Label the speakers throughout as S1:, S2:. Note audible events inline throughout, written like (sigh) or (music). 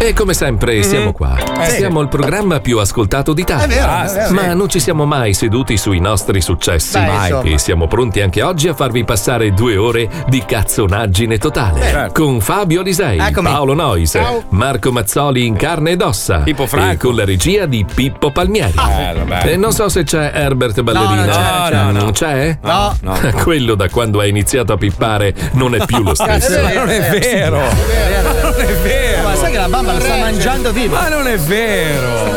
S1: E come sempre siamo qua.
S2: Eh,
S1: siamo il programma più ascoltato d'Italia. Ah,
S2: È vero, è vero.
S1: ma non ci siamo mai seduti sui nostri successi.
S2: Beh, insomma.
S1: e siamo pronti anche oggi a farvi passare due ore di cazzonaggine totale. Con Fabio Alisei,
S3: Eccomi.
S1: Paolo Nois,
S3: Ciao.
S1: Marzoli Marco Mazzoli in carne ed ossa.
S3: Pippo Franco.
S1: E con la regia di Pippo Palmieri.
S3: Bello, bello.
S1: E non so se c'è Herbert Ballerina.
S3: non c'è,
S1: no,
S3: non c'è.
S1: non c'è? Ecco.
S3: No.
S1: (laughs)
S3: No.
S1: Quello da quando ha iniziato a pippare non è più lo stesso.
S3: Ma non è vero. Ma non è vero.
S4: Ma sai che la bamba la sta mangiando viva?
S3: Ma non è vero.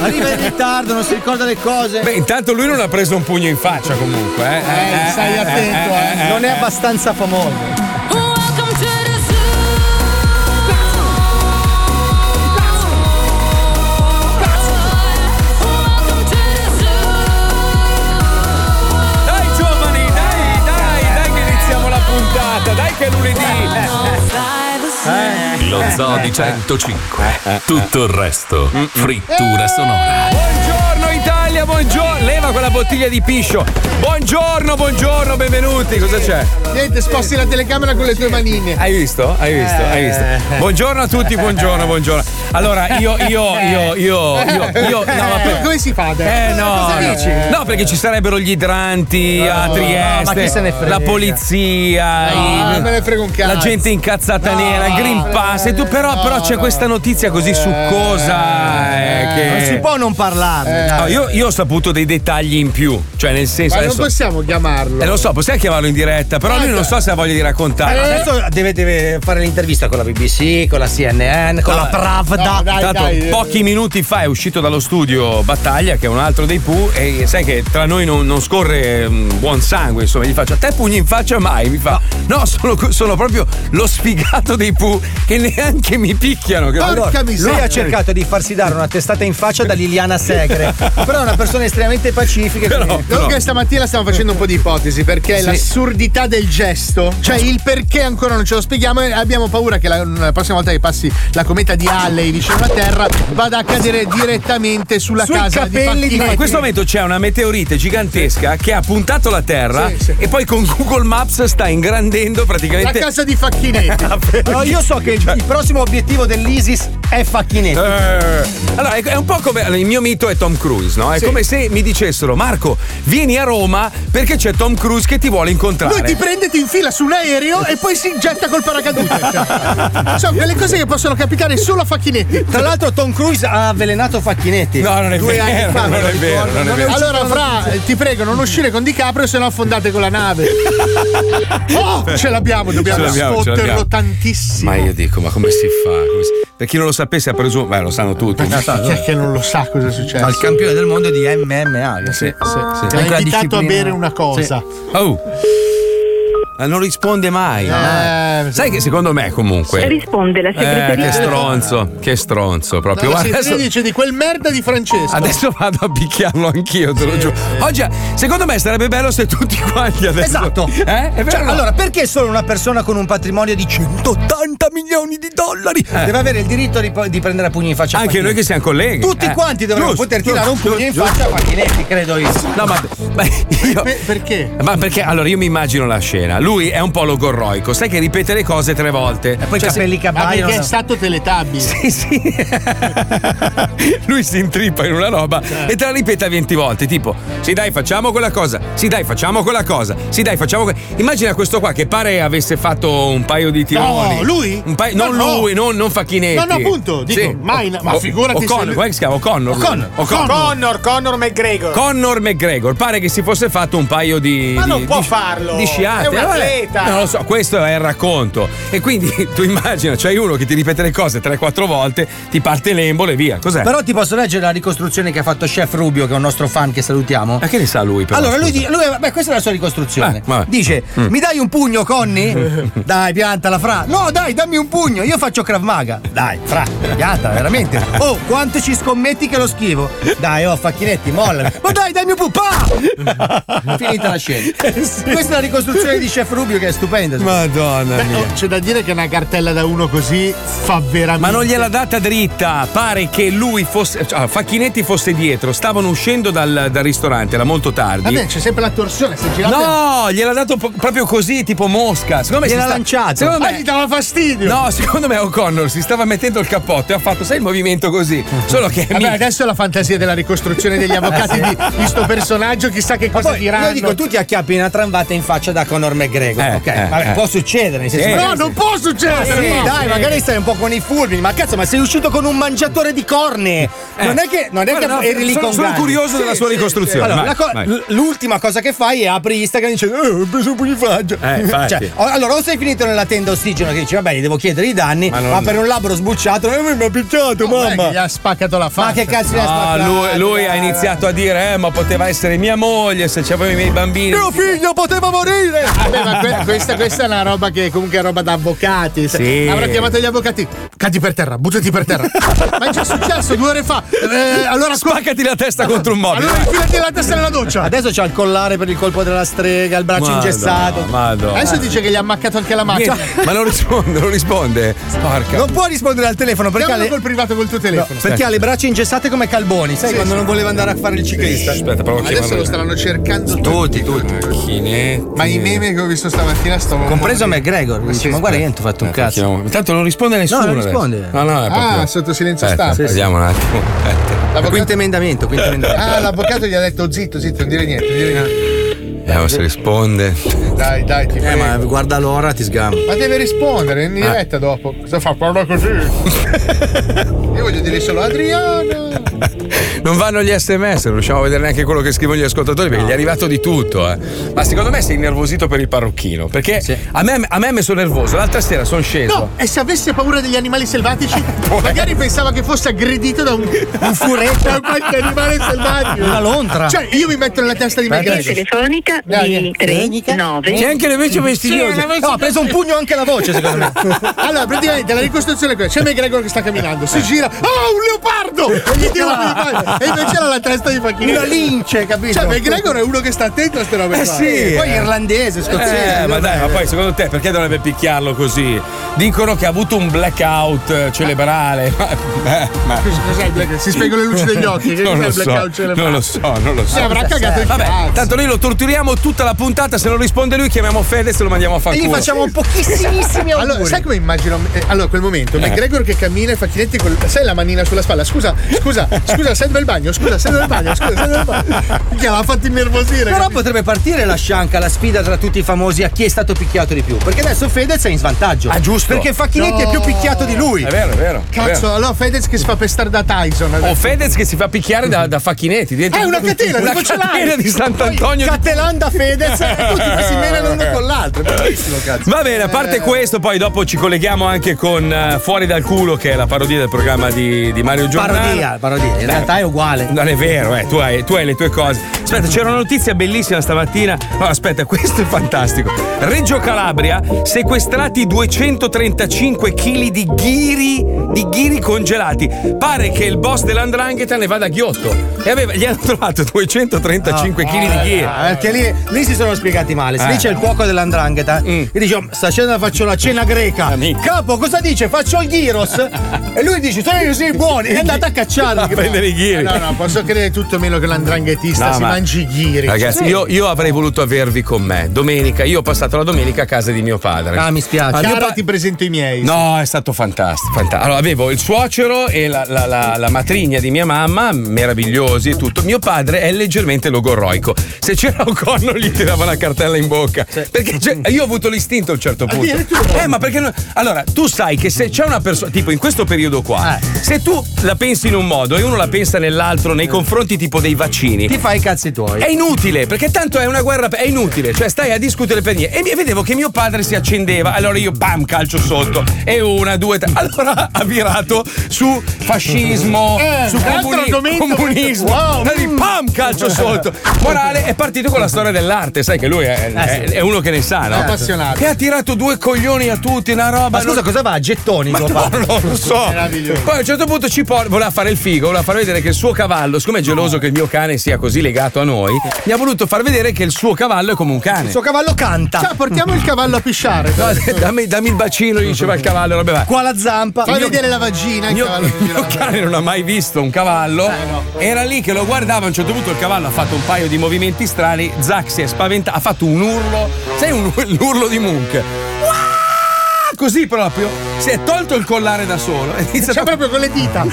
S4: Arriva in ritardo, non si ricorda le cose.
S3: Beh, intanto lui non ha preso un pugno in faccia comunque. Eh, eh, eh, eh, eh,
S4: Non è
S3: eh.
S4: abbastanza famoso.
S3: Dai giovani, dai, dai, dai che iniziamo la puntata. Dai che è lunedì. Eh.
S1: Lo zoo di 105. Tutto il resto, frittura sonora.
S3: Buongiorno Italia, buongiorno. Leva quella bottiglia di piscio. Buongiorno, buongiorno, benvenuti. Cosa c'è?
S5: Niente, sposti la telecamera con le tue manine.
S3: Hai visto? Hai visto? Hai visto?
S5: Eh.
S3: Buongiorno a tutti, buongiorno, buongiorno. Allora, io, io, io, io, io, io- no, ma per-
S5: come si fa
S3: Eh
S5: adesso?
S3: no,
S5: Cosa
S3: no.
S5: dici?
S3: No, perché ci sarebbero gli idranti a
S5: No,
S3: Trieste,
S5: ma chi se ne frega?
S3: la polizia,
S5: No,
S3: i-
S5: non me ne frega un cazzo.
S3: la gente incazzata
S5: No,
S3: nera, Green Pass. E tu però, però c'è questa notizia così succosa eh, che... Eh.
S4: Non si può non parlarne.
S3: No,
S4: dai.
S3: io, io ho saputo dei dettagli in più, cioè nel senso...
S5: Ma non
S3: adesso-
S5: possiamo chiamarlo.
S3: Eh, lo so, possiamo chiamarlo in diretta, però lui non so se ha voglia di
S4: Eh,
S3: raccontare.
S6: Adesso deve, deve fare l'intervista con la BBC, con la CNN, con
S3: No,
S6: la Pravda.
S5: no, dai,
S3: Tanto
S5: dai, eh.
S3: pochi minuti fa è uscito dallo studio Battaglia, che è un altro dei Pooh, e sai che tra noi non, non scorre mm, buon sangue, insomma, gli faccio a te pugni in faccia mai, mi fa no, sono, co- sono proprio lo sfigato dei Pooh che neanche mi picchiano. Che
S4: Allora, lui ha cercato di farsi dare una testata in faccia da
S3: (laughs)
S4: Liliana Segre, però è una persona estremamente pacifica. quindi-
S5: Comunque stamattina stiamo facendo un po' di ipotesi perché
S3: (laughs)
S5: l'assurdità del gesto, cioè il perché ancora non ce lo spieghiamo e abbiamo paura che la, la prossima volta che passi la cometa di Halley vicino alla Terra vada a cadere direttamente sulla
S3: Sui
S5: casa
S3: capelli di-
S5: Facchini.
S3: No, in questo momento c'è una meteorite gigantesca che ha puntato la Terra
S5: Sì, sì.
S3: e poi con Google Maps sta ingrandendo
S5: La
S3: praticamente
S5: casa di Facchinetti.
S3: Ah,
S4: Però io so che
S3: cioè
S4: il prossimo obiettivo dell'ISIS è Facchinetti.
S3: Eh, Allora, è- è un po' come allora, il mio mito è Tom Cruise, no? È come se mi dicessero: Marco, vieni a Roma perché c'è Tom Cruise che ti vuole incontrare.
S5: Lui ti prende, ti infila su un aereo e poi si getta col paracadute. Cioè, sono quelle cose che possono capitare solo a Facchinetti.
S4: Tra l'altro Tom Cruise ha avvelenato Facchinetti.
S3: (laughs) No, non è
S4: Due anni
S3: vero,
S4: fa,
S3: non
S4: me lo
S3: è vero,
S4: ricordo.
S3: non è
S4: Non è
S3: vero.
S4: uscito-
S5: Allora, Fra, eh, ti prego, non uscire con DiCaprio, se no affondate con la nave.
S3: (laughs)
S5: Oh, ce l'abbiamo, dobbiamo
S3: Ce l'abbiamo, ce l'abbiamo.
S5: sfotterlo tantissimo.
S3: Ma io dico, ma come si fa? Come si- Per chi non lo sapesse, ha preso. Beh, lo sanno
S5: (laughs)
S3: tutti.
S5: Chi è che non lo sa cosa è successo?
S6: Al campione del mondo di MMA. che-
S3: Sì, sì,
S5: Ti
S3: sì.
S5: ha
S6: Anche la
S5: invitato a
S6: disciplina.
S5: bere una cosa.
S3: Oh. Ah, Non risponde mai.
S5: Eh,
S3: Sai che secondo me comunque.
S7: Risponde la
S3: Eh,
S7: segreteria.
S3: che stronzo, che stronzo proprio.
S5: la
S3: Guarda,
S5: segreteria
S3: adesso,
S5: dice di quel merda di Francesco.
S3: adesso vado a picchiarlo anch'io, te lo giuro. Oggi, secondo me, sarebbe bello se tutti quanti adesso.
S4: Esatto.
S3: Eh? È vero
S4: Cioè,
S3: o no?
S4: allora, perché solo una persona con un patrimonio di 180 milioni di dollari deve avere il diritto di, di prendere a pugni in faccia? a
S3: Eh. Anche
S4: Facchinetti?
S3: noi che siamo colleghi.
S4: Tutti
S3: Eh.
S4: quanti dovremmo
S3: Giusto,
S4: poter tirare un
S3: giusto,
S4: pugno in
S3: giusto.
S4: faccia a Facchinetti, credo io.
S3: No, ma, ma io.
S5: Pe- perché?
S3: Ma perché allora io mi immagino la scena. Lui è un po' logorroico, sai che ripete le cose tre volte. Cioè, E
S4: Poi i capelli che
S5: Cioè, Ma perché è
S4: abbaiono.
S5: stato teletabbi.
S3: Lui si intrippa in una roba e te la ripeta 20 volte, tipo: Sì, dai, facciamo quella cosa. Sì, dai, facciamo quella cosa. Sì, dai, facciamo quella. Immagina questo qua che pare avesse fatto un paio di tironi.
S5: No, lui?
S3: Un paio-
S5: No,
S3: non
S5: no.
S3: lui, non, non Facchinetti.
S5: No, no, appunto, dico, mai- ma figurati se
S3: O'Connor,
S5: lui-
S3: come si chiama? O'Connor.
S4: O'Connor.
S3: lui. O'Connor.
S8: Connor, Connor McGregor.
S3: Connor McGregor pare che si fosse fatto un paio di.
S8: Ma
S3: di-
S8: non può
S3: di- ah,
S8: farlo.
S3: Di sciate.
S5: È una
S3: Allora
S5: completa.
S3: Non lo so, questo è il racconto. E quindi (laughs) tu immagina, c'hai uno che ti ripete le cose 3-4 volte, ti parte l'embolo e via. Cos'è?
S4: Però ti posso leggere la ricostruzione che ha fatto Chef Rubio, che è un nostro fan che salutiamo.
S3: Ma che ne sa lui? però,
S4: allora, lui,
S3: scusa?
S4: di- lui- beh, questa è la sua ricostruzione.
S3: Eh, vabbè.
S4: Dice:
S3: Mm.
S4: Mi dai un
S3: (laughs)
S4: pugno, Conny? dai, piantala, fra. No, dai, dammi un pugno, io faccio Krav Maga. Dai, fra, piantala,
S5: (laughs)
S4: veramente. Oh, quanto ci scommetti che lo schivo? Dai, oh, facchinetti, molla. Ma dai, dammi
S3: (laughs)
S4: un pupà! Finita la scena.
S3: Eh,
S4: Questa è la ricostruzione di Chef Rubio, che è stupenda.
S3: Madonna
S5: Beh, oh, c'è da dire che una cartella da uno così fa veramente.
S3: Ma non gliela data dritta, pare che lui fosse. Cioè, Facchinetti fosse dietro, stavano uscendo dal, dal ristorante, era molto tardi.
S5: Vabbè, c'è sempre la torsione, se girate.
S3: No, gliel'ha dato po- proprio così, tipo mosca. Secondo me
S5: Gliel'ha
S3: si sta-
S5: lanciato.
S3: Secondo
S5: Ah,
S3: me
S5: gli dava fastidio.
S3: No, secondo me O'Connor si stava mettendo il cappotto e ha fatto, sai, il movimento
S5: (laughs)
S3: così. Solo che.
S5: Vabbè, adesso è la fantasia della ricostruzione degli
S3: Eh,
S5: avvocati di, di sto personaggio, chissà che cosa
S6: poi,
S5: diranno.
S6: io dico, tu ti acchiappi una tramvata in faccia da Conor McGregor.
S3: Eh,
S6: ok,
S3: eh,
S6: vabbè,
S3: eh.
S6: può succedere. Nel senso,
S3: Sì. Eh,
S6: magari
S5: No,
S6: sei-
S5: non può succedere!
S6: Sì,
S5: no.
S6: dai, magari stai un po' con i fulmini, ma cazzo, ma sei uscito con un mangiatore di corne. Non è che, non è
S3: Eh. Guarda,
S6: che
S3: no,
S6: eri lì
S3: sono-
S6: con
S3: sono
S6: Gandhi.
S3: curioso della sua ricostruzione.
S6: Allora,
S3: Vai,
S6: la co-
S3: vai.
S6: l- l'ultima cosa che fai è apri Instagram e dici, eh, ho preso un po' di faggio.
S3: Eh, infatti.
S6: Cioè, o- allora, o sei finito nella tenda ossigeno che dici, vabbè, gli devo chiedere i danni, ma,
S3: non-
S6: per un labbro sbucciato, eh, mi ha picchiato,
S5: Guarda che
S6: mamma.
S5: gli ha spaccato la faccia.
S6: Ma che cazzo ne ha
S3: No,
S6: spaccato?
S3: Ah, lui, lui ha iniziato a dire: Eh, ma poteva essere mia moglie se c'avevo i miei bambini.
S6: Mio figlio poteva morire!
S5: Vabbè, Ah, ma que- questa, questa è una roba che comunque è roba da avvocati. Se-
S3: Sì.
S5: Avrà chiamato gli avvocati. Cadi per terra, buttati per terra. ma è già successo due ore fa. Eh, allora ascolta.
S3: Spaccati la testa contro un mobile.
S5: Allora infilati la testa nella doccia.
S6: Adesso c'ha il collare per il colpo della strega, il braccio
S3: Madonna,
S6: ingessato.
S3: Madonna.
S5: Adesso dice che gli ha ammaccato anche la Cioè,
S3: Niente,
S5: mancia.
S3: ma non risponde, non risponde. Porca.
S6: Non può rispondere al telefono perché ha
S5: Chiamalo
S6: le,
S5: col privato col tuo telefono.
S6: no, perché ha le braccia ingessate come Calboni, sai quando non voleva andare a fare il ciclista.
S3: Aspetta, provo a
S5: Adesso
S3: chiamarlo.
S5: lo staranno cercando
S3: Tutti, tutti. Facchinetti.
S5: Ma i meme che ho visto stamattina sto
S6: Compreso McGregor,
S3: Eh,
S6: mi dice,
S5: Sì.
S6: ma guarda che non ti ho fatto un cazzo.
S3: Chiamo- Eh, Intanto non risponde nessuno.
S6: non
S3: adesso.
S6: risponde.
S3: No, no, è proprio.
S5: Ah, sotto silenzio
S3: Aspetta,
S5: stampa.
S3: vediamo un attimo. Aspetta.
S5: L'avvocato-
S6: Quinto emendamento, quinto emendamento.
S5: Ah, l'avvocato gli ha detto zitto, zitto, non dire niente. non dire niente.
S3: Vediamo Eh, se risponde.
S5: Dai, dai,
S3: Eh,
S5: ti prego. ma...
S6: Eh, guarda l'ora, ti sgamo.
S5: deve rispondere in
S3: Ah.
S5: diretta dopo. Cosa fa? Parla così. Io (laughs) voglio dire solo Adriano.
S3: (laughs) Non vanno gli sms, non riusciamo a vedere neanche quello che scrivono gli ascoltatori perché gli è arrivato di tutto. eh. Ma secondo me sei innervosito per il parrucchino perché a, me, a me ha messo nervoso. L'altra sera sono sceso.
S5: No, e se avesse paura degli
S6: (laughs)
S5: animali selvatici, magari pensava che fosse aggredito da un, un
S6: (laughs)
S5: furetto o qualche animale selvaggio.
S6: Una lontra.
S5: Cioè, io mi metto nella testa di
S7: Via
S5: McGregor.
S7: telefonica
S5: Dai, eh.
S7: di 39
S3: C'è anche le veci vestigliose.
S6: No, ha preso un pugno anche la voce, secondo me.
S5: (laughs) Allora, praticamente la ricostruzione è quella. C'è McGregor che sta camminando, si gira, oh, un leopardo! E gli tira la palla. E invece era la testa di Facchini.
S6: Una lince, capito?
S5: Cioè, McGregor è uno che sta attento a queste robe
S3: Eh
S5: qua.
S3: sì.
S6: Poi irlandese, scozzese.
S3: Eh, ma dai, ma poi secondo te perché dovrebbe picchiarlo così? Dicono che ha avuto un blackout eh,
S5: (laughs)
S3: cerebrale. Ma, ma- ma-
S5: Cos'è il blackout? Si spengono le luci degli occhi.
S3: (laughs)
S5: Che
S3: non,
S5: cos'è
S3: lo
S5: il
S3: so,
S5: blackout cerebrale?
S3: non lo so, non lo
S5: Si
S3: so.
S5: avrà cagato il
S3: Vabbè,
S5: cazzo.
S3: tanto noi lo torturiamo tutta la puntata. Se non risponde lui, chiamiamo Fede e lo mandiamo a fare.
S6: E gli facciamo
S3: (laughs)
S5: (laughs)
S6: pochissimissimi auguri.
S5: Allora, sai come immagino? eh, allora, quel momento, McGregor che cammina e fa Facchinetti con. Sai la manina sulla spalla? Scusa, scusa, scusa, serve il bagno, scusa, serve il bagno, scusa, serve il bagno. Che l'ha fatto innervosire.
S6: Però
S5: capito?
S6: potrebbe partire la scianca, la sfida tra tutti i famosi a chi è stato picchiato di più. Perché adesso Fedez è in svantaggio.
S3: Ah, giusto.
S6: Perché Facchinetti è più picchiato di lui.
S3: È vero, è vero. è vero.
S5: Cazzo, allora Fedez che si fa pestare da Tyson.
S3: O
S5: adesso.
S3: Fedez che si fa picchiare da, da Facchinetti. diventa
S5: Eh, una catena,
S3: una
S5: tipo ce l'hai.
S3: catena di Sant'Antonio.
S6: Catelanda Fedez
S5: eh,
S6: e tutti si menano uno con l'altro. È bellissimo, cazzo. Eh.
S3: Va bene, a parte questo, poi dopo ci colleghiamo anche con eh, Fuori dal culo, che è la parodia del programma di, di Mario Giordano.
S6: Parodia, parodia. In realtà è uguale.
S3: Non è vero, eh, tu, hai, tu hai le tue cose. Aspetta, c'era una notizia bellissima stamattina. No, aspetta, (laughs) questo è fantastico. Reggio Calabria, sequestrati 235 kg di ghiri, di ghiri congelati. Pare che il boss dell'andrangheta ne vada ghiotto. E aveva- gli hanno trovato 235 kg di ghiri.
S6: Ah, perché lì, lì si sono spiegati male. Se
S3: Eh. Mm.
S6: lì c'è il cuoco dell'andrangheta che dice: "Oh, Sta cena faccio la cena greca.
S3: Amico.
S6: Capo, cosa dice? Faccio il
S3: (laughs)
S6: gyros. e lui dice: Sono così buoni. È andato a
S3: (laughs) a
S6: cacciarli.
S3: prendere i ghiri.
S5: No, no, posso credere tutto meno che l'andranghetista
S3: No,
S5: si
S3: ma-
S5: mangi i ghiri.
S3: Ragazzi, io, io avrei voluto avervi con me. Domenica, io ho passato la domenica a casa di mio padre.
S6: Ah, mi spiace.
S5: Cara,
S3: mio pa-
S5: ti presento i miei.
S3: No, è stato fantastico. fanta- Allora, avevo il suocero e la, la- la- la matrigna di mia mamma, meravigliosi e tutto. Mio padre è leggermente logorroico. Se c'era O'Connor gli tirava la cartella in bocca. Perché c'è- io ho avuto l'istinto a un certo punto. Eh, ma perché no? Allora, tu sai che se c'è una persona, tipo in questo periodo qua, se tu la pensi in un modo e uno la pensa nell'altro nei confronti tipo dei vaccini,
S4: Ti fai i cazzi tuoi.
S3: è inutile, perché tanto è una guerra, è inutile, cioè stai a discutere per niente. E mi- vedevo che mio padre si accendeva, allora io bam, calcio sotto, e una, due, tre. Allora ha virato su fascismo,
S2: Eh,
S3: su
S2: altro
S3: comuni-
S2: argomento.
S3: comunismo.
S2: Wow. Mm.
S3: Da lì, bam, calcio sotto. Morale è partito con la storia dell'arte, sai che lui
S2: Eh,
S3: è, è- è uno che ne sa, no?
S5: È
S2: Certo.
S5: appassionato.
S3: Che ha tirato due coglioni a tutti, una roba.
S5: Ma scusa,
S3: cosa va? Gettoni? Ma
S5: tuo
S3: no,
S5: padre?
S3: (laughs) non lo so.
S5: Meraviglioso.
S3: Poi a un certo punto ci por- voleva fare il figo, voleva far vedere che il suo cavallo, siccome è geloso che il mio cane sia così legato a noi, mi ha voluto far vedere che il suo cavallo è come un cane.
S5: Il suo
S4: cavallo canta.
S5: Ciao, portiamo il cavallo a pisciare.
S3: No, (laughs) dammi, dammi il bacino, gli diceva il cavallo, roba va.
S4: Qua la zampa.
S5: Fai
S3: Il mio-
S5: vedere la vagina. il
S3: mio,
S5: cavallo. Eh,
S3: il mio cane non ha mai visto un cavallo. Era lì che lo guardava. A un certo punto il cavallo ha fatto un paio di movimenti strani. Zack si è spaventato, ha fatto un urlo. Sai, un, (laughs) l'urlo di Munch. Uah! Così proprio si è tolto il collare da solo. È iniziato
S5: Cioè, proprio con
S3: (laughs)
S5: le dita.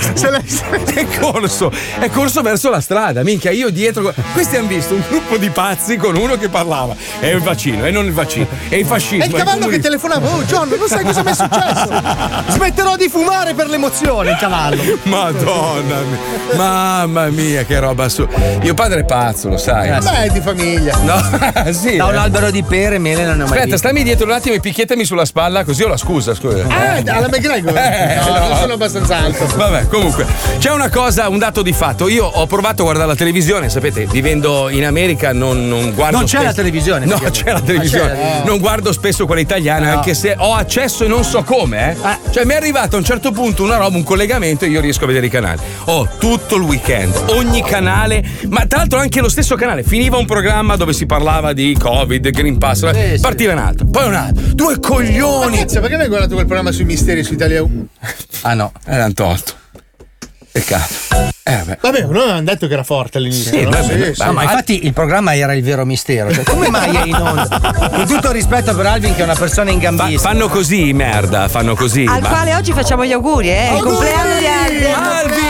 S3: È corso, è corso verso la strada. Minchia, io dietro. Questi hanno visto un gruppo di pazzi con uno che parlava. E il vaccino, e non il vaccino. E il fascismo.
S5: È il cavallo che
S3: comunismo.
S5: telefonava. Oh, John, non sai cosa mi è successo.
S4: Smetterò di fumare per l'emozione, il cavallo.
S3: Madonna mia. Mamma mia, che roba su. Mio padre è pazzo, lo sai.
S5: Beh, è di famiglia.
S3: No, (laughs) sì.
S4: Eh, Da un
S3: eh.
S4: albero di pere, mele non ne ho mai
S3: Aspetta,
S4: visto.
S3: stammi dietro un attimo e picchiettami sulla spalla, così ho la scusa. scusa.
S4: Eh,
S5: Ah, alla McGregor.
S3: Eh,
S5: no,
S3: no.
S5: non sono abbastanza alto.
S3: Vabbè, comunque, c'è una cosa, un dato di fatto. Io ho provato a guardare la televisione, sapete, vivendo in America non, non guardo.
S4: Non c'è la televisione,
S3: No,
S4: praticamente.
S3: c'è la
S4: Ah,
S3: televisione.
S4: c'è Ah. la-
S3: Non guardo spesso quella italiana,
S4: No.
S3: anche se ho accesso e non so come, eh.
S4: Ah.
S3: Cioè, mi è arrivata a un certo punto una roba, un collegamento e io riesco a vedere i canali. Ho tutto il weekend, ogni canale, ma tra l'altro anche lo stesso canale. Finiva un programma dove si parlava di Covid, Green Pass, partiva un altro, poi un altro. Due coglioni!
S5: Cazzo, perché mi hai guardato quel programma sui misteri su Italia 1?
S3: Ah no, erano tolto. Peccato. Eh, vabbè.
S5: Vabbè, noi avevamo detto che era forte all'inizio.
S4: Sì,
S5: no?
S4: vabbè,
S5: Sì,
S4: vabbè,
S5: sì.
S4: ma infatti il programma era il vero mistero. Cioè, come mai è in onda? Con tutto il rispetto per Alvin, che è una persona in
S3: Fa-
S4: gambissima.
S3: fanno così, merda, fanno così.
S7: Al
S3: ma-
S7: quale oggi facciamo gli auguri, eh? Il compleanno di Alvin.
S3: Alvin!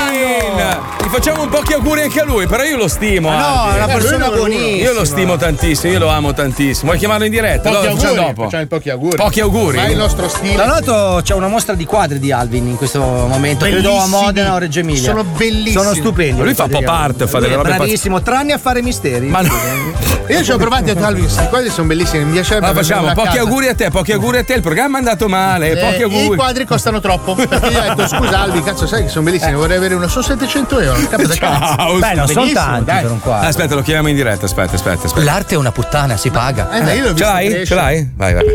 S3: Gli facciamo un po' che auguri anche a lui, però io lo stimo.
S4: Ah,
S7: Ma no,
S3: Alvin.
S7: è una Eh, persona lui è buonissima.
S3: Io lo stimo tantissimo, io lo amo tantissimo. Vuoi chiamarlo in diretta?
S5: Pochi
S3: Allora, lo facciamo
S5: auguri,
S3: dopo.
S5: facciamo i pochi auguri.
S3: Pochi auguri.
S5: Ma è il nostro stile.
S4: Tra l'altro c'è una mostra di quadri di Alvin in questo momento, credo a
S5: Bellissimi.
S4: Modena o Reggio Emilia.
S5: Sono bellissimi.
S4: Sono stupendi.
S3: Lui fa
S4: questi
S3: pop
S4: ragazzi.
S3: art, fa
S4: Lui
S3: delle
S4: è
S3: robe pazze.
S4: bravissimo, tranne a fare misteri. Ma
S5: (laughs) Io ci ho provato e ho detto, Alvin, sai, quasi sono bellissimi. Mi piacerebbe.
S3: Allora, facciamo
S5: averli
S3: pochi
S5: a casa.
S3: auguri a te, pochi auguri a te. Il programma è andato male,
S5: Eh,
S3: pochi
S5: I
S3: auguri.
S5: quadri costano
S4: (laughs)
S5: troppo. Perché io ho detto, scusa, Alvin, cazzo, sai che sono
S3: Eh.
S5: bellissimi. Vorrei avere uno. Sono 700 euro. non Capo da cazzo.
S4: Beh, non sono
S5: Bellissimo,
S4: tanti
S5: dai.
S4: per un quadro.
S3: Aspetta, lo chiamiamo in diretta, aspetta, aspetta, aspetta.
S4: L'arte è una puttana, si paga.
S5: Eh, ma io l'ho
S3: Ce
S5: visto
S3: l'hai?
S5: crescere.
S3: Ce l'hai? Vai, vai. vai.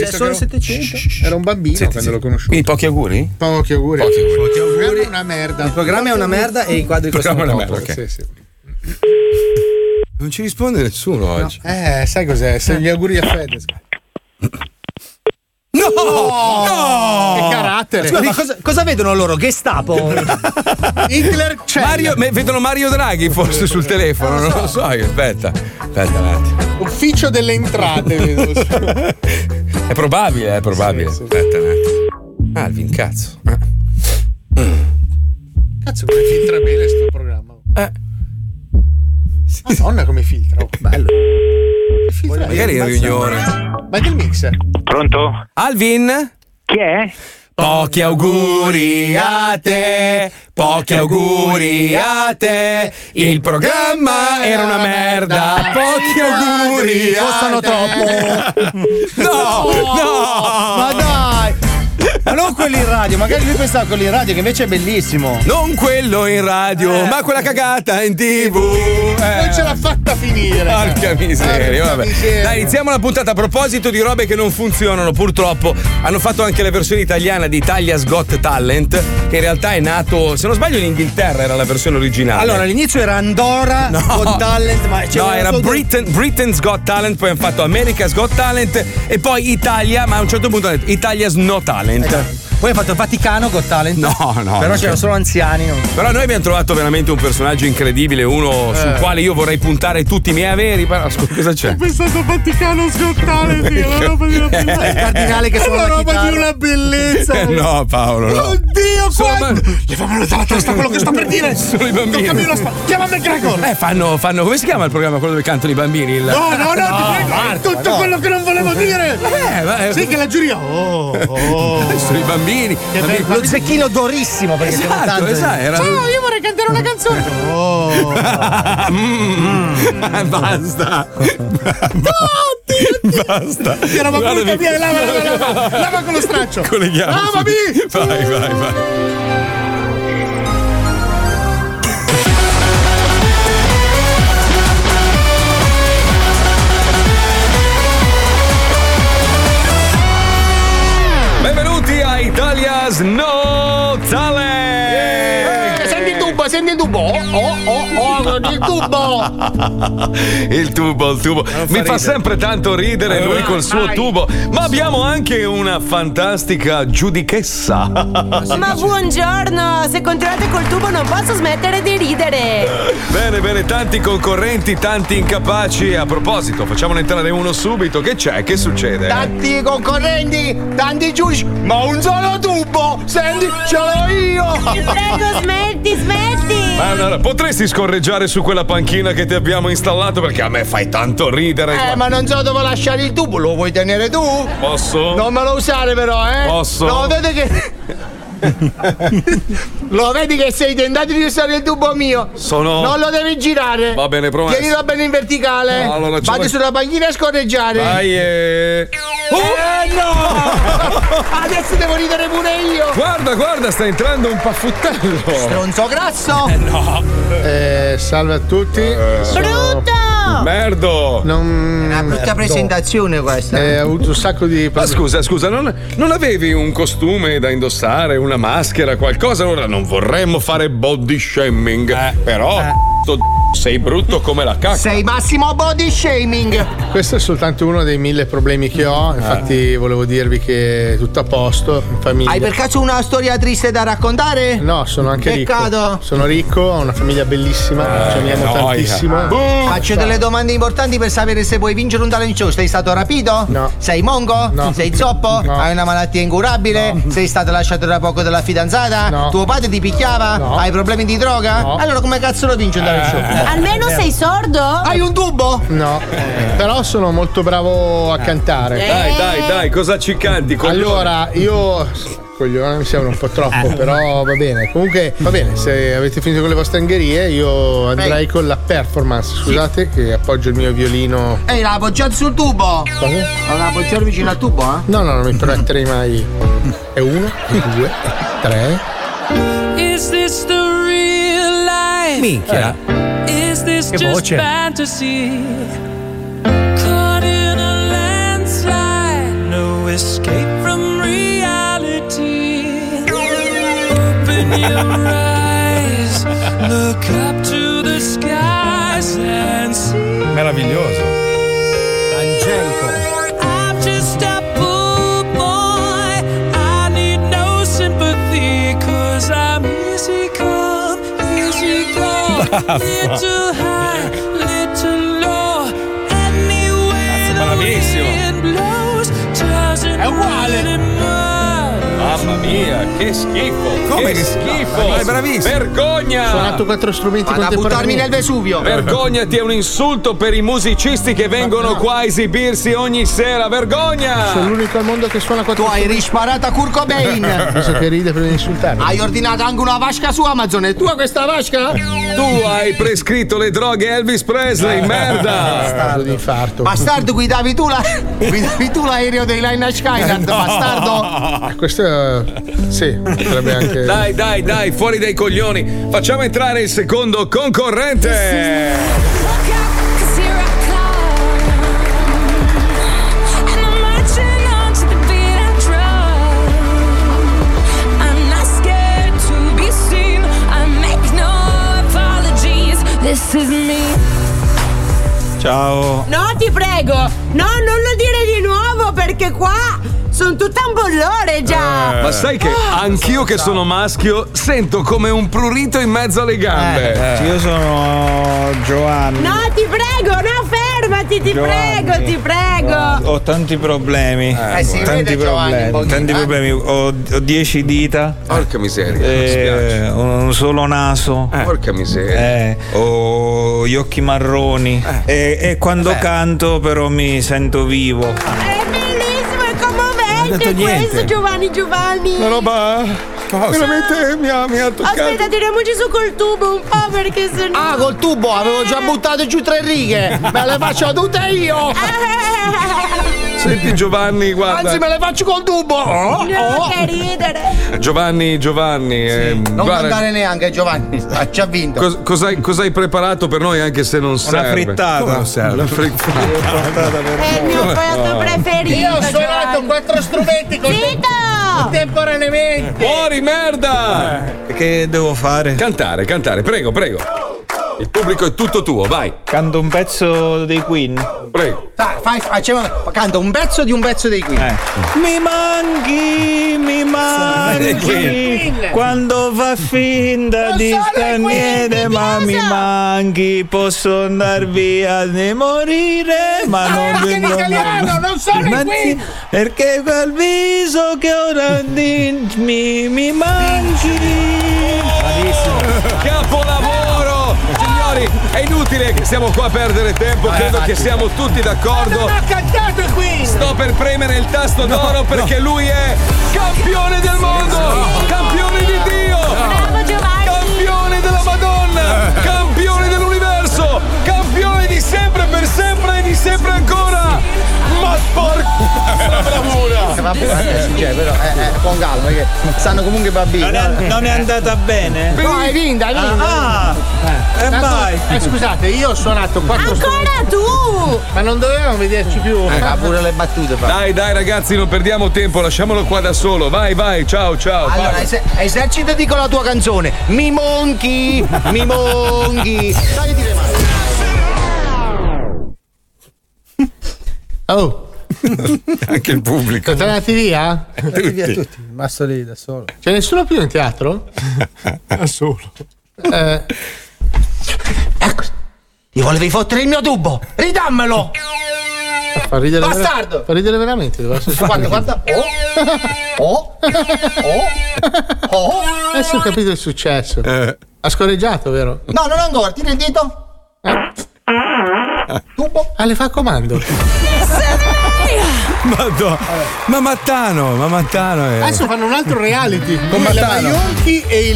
S5: Visto che ero-
S4: 700.
S5: Era un bambino
S3: Senti,
S5: quando
S3: senti.
S5: l'ho conosciuto.
S3: Quindi pochi auguri?
S5: Pochi auguri. Pochi auguri. È una merda.
S4: Il programma è una merda e i quadri costano
S3: Programma è una
S4: troppo.
S3: merda, ok.
S5: Sì, sì.
S3: Non ci risponde nessuno oggi.
S5: Eh, sai cos'è? Sono gli auguri a Fedez.
S3: No! No!
S5: Che carattere!
S4: Scusa, ma cosa, cosa vedono loro? Gestapo?
S5: Hitler c'è!
S3: Mario, me- vedono Mario Draghi forse sul telefono, non lo so io. Aspetta, aspetta un attimo.
S5: Ufficio delle
S3: (laughs)
S5: entrate, vedo.
S3: È probabile, è probabile. Aspetta un attimo. Alvin, cazzo.
S5: Cazzo, come filtra bene sto programma.
S3: Eh.
S5: Madonna, come filtra. oh.
S4: Bello.
S5: Filtra
S3: Magari è in
S5: bene,
S3: riunione.
S5: mazza. Ma è del mixer.
S8: Pronto?
S3: Alvin?
S8: Chi è?
S3: Pochi auguri a te, pochi auguri a te. Il programma era una merda. Pochi auguri a
S5: Costano troppo.
S3: te. No,
S4: Ma
S3: no.
S4: dai! Ma non quelli in radio, magari lui pensava quelli in radio che invece è bellissimo. Eh.
S3: Non quello in radio, ma quella cagata in tv. Eh.
S5: Non ce l'ha fatta finire.
S3: Porca miseria,
S5: Porca
S3: vabbè.
S5: miseria.
S3: Dai, iniziamo la puntata. A proposito di robe che non funzionano, purtroppo hanno fatto anche la versione italiana di Italia's Got Talent, che in realtà è nato, se non sbaglio, in Inghilterra era la versione originale.
S4: Allora, all'inizio era Andorra con Talent, ma c'era
S3: No,
S4: una
S3: era
S4: solo-
S3: Britain- Britain's Got Talent, poi hanno fatto America's Got Talent e poi Italia, ma a un certo punto hanno detto Italia's No Talent.
S4: Poi
S9: Poi ha fatto Vaticano Got Talent.
S3: No, no,
S9: Però
S3: no.
S9: c'erano solo anziani. non-
S3: Però noi abbiamo trovato veramente un personaggio incredibile, uno sul
S9: Eh.
S3: quale io vorrei puntare tutti i miei averi. Però scusa,
S10: (laughs)
S3: cosa c'è?
S5: pensato Vaticano scottale, sì, è una roba di una bellezza.
S3: Il (laughs) cardinale che
S5: È
S3: suona
S5: una
S3: la
S5: roba
S3: chitarra.
S5: di una
S3: (laughs)
S5: bellezza.
S3: no, Paolo, no.
S5: Oddio, quanto! Levamelo dalla testa quello che sto per dire!
S3: Sono i bambini.
S5: Toccami la spa- Chiamami Gregor!
S3: Eh, fanno, fanno. Come si chiama il programma? Quello dove cantano i bambini? Il...
S5: No, no, no, ti prego, è tutto quello che non volevo dire!
S3: Eh, ma-
S5: Sì, che la giuria! Oh, oh.
S3: (laughs) Sono i bambini. Bambini-
S5: bello.
S9: Lo zecchino dorissimo perché c'era
S3: Esatto,
S9: tanto-
S3: esatto, era-
S4: Cioè,
S5: Ciao, Cioè, io vorrei cantare una
S3: (laughs)
S5: canzone! Oh!
S3: Mm. Basta. Basta.
S5: Era ma
S3: Guardami.
S5: via, lava, lava, lava, lava con lo straccio!
S3: Colleghiamo.
S5: Lavami!
S3: Vai, vai, vai. Benvenuti a Italia's No Talent!
S4: Eh, Senti il tubo, senti il tubo. Oh, oh, oh, oh, il tubo.
S3: (laughs) il tubo, il tubo. Mi fa sempre tanto ridere lui col suo tubo. Ma abbiamo anche una fantastica giudichessa.
S7: Ma buongiorno, se continuate col tubo non posso smettere di ridere.
S3: Bene, bene, tanti concorrenti, tanti incapaci. A proposito, facciamone entrare uno subito. Che c'è? Che succede?
S4: Tanti concorrenti, tanti giudici, ma un solo tubo. Senti, ce l'ho
S7: Ti
S4: io.
S7: prego, smetti, smetti.
S3: Ma allora, potresti scorreggiare su quella panchina che ti abbiamo installato? Perché a me fai tanto ridere.
S4: Eh, ma non so dove lasciare il tubo, lo vuoi tenere tu?
S3: Posso?
S4: Non me lo usare però, eh!
S5: Oh.
S3: Posso?
S4: Lo vedi
S3: (laughs)
S4: che. lo vedi che sei tentato di usare il tubo mio?
S3: Sono-
S4: Non lo devi girare!
S3: Va bene, promesso.
S4: Tienilo bene in verticale!
S3: No, allora ce
S4: Vado
S3: la-
S4: sulla panchina a scorreggiare!
S3: Vai eh.
S4: Eh no! (laughs) Adesso devo ridere pure io!
S3: Guarda, guarda, sta entrando un paffuttello.
S4: Stronzo grasso!
S5: Eh, salve a tutti.
S7: Brutto!
S3: Eh, Merdo.
S5: Non...
S4: Una brutta presentazione questa!
S5: Eh, ho avuto un sacco di
S3: Ma scusa, scusa, non, non avevi un costume da indossare, una maschera, qualcosa? Ora non vorremmo fare body shaming, però sto d- sei brutto come la cacca.
S4: Sei massimo body shaming!
S5: Questo è soltanto uno dei mille problemi che ho. Infatti,
S3: Eh.
S5: volevo dirvi che è tutto a posto, in famiglia.
S4: Hai per caso una storia triste da raccontare?
S5: No, sono anche
S4: Peccato.
S5: ricco. Eh, Sono ricco, ho una famiglia bellissima, ci amiamo
S3: Eh, noia.
S5: tantissimo.
S4: Faccio delle domande importanti per sapere se puoi vincere un talent show. Sei stato rapito?
S5: No.
S4: Sei mongo?
S5: No.
S4: Sei zoppo?
S5: No.
S4: Hai una malattia incurabile? Sei stato lasciato da poco dalla fidanzata?
S5: No.
S4: Tuo padre ti picchiava?
S5: No.
S4: Hai problemi di droga?
S5: No.
S4: Allora come cazzo lo vinci un
S3: Eh.
S4: talent show?
S5: Eh.
S7: Almeno sei sordo?
S4: Hai un tubo? Eh.
S5: No, però sono molto bravo a cantare.
S3: Dai, dai, dai, cosa ci canti? coglione?
S5: Allora, io. Coglione, mi sembra un po' troppo, però va bene. Comunque, va bene, se avete finito con le vostre angherie, io andrei con la performance. Scusate, che appoggio il mio violino.
S4: Ehi, l'ha appoggiato sul tubo! L'ha appoggiato vicino al tubo, eh?
S5: No, no, non mi permetterei mai. È uno, due, tre.
S10: Is this the real life? Eh.
S9: Minchia.
S10: Is this
S9: Che
S10: just
S9: voce.
S10: fantasy? Caught in a landslide, no escape from reality. Open your eyes, look up to the skies and see.
S3: Meraviglioso.
S10: I'm just a poor boy. I need no sympathy, cause I'm easy come, easy go. Little high, little low. Anyway, the
S3: bravissimo.
S10: wind blows, doesn't really matter.
S3: Mamma mia, che schifo!
S9: Come
S3: che
S9: che schifo?
S3: schifo!
S9: Ma è bravissimo.
S3: Vergogna!
S5: Ho suonato quattro strumenti
S4: Vado a buttarmi
S5: contemporaneamente.
S4: nel Vesuvio!
S3: Vergognati è un insulto per i musicisti che vengono qua a esibirsi ogni sera. Vergogna!
S5: Sono l'unico al mondo che suona
S4: Tu
S5: quattro
S4: hai risparato a Kurt
S3: (laughs)
S4: Cobain!
S5: Penso che ride per insultarmi.
S4: Hai ordinato anche una vasca su Amazon, è tua questa vasca?
S3: Tu hai prescritto le droghe a Elvis Presley, merda!
S5: Bastardo di infarto.
S4: Bastardo, guidavi tu, la- guidavi tu l'aereo dei Line Skyland, bastardo!
S5: Questo eh, sì, potrebbe anche.
S3: Dai, dai, dai, fuori dai coglioni. Facciamo entrare il secondo concorrente.
S10: Look out, 'cause here I come. And I'm marching on to the beat I drum. I'm not scared to be seen. I make no apologies. This is me.
S9: (laughs)
S3: Ciao.
S7: No, ti prego. No, non lo dire di nuovo, per perché qua sono tutta un bollore già.
S3: Eh, Ma sai che
S11: Ah.
S3: anch'io che sono maschio sento come un prurito in mezzo alle gambe.
S11: Eh, Io sono Giovanni.
S7: No, ti prego, no, fermati, ti
S11: Giovanni.
S7: prego, ti prego.
S11: Ho tanti problemi.
S7: Eh, si
S11: tanti
S7: vede,
S11: problemi.
S7: Giovanni, Bondi.
S11: tanti problemi. Ho, ho dieci dita.
S2: Porca miseria. mi
S11: Eh,
S2: spiace.
S11: un solo naso.
S2: Porca miseria. Eh.
S11: Eh, ho gli occhi marroni. E, e quando
S2: Vabbè.
S11: canto, però, mi sento vivo.
S7: Bellissimo e
S11: Non ho
S7: commovente
S11: detto
S7: questo,
S11: niente.
S7: Giovanni Giovanni.
S11: Una roba- veramente
S2: mi ha, mi ha
S11: toccato.
S7: Aspetta, tiriamoci su col tubo un po' perché Eh. se no.
S8: Ah, col tubo avevo già buttato giù tre righe. Me le faccio tutte io.
S7: Eh.
S3: Senti Giovanni, guarda.
S8: Anzi, me le faccio col tubo. Oh, oh.
S7: ridere.
S3: Giovanni, Giovanni, eh,
S4: Non
S3: guarda,
S4: mandare neanche Giovanni, Ah, ha già vinto.
S3: cos- cos'hai, cos'hai preparato per noi anche se non una serve?
S11: frittata.
S3: Come non serve? Una frittata.
S7: È il mio piatto preferito.
S8: Io ho suonato
S7: Giovanni.
S8: quattro strumenti con
S7: Zitto!
S8: contemporaneamente.
S3: Fuori merda!
S11: Eh, Che devo fare?
S3: Cantare, cantare, prego, prego. Il pubblico è tutto tuo, vai.
S11: Canto un pezzo dei Queen.
S3: Prego.
S4: Dai, fai, facciamo, canta un pezzo di un pezzo dei
S3: Eh.
S4: Queen.
S11: Mi manchi, mi manchi quando fa finta di star niente, ma mi manchi, posso andar via né morire, ma non
S8: Ah, anche in
S11: vengo mai.
S8: italiano, non sono
S11: Mi
S8: in
S11: manchi,
S8: Queen.
S11: Perché quel viso che ora mi, mi manchi.
S3: Capolavoro! Signori, è inutile che stiamo qua a perdere tempo,
S4: Eh,
S3: credo che siamo tutti d'accordo.
S8: Non ho cantato qui.
S3: Sto per premere il tasto d'oro perché lui è campione del mondo! Campione di Dio!
S7: Bravo Giovanni!
S3: Campione della Madonna!
S11: Eh.
S3: Campione dell'universo! Campione di sempre, per sempre e di sempre ancora! Ma porca bravura! (laughs)
S4: Cioè, però, eh, eh, con calma, perché sanno comunque i bambini.
S11: Non è,
S4: eh.
S11: non è andata bene?
S8: No, hai vinto, hai vinto.
S11: Ah, e vai.
S5: Eh, scusate, io ho suonato quattro strumenti.
S7: Ancora tu!
S5: Ma non dovevamo vederci più.
S3: Eh,
S4: Eh, Ha pure le battute, fa.
S3: Dai, dai ragazzi, non perdiamo tempo, lasciamolo qua da solo. Vai, vai, ciao, ciao.
S4: Allora,
S3: vai.
S4: es- esercitati con la tua canzone. Mi monchi, mi monchi. Dai, dire male.
S5: Oh,
S3: (laughs) Anche il pubblico.
S5: siete andati via?
S3: Tutti.
S6: Rimasto lì da solo.
S5: C'è nessuno più
S3: (laughs)
S5: in teatro?
S11: Da solo.
S5: Eh,
S4: Ecco. Ti volevi fottere il mio tubo. Ridammelo.
S5: fa ridere
S4: Bastardo!
S5: Fa ridere veramente. doveva essere-
S4: Guarda, guarda. Oh. Oh. Oh. Oh.
S5: Adesso ho capito il successo.
S3: Eh.
S5: Ha scorreggiato, vero?
S4: No, non ancora. Tira il dito. Tubo.
S5: Ah, le fa a comando.
S3: Madonna. Ma Mattano, ma Mattano è.
S5: Adesso fanno un altro reality. Con
S3: Mattano.
S5: Maionchi e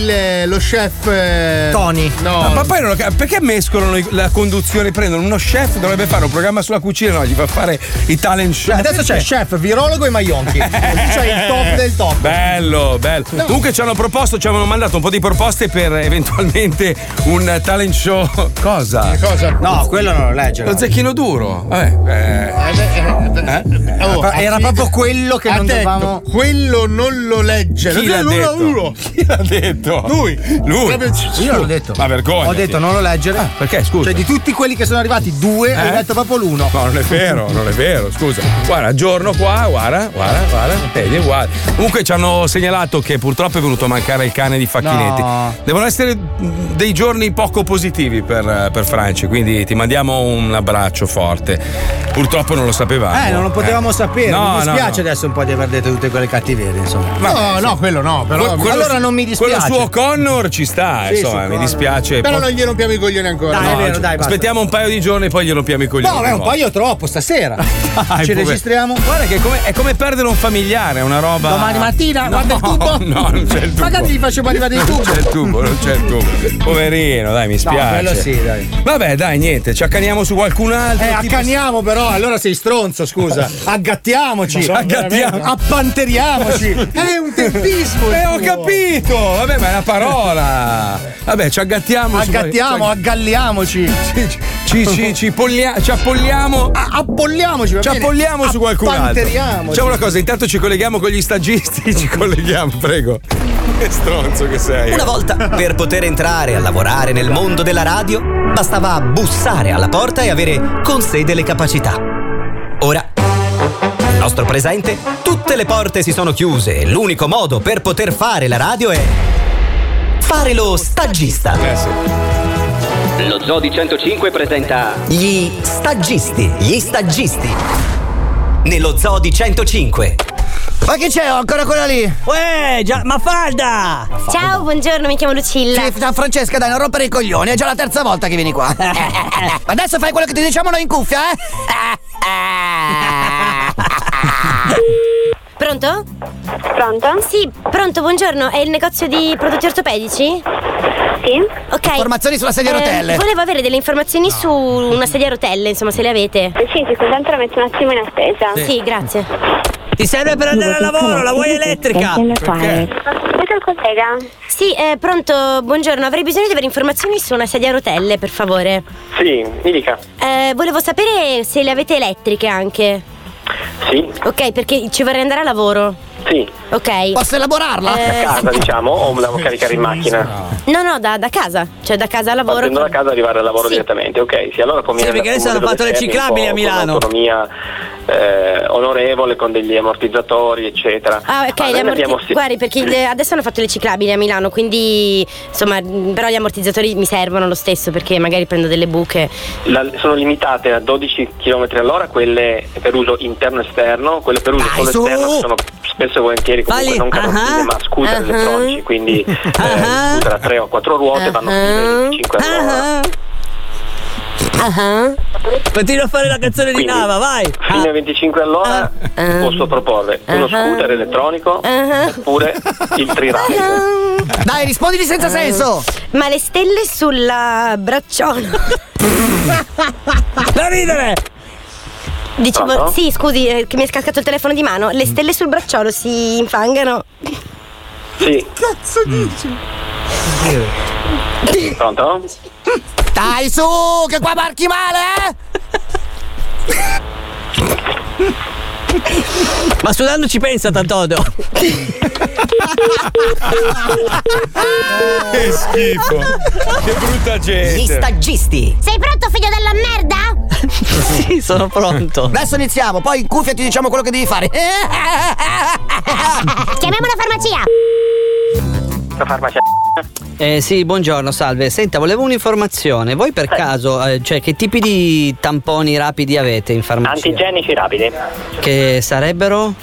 S5: il- lo chef. eh,
S6: Tony.
S5: No,
S3: Ma poi non ho cap- perché mescolano i- la conduzione? Prendono uno chef, dovrebbe fare un programma sulla cucina, no, gli fa fare i talent chef.
S6: Adesso c'è chef, virologo e maionchi. C'è Cioè, il top del top.
S3: Bello, bello. Comunque ci hanno proposto, ci hanno mandato un po' di proposte per eventualmente un talent show. Cosa?
S5: cosa?
S6: No, quello non lo legge.
S3: Lo zecchino duro. Vabbè, eh,
S5: Oh,
S6: Era proprio quello che non
S5: attento,
S6: dovevamo.
S5: quello non lo legge.
S3: Chi
S5: lo
S3: l'ha
S5: dice l'uno a uno.
S3: detto? Chi l'ha detto?
S5: Lui.
S3: Lui.
S5: Proprio-
S6: Io l'ho detto.
S3: Ma vergogna. Ah,
S6: Ho detto non lo leggere.
S3: Perché, scusa? Eh?
S6: Cioè, di tutti quelli che sono arrivati, due, hai letto proprio l'uno.
S3: No, non è vero, non è vero, scusa. Guarda, giorno qua, guarda, guarda, guarda, eh, vedi, guarda. Comunque ci hanno segnalato che purtroppo è venuto a mancare il cane di Facchinetti.
S6: No.
S3: Devono essere mh, dei giorni poco positivi per, per Franci, quindi ti mandiamo un abbraccio forte. Purtroppo non lo
S6: (laughs)
S3: sapevamo.
S6: Eh, non lo potevamo
S3: Eh.
S6: sapere.
S3: No,
S6: mi dispiace
S3: no, no.
S6: adesso un po' di aver detto tutte quelle cattiverie, insomma.
S5: No, no, quello no. Però,
S3: Que- quello
S6: allora
S3: su-
S6: non mi dispiace.
S3: Quello suo Connor ci sta,
S6: Sì,
S3: insomma,
S6: sì,
S3: mi
S6: Connor.
S3: dispiace.
S5: però
S3: Po-
S5: non gli rompiamo i coglioni ancora.
S6: Dai,
S5: No.
S6: è vero, dai, basta.
S3: Aspettiamo un paio di giorni e poi glielo piamo i coglioni.
S6: No, beh, un
S3: di nuovo.
S6: paio troppo
S3: (laughs)
S6: stasera.
S3: Dai,
S6: Ci
S3: povero.
S6: registriamo?
S3: Guarda che è come, è come perdere un familiare, è una roba.
S6: Domani mattina, guarda il tubo.
S3: Ah, No, non c'è il tubo.
S6: Magari gli facciamo arrivare il
S3: Non
S6: tubo.
S3: (laughs) c'è il tubo, non c'è il tubo. Poverino, dai, mi spiace.
S6: quello sì, dai.
S3: Vabbè, dai, niente, ci accaniamo su qualcun altro.
S6: Eh,
S3: tipo-
S6: accaniamo però, allora sei stronzo,
S3: (laughs)
S6: scusa. Aggattiamoci.
S3: Aggattiamo. (laughs)
S6: Appanteriamoci. È un tempismo.
S3: Eh, ho capito! Vabbè, ma è una parola! Vabbè, ci aggattiamo. su-
S6: Aggattiamo, aggalliamoci.
S3: ci, ci, ci, ci pollia- ci appolliamo.
S6: A- Appolliamoci, va
S3: Ci
S6: bene?
S3: appolliamo su qualcun altro.
S6: Appanteriamoci.
S3: Facciamo una cosa, intanto ci colleghiamo con gli stagisti, (laughs) ci colleghiamo, prego. Che stronzo che sei.
S12: Una volta, per poter entrare a lavorare nel mondo della radio, bastava bussare alla porta e avere con sé delle capacità. Ora,
S13: nostro presente, tutte le porte si sono chiuse e l'unico modo per poter fare la radio è fare lo stagista.
S3: Eh,
S14: Lo Zoo di 105 presenta
S13: Gli stagisti, gli stagisti. Nello zoo di 105.
S12: Ma che c'è? Ho ancora quella lì. Uè, già, ma falda!
S15: Ciao, buongiorno, mi chiamo Lucilla.
S12: Sì, no, Francesca, dai, non rompere i coglioni, è già la terza volta che
S15: (laughs)
S12: vieni qua. Ma Adesso fai quello che ti diciamo noi in cuffia, eh?
S15: Pronto? Pronto? Sì, pronto, buongiorno. È il negozio di prodotti ortopedici? Sì. Ok. Eh,
S12: Informazioni sulla sedia a rotelle.
S15: Volevo avere delle informazioni su una sedia a rotelle, insomma, se le avete. Sì, sì, soltanto la metto un attimo in attesa.
S12: Sì.
S15: Sì, grazie.
S12: Ti serve Eh, per andare al lavoro, la vuoi elettrica?
S15: Scusa il collega. Sì, eh, pronto, buongiorno. Avrei bisogno di avere informazioni su una sedia a rotelle, per favore.
S10: Sì, mi dica.
S15: Eh, volevo sapere se le avete elettriche anche.
S10: Sì,
S15: Ok, perché ci vorrei andare a lavoro.
S10: sì.
S15: Ok. Eh,
S12: Posso elaborarla?
S10: Da casa, diciamo, o me la devo caricare in macchina?
S15: No, no, da, da casa, cioè da casa al lavoro.
S10: Partendo da casa arrivare al lavoro direttamente, ok? Sì, allora conviene
S12: Sì, perché
S10: andare
S12: adesso hanno
S10: dove
S12: fatto le
S10: serve,
S12: ciclabili
S10: un po'
S12: a Milano.
S10: Con un'autonomia eh, onorevole, con degli ammortizzatori, eccetera.
S15: Ah, ok,
S10: Ma
S15: le
S10: noi ne
S15: ammorti-
S10: abbiamo sì-
S15: guardi, perché le- adesso hanno fatto le ciclabili a Milano, quindi insomma, mh, però gli ammortizzatori mi servono lo stesso perché magari prendo delle buche.
S10: la- sono limitate a 12 km all'ora quelle per uso interno e esterno, quelle per uso solo
S15: su!
S10: esterno sono spesso e volentieri comunque
S15: Falli-
S10: non carrozzine, ma scooter
S15: ah-ah.
S10: elettronici, quindi eh, scooter a 3 o 4 ruote vanno fino ai 25 all'ora.
S12: Continua a fare la canzone di
S10: Quindi,
S12: Nava, vai!
S10: Fino
S15: Ah.
S10: ai 25 all'ora posso proporre uno scooter elettronico oppure il triride.
S12: Dai, rispondili senza senso!
S15: Ma le stelle sulla bracciola.
S12: Da ridere!
S15: Dicevo,
S12: Pronto?
S15: sì, scusi, eh, che mi è scascato il telefono di mano. Le stelle sul bracciolo si infangano.
S10: Sì. Mm.
S15: Cazzo dici?
S10: Pronto?
S12: Dai su, che qua marchi
S10: (laughs)
S12: male, eh! Ma sudando ci pensa Tantodo.
S3: Che schifo. Che brutta gente.
S12: Gli
S13: stagisti.
S15: Sei pronto, figlio della (laughs) merda?
S12: sì, sono pronto. Adesso iniziamo, poi in cuffia ti diciamo quello che devi fare.
S15: Chiamiamo la farmacia.
S14: Eh sì, buongiorno, salve. Senta, volevo un'informazione. Voi per caso, eh, cioè che tipi di tamponi rapidi avete in farmacia?
S10: Antigenici rapidi,
S14: Che sarebbero?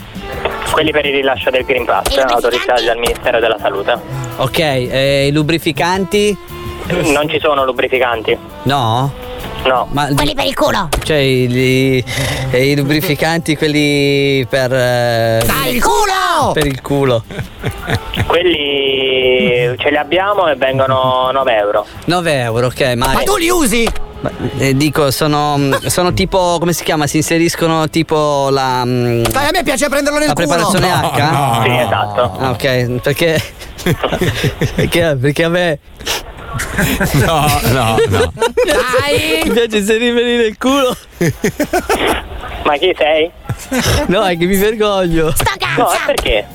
S10: quelli per il rilascio del Green Pass autorizzati dal Ministero della Salute.
S14: Ok, eh, i lubrificanti?
S10: Non ci sono lubrificanti.
S14: No?
S10: No.
S14: Ma
S15: Quelli per il culo.
S14: Cioè i, i- eh, i lubrificanti, quelli per... eh,
S12: il culo!
S14: Per il culo.
S10: Quelli ce li abbiamo e vengono 9 euro.
S14: 9 euro, ok, ma. eh,
S10: Ma tu li
S12: usi?
S14: dico, sono, mm, sono tipo. come si chiama? Si inseriscono tipo la. mm,
S12: Dai, a me piace prenderlo nel
S14: la
S12: culo.
S14: preparazione
S12: No,
S14: H? Ah,
S12: no, Sì, no.
S10: esatto.
S14: ok, perché. perché, perché a me.
S3: No,
S12: Ah,
S3: no, no.
S14: Dai! Mi piace inserirmi nel culo.
S10: Ma chi sei?
S14: No, è che mi vergogno.
S10: No, e perché?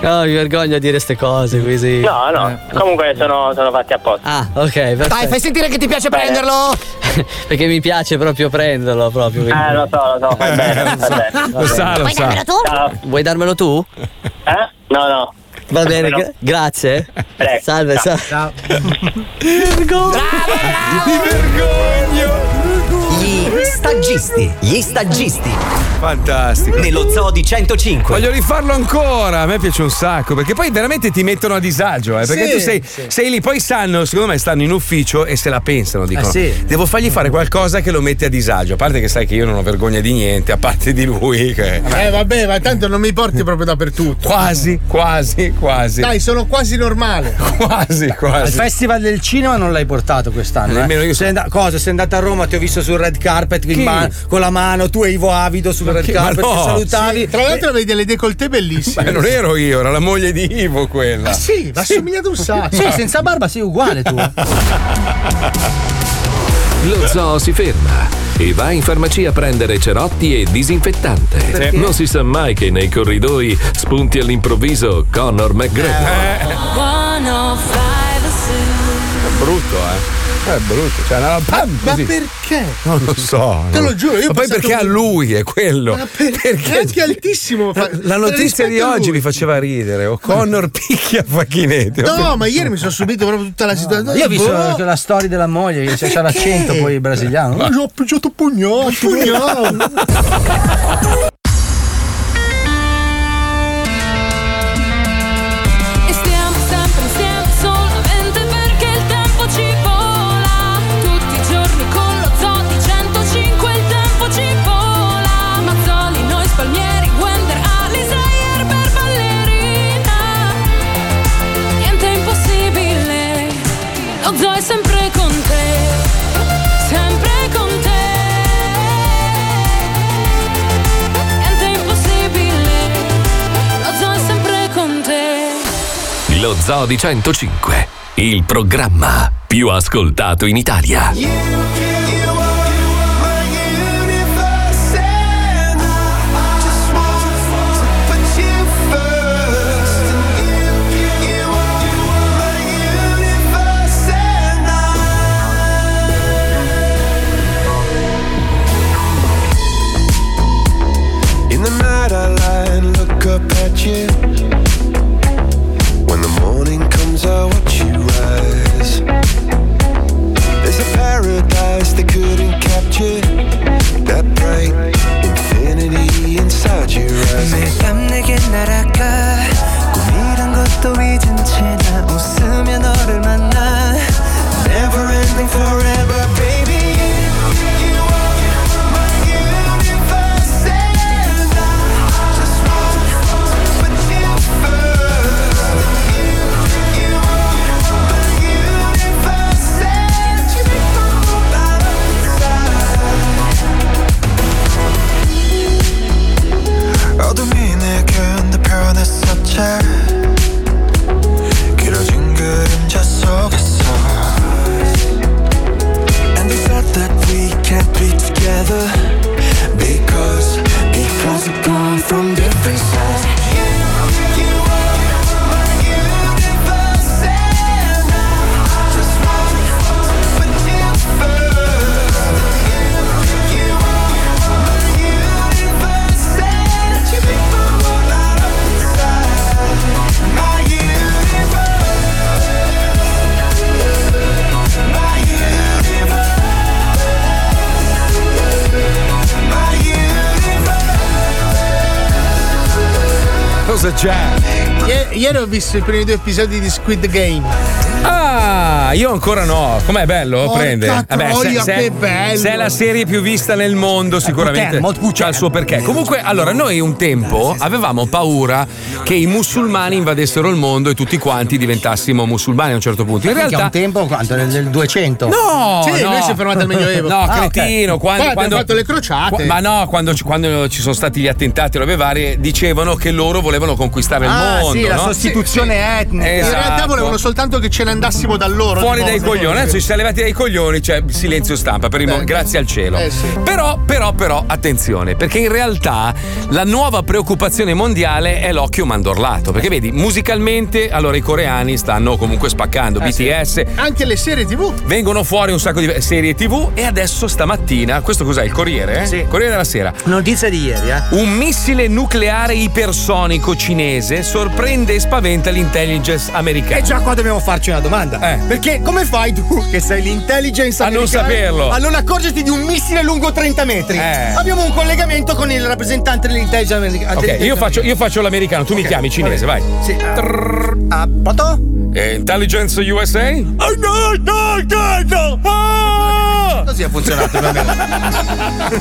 S14: No, mi vergogno a dire queste cose così.
S10: No, no. Comunque sono, sono fatti apposta.
S14: Ah, ok, perfetto.
S12: Dai, fai sentire che ti piace
S10: Bene.
S12: prenderlo.
S14: Perché mi piace proprio prenderlo proprio.
S10: Eh, lo so, lo so, fai bene, fai bene.
S14: Lo sa, lo Vuoi sa. darmelo tu? Vuoi darmelo tu?
S10: Eh? No, no.
S14: Va bene, gra- grazie. Salve,
S10: ciao.
S14: salve.
S13: Gli stagisti, gli stagisti.
S3: Fantastico.
S13: Nello zoo di 105.
S3: Voglio rifarlo ancora, a me piace un sacco, perché poi veramente ti mettono a disagio, eh, perché
S13: Sì,
S3: tu sei,
S13: sì.
S3: sei lì, poi sanno, secondo me stanno in ufficio e se la pensano, dicono,
S13: Ah, sì.
S3: devo fargli fare qualcosa che lo mette a disagio, a parte che sai che io non ho vergogna di niente, a parte di lui che...
S5: Eh vabbè, ma tanto non mi porti proprio dappertutto.
S3: Quasi, quasi, quasi.
S5: Dai, sono quasi normale.
S3: Quasi,
S4: Al
S3: quasi.
S4: festival del cinema non l'hai portato quest'anno.
S3: Nemmeno
S4: eh?
S3: io
S4: Sei anda- cosa? Sei andata a Roma, ti ho visto sul red carpet in
S5: Chi?
S4: ma- con la mano, tu e Ivo Avido sul red carpet, ti salutavi.
S5: Sì, Tra l'altro avevi delle decoltè bellissime.
S3: Eh, non ero io, era la moglie di Ivo quella.
S5: Ah sì, ma assomigliate un sacco.
S4: Sì, senza barba sei uguale tu.
S1: Lo zoo si ferma e va in farmacia a prendere cerotti e disinfettante.
S16: Perché?
S1: Non si sa mai che nei corridoi spunti
S3: Eh,
S1: all'improvviso Conor McGregor.
S9: 105 Zoo.
S3: brutto, eh. È brutto, cioè una pam,
S5: Ma
S3: così.
S5: perché?
S3: Non lo so.
S5: Te lo giuro, io
S3: Ma poi
S5: pensavo-
S3: perché a lui è quello?
S5: Ma per- È anche altissimo. fa-
S3: La notizia di
S5: rispetto a
S3: oggi
S5: lui.
S3: mi faceva ridere. O'Connor picchia Facchinetti.
S5: No, ma ieri mi sono subito proprio tutta la situazione.
S6: Io ho visto
S5: Boh.
S6: la storia della moglie che c'è l'accento poi brasiliano.
S5: Ma- Io ho pigiato pugnato. Pugnato.
S9: E stiamo sempre insieme solamente perché il tempo ci vola Tutti i giorni con lo zoo di 105 il tempo ci vola Mazzoli, noi spalmieri, Wender, Alisa, Erber, ballerina Niente è impossibile, lo zoo è sempre con te Sempre con te Niente è impossibile, lo zoo è sempre con te
S1: Lo Zoo di 105, il programma più ascoltato in Italia.
S13: In the night I lie and look up at you. When the morning comes, I watch you rise. There's a paradise they couldn't capture. That bright infinity inside your eyes.
S10: 밤 내게 날아가 꿈이란 것도 잊은 채나 웃으며 너를 만나 Never ending forever baby You are my universe and I just want to put you first You, you are my universe and you make my whole life inside
S13: 어둠이 내겐 내 편의 사체 길어진 그림자 속에서
S10: And they said that we can't be together because because we come from different sides.
S3: Cosa c'è?
S5: Ie- Ieri ho visto i primi due episodi di Squid Game.
S3: Ah, io ancora no. Com'è bello?
S5: Porca
S3: Prende.
S5: troia, che bello. Eh,
S3: se è la serie più vista nel mondo, sicuramente c'ha il suo perché. Comunque, allora, noi un tempo avevamo paura che i musulmani invadessero il mondo e tutti quanti diventassimo musulmani a un certo punto. In
S6: Perché
S3: realtà.
S6: un tempo quanto? Nel, nel 200?
S3: No,
S5: Sì,
S3: no.
S5: noi si è fermati al Medioevo.
S3: No,
S5: Ah, ok.
S3: cretino. Quando,
S4: Eh,
S5: Poi abbiamo
S3: quando-
S5: fatto le crociate.
S3: Qua- ma no, quando ci, quando ci sono stati gli attentati e robe varie, dicevano che loro volevano conquistare il
S5: Ah,
S3: mondo.
S5: sì, la
S3: no?
S5: sostituzione etnica.
S3: Esatto.
S5: In realtà volevano soltanto che ce ne andassimo da loro.
S3: Fuori
S5: di
S3: dai
S5: mondo.
S3: coglioni, eh, adesso ci siamo levati dai coglioni, c'è silenzio stampa, per il mo- grazie al cielo.
S5: Eh, sì.
S3: Però, però, però, attenzione, perché in realtà la nuova preoccupazione mondiale è l'occhio mandorlato. Perché vedi, musicalmente, allora i coreani stanno comunque spaccando, BTS,
S5: Anche le serie TV.
S3: vengono fuori un sacco di serie tv e adesso stamattina, questo cos'è? Il Corriere? eh?
S6: Sì.
S3: Corriere della Sera.
S6: Notizia di ieri, eh?
S3: Un missile nucleare ipersonico cinese sorprende e spaventa l'intelligence americana. Eh.
S4: E già qua dobbiamo farci una domanda. Perché come fai tu, che sei l'intelligence
S3: A non
S4: americana,
S3: saperlo.
S4: a non accorgerti di un missile lungo 30 metri?
S3: Eh.
S4: Abbiamo un collegamento con il rappresentante dell'intelligence americana.
S3: Ok, io faccio, io faccio l'americano, tu mi
S4: Ok,
S3: chiami cinese, vai.
S4: Sì. eh, Ah, pronto?
S3: Eh, Intelligence USA?
S4: Oh no, no, no, no!
S3: Così ha funzionato va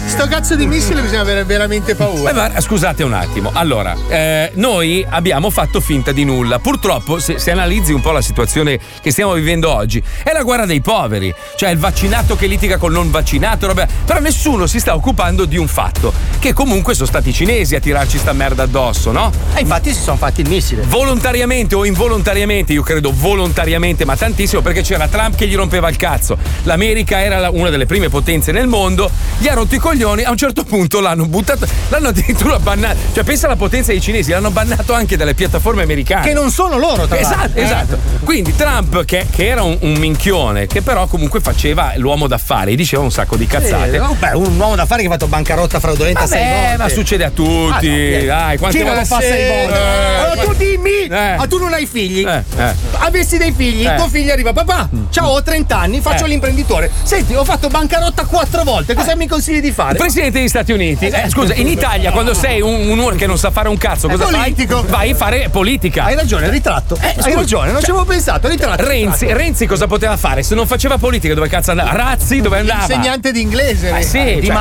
S5: Sto cazzo di missile bisogna avere veramente paura.
S3: ma scusate un attimo, allora, eh, noi abbiamo fatto finta di nulla. Purtroppo, se, se analizzi un po' la situazione che stiamo vivendo oggi, è la guerra dei poveri, cioè il vaccinato che litiga col non vaccinato, roba. Però nessuno si sta occupando di un fatto, che comunque sono stati i cinesi a tirarci sta merda addosso, no?
S4: Eh,
S6: E infatti si sono fatti il missile.
S3: Ah. Volontariamente o involontariamente, io credo volontariamente, ma tantissimo perché c'era Trump che gli rompeva il cazzo. L'America era la- una delle prime potenze nel mondo, gli ha rotto i coglioni, a un certo punto l'hanno buttato, l'hanno addirittura bannato. Cioè, pensa alla potenza dei cinesi, l'hanno bannato anche dalle piattaforme americane.
S4: Che non sono loro, tra
S3: Esatto,
S4: l'altro. Eh.
S3: esatto. Quindi Trump, che, che era un, un minchione, che però comunque faceva l'uomo d'affari, diceva un sacco di cazzate.
S4: Eh, beh, un uomo d'affari che ha fatto bancarotta fraudolenta
S3: Vabbè,
S4: sei volte.
S3: ma succede a tutti.
S4: Ah, no, niente.
S3: Dai, quante
S4: Chi non lo
S3: volte-
S4: fa sei
S3: Sì,
S4: volte?
S3: eh.
S4: Allora tu dimmi,
S3: Eh.
S4: ma tu non hai figli.
S3: Eh, eh.
S4: Avessi dei figli,
S3: Eh. Mm.
S4: tuo figlio arriva, papà, ciao, ho 30 anni, faccio
S3: Eh.
S4: l'imprenditore. Senti, ho fatto bancarotta quattro volte, cosa mi consigli di fare?
S3: Il presidente degli Stati Uniti. Eh, scusa, in Italia, quando sei un, un uomo che non sa fare un cazzo,
S4: È
S3: cosa fai?
S4: politico.
S3: Vai a fare politica.
S4: Hai ragione, ritratto.
S3: Eh,
S4: hai
S3: scusa,
S4: ragione, non
S3: cioè,
S4: ci avevo pensato, ritratto.
S3: Renzi,
S4: ritratto.
S3: Renzi cosa poteva fare? Se non faceva politica, dove cazzo andava? Razzi, dove andava?
S5: Insegnante di inglese.
S3: Eh, sì,
S5: Renzi.
S3: cioè-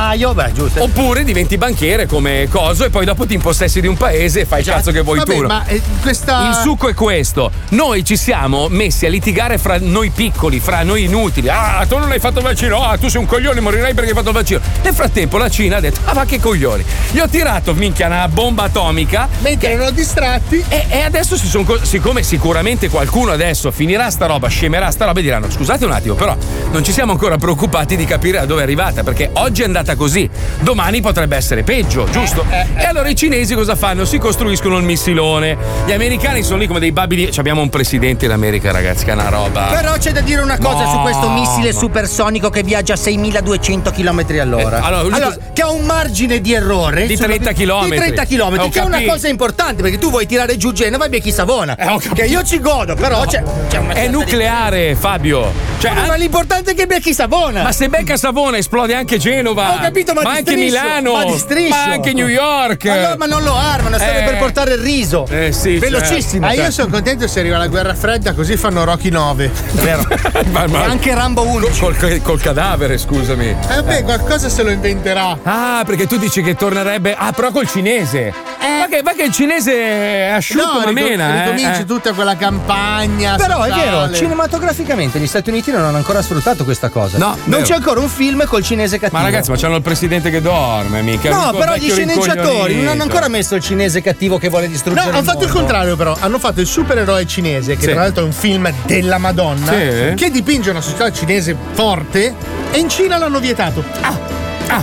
S3: Oppure diventi banchiere come coso e poi dopo ti impossessi di un paese e fai il
S4: Esatto.
S3: cazzo che vuoi
S5: Vabbè,
S3: tu.
S5: ma eh, questa.
S3: Il succo è questo. Noi ci siamo messi a litigare fra noi piccoli, fra noi inutili. Ah, tu non hai fatto il vaccino. Ah, tu sei un coglione, morirai perché hai fatto il vaccino. Nel frattempo la Cina ha detto: Ah, ma che coglioni! Gli ho tirato, minchia, una bomba atomica.
S5: Mentre erano distratti.
S3: E, e adesso si son co- siccome sicuramente qualcuno adesso finirà sta roba, scemerà sta roba e diranno: scusate un attimo, però non ci siamo ancora preoccupati di capire da dove è arrivata, perché oggi è andata così, domani potrebbe essere peggio, giusto?
S4: Eh,
S3: E allora i cinesi cosa fanno? Si costruiscono il missilone. Gli americani sono lì come dei babili. Ci abbiamo un presidente in America, ragazzi, che è una roba.
S4: Però c'è da dire una cosa
S3: No,
S4: su questo missile
S3: ma-
S4: supersonico che viaggia a 6200 km all'ora.
S3: Eh, allora, lui
S4: allora,
S3: cos-
S4: che ha un margine di errore
S3: Di
S4: sulla-
S3: 30 chilometri. Eh,
S4: Di 30 km,
S3: Ho
S4: che è una
S3: capito. Eh,
S4: cosa importante perché tu vuoi tirare giù Genova e becchi Savona. che io ci godo, però
S3: No.
S4: c'è, c'è una
S3: È nucleare, Fabio. Cioè,
S4: Ma l'importante è che becchi Savona.
S3: Ma se becca Savona esplode anche Genova.
S4: Ho capito, ma, di
S3: anche
S4: striscio,
S3: Milano.
S4: Ma di striscio.
S3: Ma anche New York.
S4: Ma, no, ma non lo armano, serve
S3: Eh.
S4: per portare il riso.
S3: Eh sì.
S4: Velocissimo.
S5: Ah, io
S4: Cioè.
S5: sono contento se arriva la guerra fredda, così fanno Rocky 9.
S3: (laughs) Vero.
S5: E anche
S4: Rambo
S3: 11. Col, col- col cadavere, scusami.
S5: Eh, vabbè, qualcosa se lo inventerà.
S3: Ah, perché tu dici che tornerebbe. Ah, però col cinese. Eh. Ma, che, ma che il cinese è asciutto
S5: No,
S3: ma
S5: ricom-
S3: mena, eh.
S5: ricominci
S3: eh.
S5: tutta quella campagna.
S4: Però è
S5: sociale.
S4: vero, cinematograficamente gli Stati Uniti non hanno ancora sfruttato questa cosa.
S3: No,
S4: non
S3: vero.
S4: c'è ancora un film col cinese cattivo.
S3: Ma ragazzi, ma c'hanno il presidente che dorme, mica.
S4: No,
S3: Ricco
S4: però gli
S3: vecchio
S4: sceneggiatori non hanno
S3: rincoglionito.
S4: ancora messo il cinese cattivo che vuole
S5: No,
S4: distruggere
S5: hanno
S4: il
S5: fatto il
S4: mondo.
S5: contrario però, hanno fatto il supereroe cinese, che
S4: Sì.
S5: tra l'altro è un film della Madonna,
S4: Sì.
S5: che dipinge una società cinese forte e in Cina l'hanno vietato.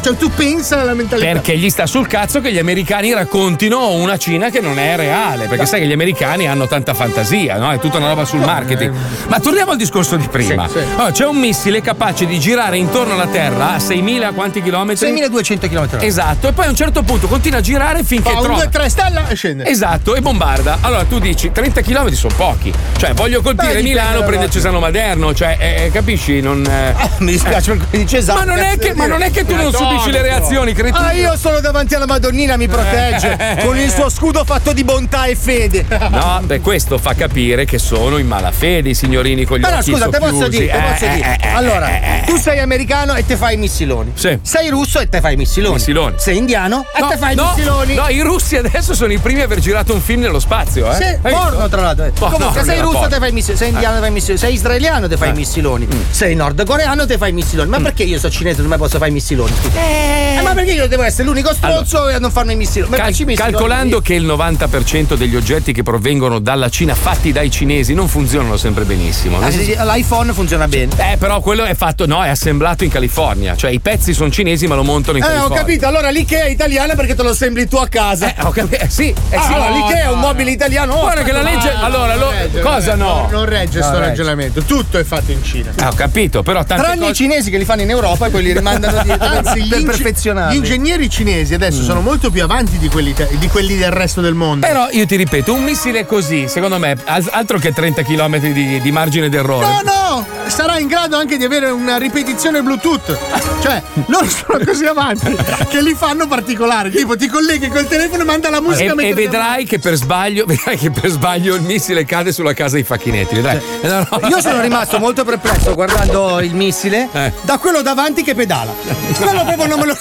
S5: Cioè tu pensa alla mentalità.
S3: Ah, Perché gli sta sul cazzo che gli americani raccontino una Cina che non è reale. Perché sai che gli americani hanno tanta fantasia, no? È tutta una roba sul marketing.
S5: eh,
S3: Ma torniamo al discorso di prima.
S4: Sì, sì.
S3: Allora, c'è un missile capace di girare intorno alla Terra a 6.000 quanti chilometri?
S4: 6200 km.
S3: Esatto, e poi a un certo punto continua a girare finché
S5: Fa un,
S3: trova.
S5: due, tre stella e scende.
S3: Esatto, e bombarda. Allora tu dici 30 km sono pochi. Cioè, voglio colpire
S5: Beh, dipende
S3: Milano,
S5: dalla Ah,
S3: prende
S5: rotta.
S3: Cesano Maderno, cioè, eh, eh, capisci? Non, eh.
S4: Mi dispiace per quelli di Cesano.
S5: esatto.
S3: Ma non, è che, ma non è che tu non subisci le reazioni, cretino.
S4: Ah, io sono davanti alla Madonnina,
S3: (laughs)
S4: mi protegge. con il suo scudo fatto di bontà e fede. (laughs)
S3: No, beh, questo fa capire che sono in malafede i signorini con gli
S4: Però
S3: occhi
S4: scusa, te posso
S3: socchiusi.
S4: dire, te
S3: Eh,
S4: posso
S3: eh,
S4: dire.
S3: eh, eh, eh,
S4: allora,
S3: eh.
S4: tu sei americano e te fai i missiloni.
S3: Sì.
S4: Sei russo e te fai i missiloni.
S3: Missiloni.
S4: Sei indiano e
S3: No,
S4: te fai i
S3: no,
S4: missiloni.
S3: No, i russi adesso sono i primi a aver girato un film nello spazio, eh?
S4: Sì,
S3: Hai visto?
S4: porno tra l'altro. eh.
S3: Porno,
S4: Comunque,
S3: non
S4: sei
S3: era
S4: russo
S3: porno.
S4: te fai i missiloni, sei indiano te fai i missiloni, sei israeliano te fai i
S3: Eh.
S4: missiloni,
S3: Mm.
S4: sei nordcoreano te fai i missiloni. Ma perché io sono cinese e non mi posso fare i missiloni? scusa? Eh, ma perché io devo essere l'unico stronzo e a non farmi i missiloni? Ma
S3: Cal-
S4: facci i missiloni.
S3: calcolando che il 90% degli oggetti che provengono dalla Cina fatti dai cinesi non funzionano sempre benissimo.
S4: Ah, sì, sì, L'iPhone funziona bene.
S3: Eh, però quello è fatto, no, è assemblato in California. Cioè, i pezzi sono cinesi, ma lo montano in
S4: Eh, ho
S3: California.
S4: capito, allora l'IKEA è italiana perché te lo assembli tu a casa.
S3: Eh, ho capito, sì. eh, sì.
S4: allora
S3: No,
S4: l'IKEA è un mobile italiano. oh,
S3: Guarda che la legge.
S4: ma-
S3: allora, lo-
S5: regge,
S3: cosa
S5: non
S3: no?
S5: regge, Non regge
S3: No,
S5: sto
S3: regge.
S5: ragionamento, tutto è fatto in Cina.
S3: Ah, ho capito, però tante
S4: Tranne
S3: cose-
S4: i cinesi che li fanno in Europa e poi li rimandano dietro
S5: Anzi,
S4: per
S5: gli, inge-
S4: perfezionarli.
S5: gli ingegneri cinesi adesso sono molto più avanti di quelli, te- di quelli del resto del mondo.
S3: Però io ti ripeto, un missile così, secondo me, al- altro che 30 km di, di margine d'errore.
S5: No, no! Sarà in grado anche di avere una ripetizione Bluetooth. Cioè, loro sono così avanti che li fanno particolari. Tipo, ti colleghi col telefono e manda la musica
S3: E,
S5: mentre
S3: e
S5: ti
S3: vedrai che per sbaglio, (laughs) vedrai che per sbaglio il missile cade sulla casa dei facchinetti, vedrai. No, no.
S4: (laughs) Io sono rimasto molto perplesso guardando il missile
S3: eh.
S4: da quello davanti che pedala. Quello proprio non me lo
S5: è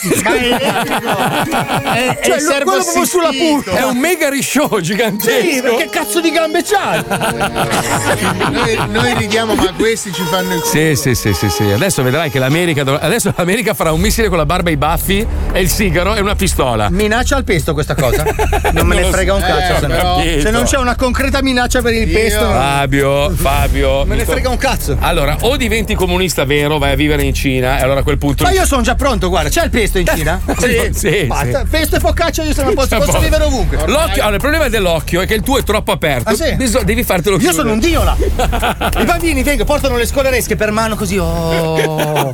S4: Cioè,
S5: servo
S4: quello proprio sulla
S5: assistito.
S4: punta.
S3: eh, È un mega rishow gigantesco.
S4: Sì, perché cazzo di gambe c'ha?
S5: Noi, noi ridiamo, ma questi ci fanno il culo.
S3: Sì, sì, sì, sì, sì. Adesso vedrai che l'America. dov- Adesso l'America farà un missile con la barba e i baffi e il sigaro e una pistola.
S4: Minaccia al pesto
S3: (laughs)
S4: questa cosa? Non
S3: Non
S4: me ne
S3: lo
S4: frega un
S3: so.
S4: cazzo.
S3: Eh,
S4: se, no.
S3: ho capito.
S4: Se non c'è una concreta minaccia per il pesto,
S3: Ah,
S4: no.
S3: Fabio, Fabio.
S4: (laughs) me
S3: mi
S4: ne
S3: to-
S4: frega un cazzo.
S3: Allora, o diventi comunista vero, vai a vivere in Cina, e allora a quel punto. Eh,
S4: Ma io sono già pronto, guarda, c'è il pesto in Cina?
S3: (laughs) Sì, sì,
S4: Basta,
S3: sì.
S4: pesto e focaccia io sono a posto, posso vivere ovunque.
S3: L'occhio, allora, il problema dell'occhio è che il tuo è troppo aperto.
S4: Ah, sì?
S3: Bisog- devi fartelo
S4: Io
S3: chiudere.
S4: sono un dio là.
S3: (laughs)
S4: I bambini vengono, portano le scolaresche per mano così. Oh.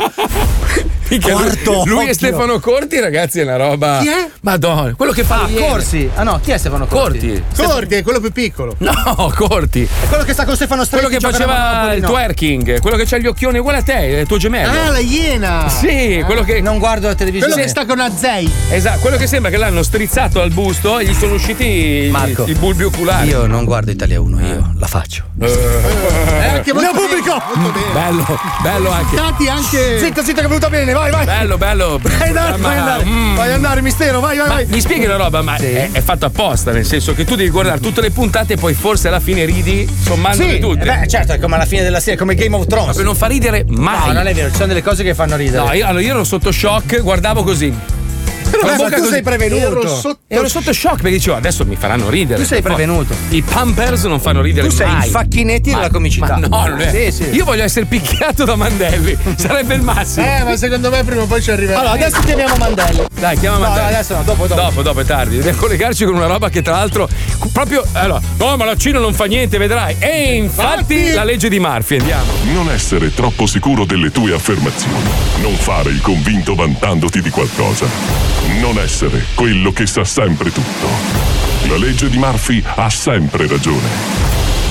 S3: Minchia, lui-
S4: Quarto
S3: Lui
S4: occhio.
S3: e Stefano Corti, ragazzi, è una roba.
S4: Chi è?
S3: Madonna, quello che fa.
S4: Ah,
S3: ieri.
S4: Corsi. Ah no, chi è Stefano Corti?
S3: Corti.
S4: Corti è quello più piccolo.
S3: No, Corti.
S4: È quello che sta con Stefano Stretti
S3: Quello che
S4: gioca a
S3: faceva
S4: Napoli,
S3: il
S4: no.
S3: twerking, quello che c'ha gli occhioni uguale a te, è il tuo gemello.
S5: Ah, la iena!
S3: Sì, quello che.
S4: Ah, Non guardo la televisione.
S5: Quello che sta con Azei.
S3: Esatto, quello che sembra che l'hanno strizzato al busto e gli sono usciti i- i bulbi oculari. Eh.
S17: Io non guardo Italia 1, io la faccio.
S4: Eh,
S3: anche
S5: molto bene,
S4: pubblico!
S3: Bello, bello anche.
S5: Stati anche.
S4: Zitta, zitta, che è venuta bene, vai, vai.
S3: Bello, bello. Mm.
S4: Vai andare, vai andare. Vai andare, mistero, vai, vai,
S3: Ma
S4: vai.
S3: mi spieghi una roba, ma è, è fatto apposta, nel senso che tu devi guardare tutte le puntate e poi forse alla fine ridi sommandole
S4: Sì,
S3: tutte.
S4: beh, certo, è come alla fine della serie, come Game of Thrones.
S3: Proprio non fa ridere mai.
S4: No, non è vero, ci sono delle cose che fanno ridere.
S3: No, io, allora, io ero sotto shock, guardavo così.
S4: Però,
S3: Con
S4: ma
S3: bocca
S4: tu sei prevenuto.
S3: Ero sotto, ero sotto shock perché dicevo adesso mi faranno ridere.
S4: Tu sei
S3: Poi-
S4: prevenuto.
S3: I Pampers non fanno ridere
S4: Tu sei
S3: mai.
S4: il facchinetti
S3: Ma-
S4: della comicità.
S3: ma no, non è.
S4: Sì, sì.
S3: Io voglio essere picchiato da
S4: (laughs)
S3: Mandelli. Sarebbe il massimo.
S5: Eh, ma secondo me prima o poi ci arriverà.
S4: Allora, adesso chiamiamo Mandelli.
S3: Dai, chiama
S4: No,
S3: Mandelli.
S4: adesso no, dopo, dopo.
S3: Dopo, dopo è tardi. Dobbiamo collegarci con una roba che tra l'altro cu- proprio allora, no, ma la Cina non fa niente, vedrai. E infatti, la legge di Murphy, andiamo.
S18: Non essere troppo sicuro delle tue affermazioni. Non fare il convinto vantandoti di qualcosa. Non essere quello che sa sempre tutto. La legge di Murphy ha sempre ragione.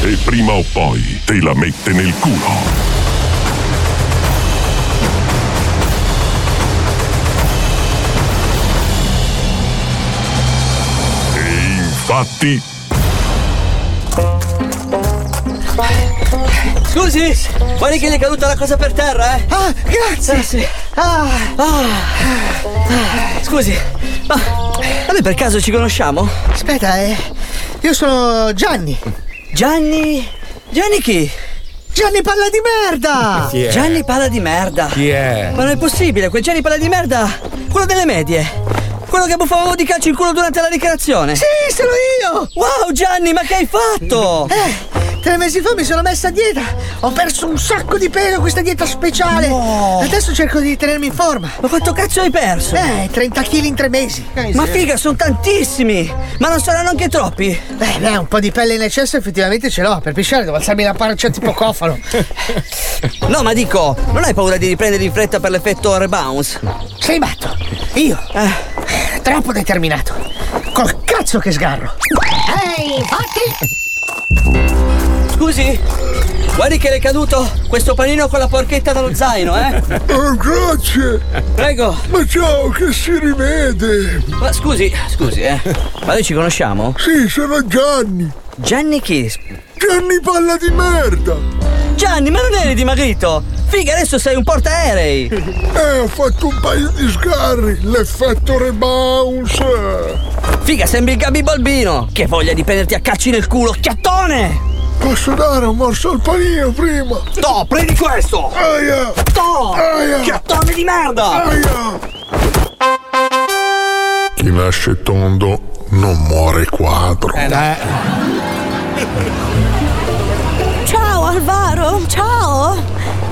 S18: E prima o poi te la mette nel culo. E infatti
S14: Scusi, guardi che gli è caduta la cosa per terra, eh? Ah, grazie!
S12: Ah.
S14: Ah. Scusi, ma a me per caso ci conosciamo?
S12: Aspetta, eh. Io sono Gianni.
S14: Gianni. Gianni chi?
S12: Gianni palla di merda!
S14: Chi è? Gianni palla di merda!
S3: Chi è?
S14: Ma non è possibile, quel Gianni palla di merda! Quello delle medie! Quello che buffavo di calcio in culo durante la ricreazione!
S12: Sì, sono io!
S14: Wow, Gianni, ma che hai fatto?
S12: Eh, tre mesi fa mi sono messa a dieta. Ho perso un sacco di peso con questa dieta speciale. Adesso cerco di tenermi in forma.
S14: Ma quanto cazzo hai perso?
S12: Eh, 30 kg in tre mesi.
S14: Ma figa, sono tantissimi! Ma non saranno anche troppi?
S12: Beh, beh, un po' di pelle in eccesso effettivamente ce l'ho. Per pisciare devo alzarmi la pancia tipo cofano.
S14: (laughs) No, ma dico, non hai paura di riprendere in fretta per l'effetto rebounce?
S12: Sei matto? Io?
S14: Eh.
S12: Troppo determinato. Col cazzo che sgarro.
S14: Ehi, infatti! Scusi, guardi che le è caduto questo panino con la porchetta dallo zaino, eh?
S10: (laughs) Oh, grazie!
S14: Prego!
S10: Ma ciao, che si rivede!
S14: Ma scusi, scusi, eh. Ma noi ci conosciamo?
S10: Sì, sono Gianni!
S14: Gianni chi?
S10: Gianni palla di merda!
S14: Gianni, ma non eri dimagrito? Figa, adesso sei un portaerei!
S10: (laughs) Eh, ho fatto un paio di sgarri, l'effetto rebounce!
S14: Figa, sembri il Gabi Balbino! Che voglia di prenderti a calci nel culo, chiattone!
S10: Posso dare un morso al panino prima?
S14: No, Oh, prendi questo!
S10: Aia!
S14: No!
S10: Aia!
S14: Chiattone di merda!
S10: Aia! Chi nasce tondo non muore quadro.
S14: Eh,
S19: Ciao Alvaro, ciao!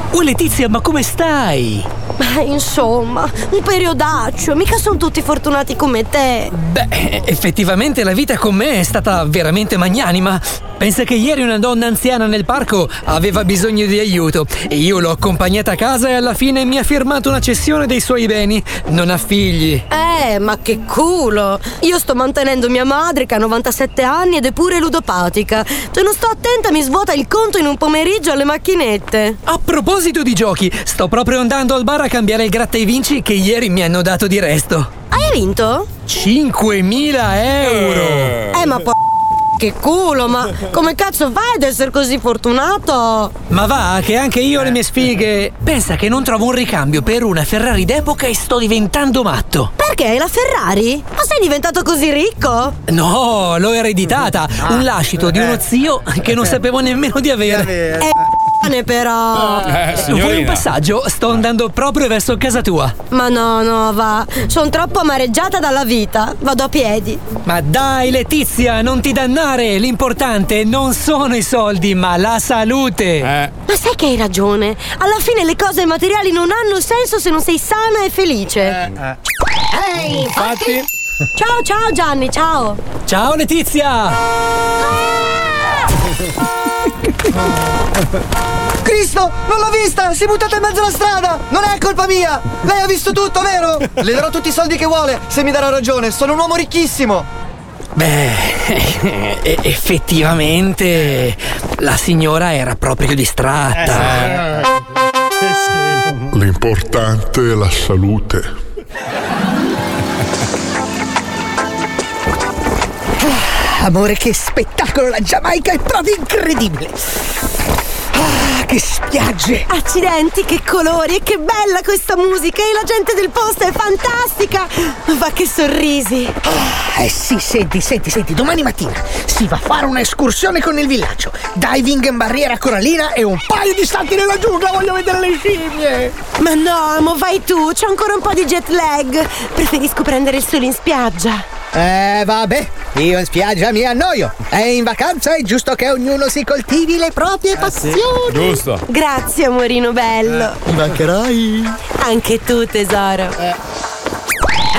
S19: Uè Oh, Letizia, ma come stai?
S7: Ma Eh, insomma, un periodaccio, mica sono tutti fortunati come te.
S19: Beh, Eh, effettivamente la vita con me è stata veramente magnanima. Pensa che ieri una donna anziana nel parco aveva bisogno di aiuto e io l'ho accompagnata a casa e alla fine mi ha firmato una cessione dei suoi beni. Non ha figli.
S7: Eh, ma che culo! Io sto mantenendo mia madre che ha 97 anni ed è pure ludopatica. Se non sto attenta mi svuota il conto in un pomeriggio alle macchinette.
S19: A proposito di giochi, sto proprio andando al bar a cambiare il gratta e vinci che ieri mi hanno dato di resto.
S7: Hai vinto?
S19: 5.000 euro!
S7: Eh, ma po- che culo, ma come cazzo fai ad essere così fortunato?
S19: Ma va, che anche io ho le mie sfighe. Pensa che non trovo un ricambio per una Ferrari d'epoca e sto diventando matto.
S7: Perché? La Ferrari? Ma sei diventato così ricco?
S19: No, l'ho ereditata, un lascito Ah. Eh. di uno zio che non sapevo nemmeno di avere.
S7: Eh, cane però.
S19: Vuoi un passaggio? Sto andando proprio verso casa tua.
S7: Ma no, no, va. Sono troppo amareggiata dalla vita. Vado a piedi.
S19: Ma dai Letizia, non ti dannare! L'importante non sono i soldi, ma la salute!
S7: Ma sai che hai ragione? Alla fine le cose materiali non hanno senso se non sei sana e felice. Ehi, infatti. Ciao, ciao Gianni, ciao.
S19: Ciao Letizia!
S10: (laughs) Cristo, non l'ho vista! Si è buttata in mezzo alla strada! Non è colpa mia! Lei ha visto tutto, vero? Le darò tutti i soldi che vuole, se mi darà ragione, sono un uomo ricchissimo!
S19: Beh, (laughs) e- effettivamente la signora era proprio distratta.
S20: L'importante è la salute.
S10: Ah, Amore, che spettacolo! La Giamaica è proprio incredibile!
S7: Ah, che spiagge! Accidenti, che colori e che bella questa musica! E la gente del posto è fantastica! Ma che sorrisi!
S12: Ah,
S10: Eh sì, senti, senti, senti, domani mattina si va a fare un'escursione con il villaggio. Diving in barriera corallina e un paio di salti nella giungla, voglio vedere le scimmie!
S7: Ma no, amo, vai tu, c'ho ancora un po' di jet lag. Preferisco prendere il sole in spiaggia.
S5: Eh vabbè, io in spiaggia mi annoio. E in vacanza è giusto che ognuno si coltivi le proprie passioni.
S3: Giusto.
S7: Grazie, amorino bello.
S10: Eh.
S5: Mi mancherai.
S7: Anche tu, tesoro.
S10: Eh,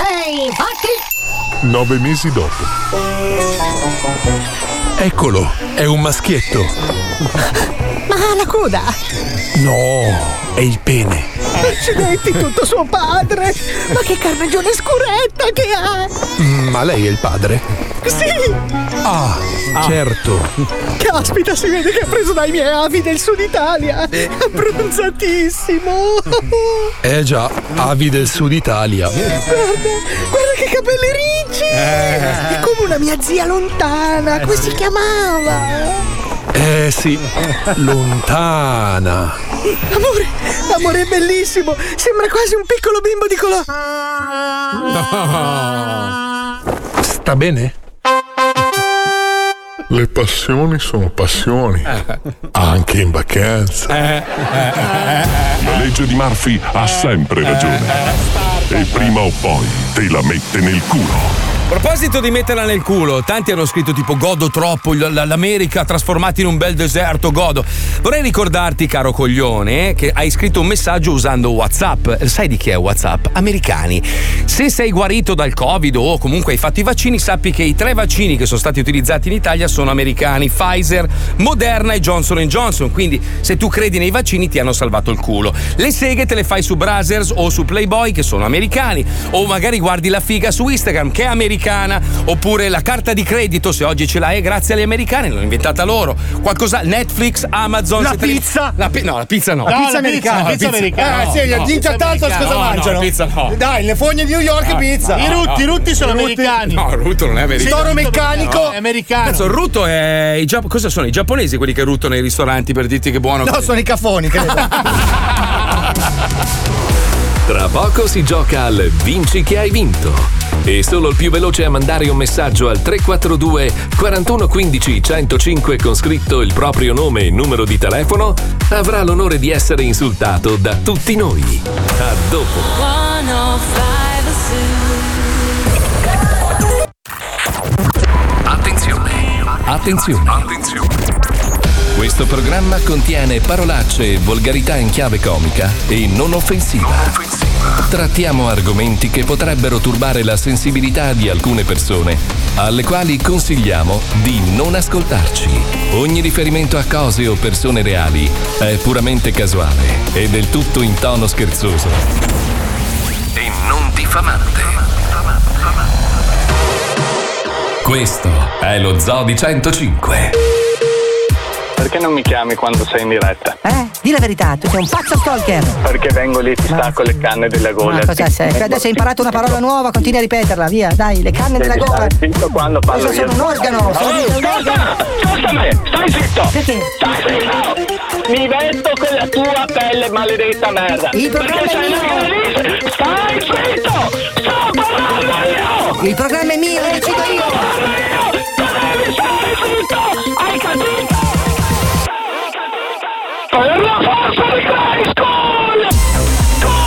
S21: Ehi, fatti!
S18: Nove mesi dopo.
S1: Eccolo, è un maschietto.
S10: Ma ha la coda!
S1: No, è il pene.
S10: Accidenti, tutto suo padre! Ma che carnagione scuretta che ha!
S1: Mm, Ma lei è il padre?
S10: Sì!
S1: Ah, certo.
S10: Caspita, si vede che ha preso dai miei avi del sud Italia! Abbronzatissimo!
S1: Eh già, avi del sud Italia.
S10: Guarda, guarda che capelli ricci!
S1: Eh.
S10: È come una mia zia lontana, come si chiamava?
S1: Eh sì, lontana.
S10: Amore, amore è bellissimo! Sembra quasi un piccolo bimbo di colore.
S1: Sta bene?
S20: Le passioni sono passioni, anche in vacanza.
S18: La legge di Murphy ha sempre ragione. E prima o poi te la mette nel culo.
S3: A proposito di metterla nel culo, tanti hanno scritto tipo godo troppo l- l- l'America trasformata in un bel deserto, godo. Vorrei ricordarti, caro coglione, che hai scritto un messaggio usando WhatsApp. Sai di chi è WhatsApp? Americani. Se sei guarito dal Covid o comunque hai fatto i vaccini, sappi che i tre vaccini che sono stati utilizzati in Italia sono americani, Pfizer, Moderna e Johnson Johnson. Quindi se tu credi nei vaccini ti hanno salvato il culo. Le seghe te le fai su Brazzers o su Playboy che sono americani. O magari guardi la figa su Instagram che è americana. Oppure la carta di credito se oggi ce l'hai è grazie agli americani, l'hanno inventata loro. Qualcosa, Netflix, Amazon.
S4: La
S3: se te li-
S4: pizza!
S3: La pi- no, la pizza no.
S4: La pizza americana, la pizza americana.
S3: no,
S4: Eh, sì,
S3: no,
S4: gli
S3: pizza
S4: Intanto
S3: americana.
S4: cosa
S3: No, no,
S4: mangiano?
S3: pizza no.
S4: Dai, le fogne di New York e
S3: No,
S4: pizza.
S3: Ah, no,
S4: I rutti,
S3: no.
S4: i rutti sono
S3: I rutti-
S4: americani.
S3: No, il Ruto non è americano.
S4: Toro meccanico
S3: No.
S4: è americano.
S3: Cazzo, il Ruto è. i gia- Cosa sono? I giapponesi quelli che ruttano nei ristoranti per dirti che buono.
S4: No, sono i cafoni, credo.
S12: (laughs)
S1: Tra poco si gioca al Vinci che hai vinto. E solo il più veloce a mandare un messaggio al 342 4115 105 con scritto il proprio nome e numero di telefono avrà l'onore di essere insultato da tutti noi. A dopo.
S9: oh 105
S1: Attenzione. Attenzione. Questo programma contiene parolacce e volgarità in chiave comica e non offensiva. Trattiamo argomenti che potrebbero turbare la sensibilità di alcune persone, alle quali consigliamo di non ascoltarci. Ogni riferimento a cose o persone reali è puramente casuale e del tutto in tono scherzoso. E non diffamante. Questo è lo Zoo di 105.
S22: Perché non mi chiami quando sei in diretta?
S12: Eh? Di la verità, tu sei un pazzo stalker.
S22: Perché vengo lì e ti stacco le canne della gola.
S12: Ma cosa sei? Adesso hai imparato una parola nuova, continui a ripeterla, via, dai, le canne della
S22: Devi
S12: gola.
S22: stare zitto quando parlo
S12: Io sono
S22: io.
S12: un organo, sono
S22: Oh,
S12: un organo.
S22: ascolta me, stai zitto. Stai zitto. Mi vento con la tua pelle maledetta merda.
S12: Il programma
S22: Perché
S12: è
S22: sei una canalista. Stai zitto. Sto parlando io.
S12: Il programma è mio, lo decido io.
S22: Tu devi stare zitto. Hai capito?
S9: per la forza di Christ! Gol!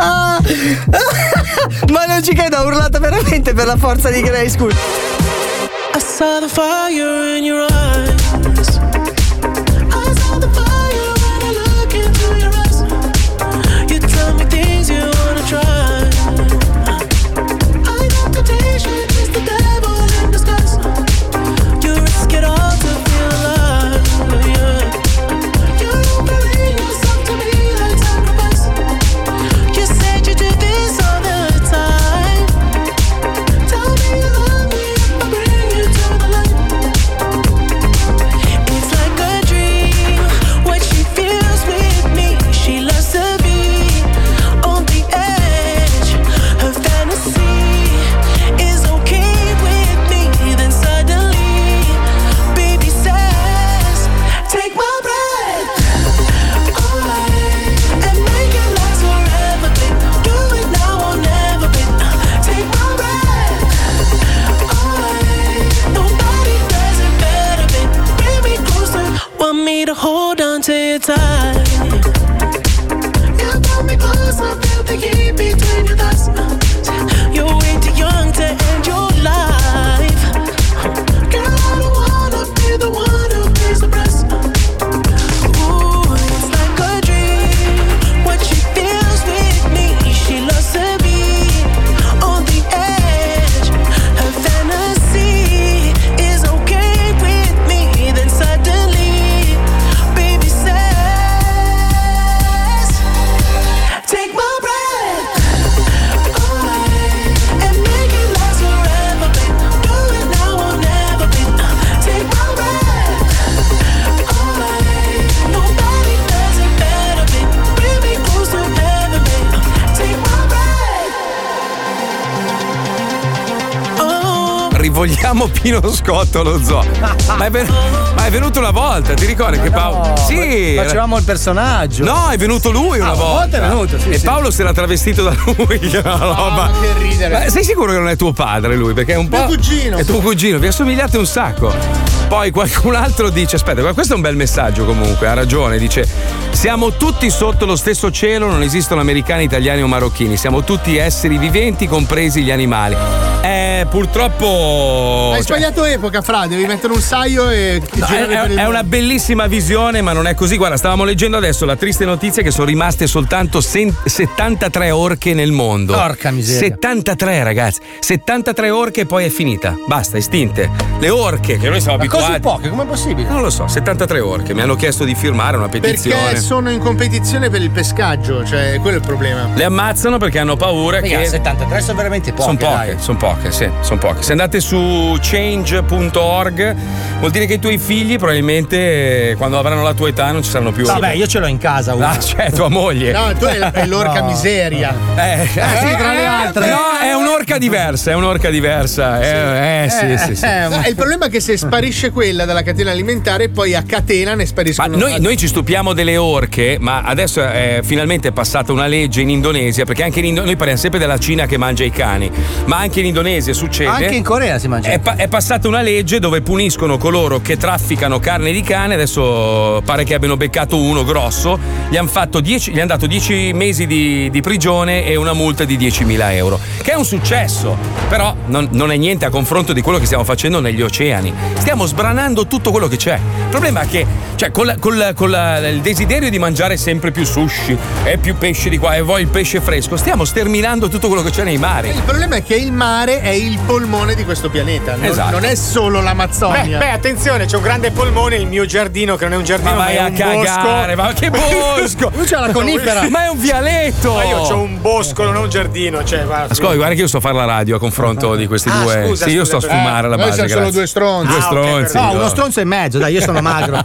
S2: Ah. (laughs) Ma non ci credo, ha urlato veramente per la forza di Grey School.
S10: I saw the fire in your eyes. I saw the fire when I look into your eyes. You tell me things you wanna try. I know temptation is the devil in disguise. You risk it all to feel alive. Yeah. You don't believe yourself to be like sacrifice. You said you do this all the time. Tell me you love me if I bring you to the light. It's like a dream. What she feels with me, she loves to be on the edge. Her fantasy is okay with me. Then suddenly, baby says, "Take my breath." I am making last forever, babe. Do it now or never, babe. Take my breath. Nobody does it better, babe. Bring me closer. Want me to hold on to your tight. You pull me closer, feel the heat between your thighs. You're way too young to end your life. Girl, I don't wanna be the one who pays the price. Ooh, it's like a dream. What she feels with me, she loves to be on the edge. Her fantasy is okay with me. Then suddenly, baby says, "Take my breath." I am making last forever, babe. Do it now or never, babe. Take my breath. I nobody does it better, babe. Bring me close to heaven, babe. Take my breath. Oh.
S3: Rivogliamo Pino Scotto lo zoo. Ma è, ven- ma è venuto una volta, ti ricordi che Paolo. sì!
S4: Facevamo il personaggio.
S3: No, è venuto lui una
S4: Ah,
S3: volta.
S4: è venuto, sì,
S3: e
S4: sì. Ah,
S3: Paolo si era travestito da lui. (laughs) che era una roba.
S5: che ridere.
S3: Ma sei sicuro che non è tuo padre lui? Perché è un po'.
S5: Mio cugino.
S3: È tuo cugino, vi assomigliate un sacco. Poi qualcun altro dice: Aspetta, ma questo è un bel messaggio comunque, ha ragione. Dice: Siamo tutti sotto lo stesso cielo, non esistono americani, italiani o marocchini. Siamo tutti esseri viventi, compresi gli animali. Eh, purtroppo.
S5: Hai
S3: cioè,
S5: sbagliato epoca, fra, devi mettere un saio e ti
S3: No, è,
S5: girare per il
S3: è- è
S5: mondo.
S3: una bellissima visione, ma non è così. Guarda, stavamo leggendo adesso la triste notizia che sono rimaste soltanto sen- 73 orche nel mondo.
S4: Porca miseria.
S3: 73, ragazzi. 73 orche e poi è finita. Basta, estinte. Le orche, che noi siamo
S5: Ma
S3: abituati.
S5: così poche, com'è possibile?
S3: Non lo so, 73 orche. Mi hanno chiesto di firmare una petizione.
S5: Perché sono in competizione per il pescaggio, cioè quello è il problema.
S3: Le ammazzano perché hanno paura
S5: Mica,
S3: che.
S5: 73 sono veramente
S3: Sono poche, sono poche, sì, sono poche. Se andate su change.org vuol dire che i tuoi figli probabilmente eh, quando avranno la tua età non ci saranno più.
S4: Vabbè, io ce l'ho in casa. uno.
S3: Ah, cioè, tua moglie.
S5: No, tu hai, hai
S3: (laughs)
S5: l'orca
S4: No.
S5: miseria.
S3: Eh, sì,
S5: tra le altre.
S3: No, è un'orca diversa, è un'orca diversa. Eh, eh, sì, sì, sì.
S5: No, e il problema è che se sparisce quella dalla catena alimentare, poi a catena ne spariscono.
S3: Noi,
S5: altre.
S3: noi ci stupiamo delle orche, ma adesso è finalmente è passata una legge in Indonesia, perché anche in Indo- noi parliamo sempre della Cina che mangia i cani, ma anche in Indonesia succede.
S4: Anche in Corea si mangia. Eh,
S3: È, pa- è passata una legge dove puniscono coloro che trafficano carne di cane, adesso pare che abbiano beccato uno grosso, gli hanno han dato 10 mesi di, di prigione e una multa di 10.000 euro, che è un successo, però non, non è niente a confronto di quello che stiamo facendo negli oceani, stiamo sbranando tutto quello che c'è, il problema è che cioè, con, la- con la- con la- il desiderio di mangiare sempre più sushi e più pesce di qua e voi il pesce fresco, stiamo sterminando tutto quello che c'è nei mari.
S5: Il problema è che il mare è il polmone di questo questo pianeta. Non,
S11: Esatto.
S5: non è solo
S11: Beh,
S5: l'Amazzonia.
S11: beh, attenzione, c'è un grande polmone, il mio giardino, che non è un giardino,
S5: Ma
S11: ma,
S5: vai
S11: è
S5: a
S11: un
S5: cagare,
S11: bosco.
S5: ma
S11: (laughs)
S5: che bosco! Lui c'ha la conifera.
S11: ma è un vialetto! Ma io ho un bosco, non ho un giardino, cioè, guarda,
S3: Ascolti, guarda che io so fare la radio a confronto di questi
S11: Ah,
S3: due.
S11: scusa,
S3: sì, io sto
S11: scusa,
S3: a sfumare alla
S5: Eh, noi
S3: base.
S5: siamo solo
S3: grazie.
S5: due stronzi.
S3: Due
S5: Ah, ok,
S3: stronzi.
S5: perfetto. No, uno
S4: stronzo e mezzo, dai, io sono
S3: (laughs)
S4: magro.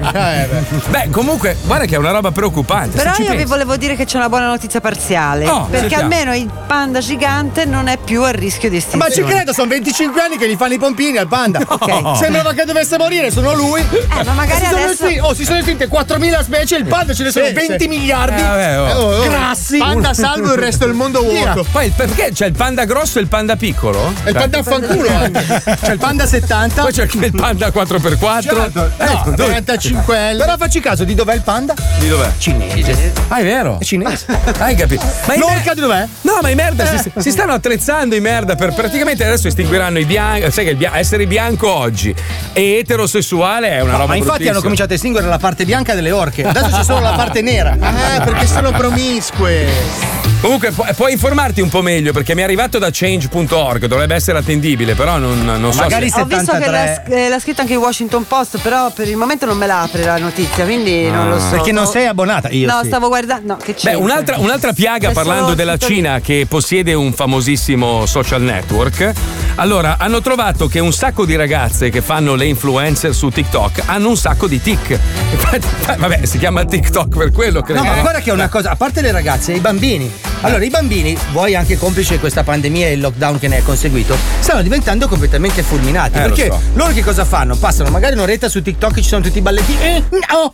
S4: Eh,
S3: Beh, comunque, guarda che è una roba preoccupante.
S23: Però
S3: se ci
S23: io vi
S3: pensi.
S23: volevo dire che c'è una buona notizia parziale.
S3: Oh,
S23: perché
S3: sentiamo.
S23: almeno il panda gigante non è più a rischio di estinzione.
S4: Ma ci credo, sono 25 anni che gli fanno i pompini al panda.
S23: Ok.
S4: Sembrava che dovesse morire, sono lui. Eh,
S23: ma magari
S4: si sono
S23: adesso-
S4: estin- oh, si sono estinte 4.000 specie, il panda ce ne sono
S5: Sì,
S4: 20
S5: sì.
S4: miliardi.
S5: Eh, vabbè, oh.
S4: Eh, oh, oh.
S5: Grassi.
S4: Panda salvo, il resto del mondo vuoto.
S3: Poi il- perché c'è il panda grosso e il panda piccolo? Cioè-
S4: E il panda a fanculo anche.
S3: (laughs)
S4: C'è il panda 70.
S3: Poi c'è anche il panda 4x4.
S4: Ecco,
S3: Ecco, dove-
S4: 45 L. Però facci caso di dov'è il panda?
S3: Di dov'è? Cinese. Ah, è vero? È
S4: cinese.
S3: Hai capito? Ma
S4: L'orca di dov'è? Eh.
S3: No, ma i merda si, si stanno attrezzando i merda per praticamente adesso estingueranno i bianchi. Sai che il bia- essere bianco oggi e eterosessuale è una
S4: No,
S3: roba
S4: ma infatti hanno
S3: bruttissima.
S4: cominciato a estinguere la parte bianca delle orche. Adesso c'è
S3: (laughs)
S4: solo la parte nera.
S5: Eh, perché sono promisque.
S3: Comunque pu- puoi informarti un po' meglio perché mi è arrivato da change.org, dovrebbe essere attendibile, però non, non so se...
S23: Ho visto che l'ha, eh, l'ha scritto anche il Washington Post, però per il momento non me la apre la notizia, quindi non lo so.
S4: Perché non sei abbonata? Io
S23: no,
S4: sì.
S23: stavo guardando. No, che c'è?
S3: Ah. Beh, un'altra, un'altra piaga
S23: È
S3: parlando
S23: solo
S3: della
S23: titoli-
S3: Cina che possiede un famosissimo social network. Allora, hanno trovato che un sacco di ragazze che fanno le influencer su TikTok hanno un sacco di tic. Infatti, (laughs) vabbè, si chiama TikTok per quello, credo.
S4: No, ma guarda che è una cosa, a parte le ragazze, i bambini. Allora, i bambini, vuoi anche complice di questa pandemia e il lockdown che ne è conseguito, stanno diventando completamente fulminati.
S3: Eh, lo
S4: perché
S3: so.
S4: loro che cosa fanno? Passano magari un'oretta su TikTok e ci sono tutti i balletti. Eh, oh,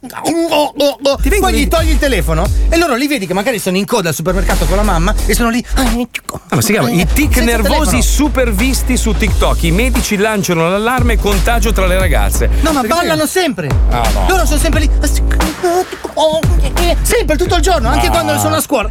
S4: oh, oh, oh. Poi gli togli il telefono e loro li vedi che magari sono in coda al supermercato con la mamma e sono lì. eh,
S3: Ah, ma si chiama i tic
S4: Senza
S3: nervosi
S4: telefono.
S3: supervisti su TikTok. I medici lanciano l'allarme contagio tra le ragazze.
S4: No, ma ballano sempre.
S3: Ah, no.
S4: Loro sono sempre lì. ah, oh, eh, Sempre tutto il giorno, anche
S5: Ah.
S4: quando sono a scuola.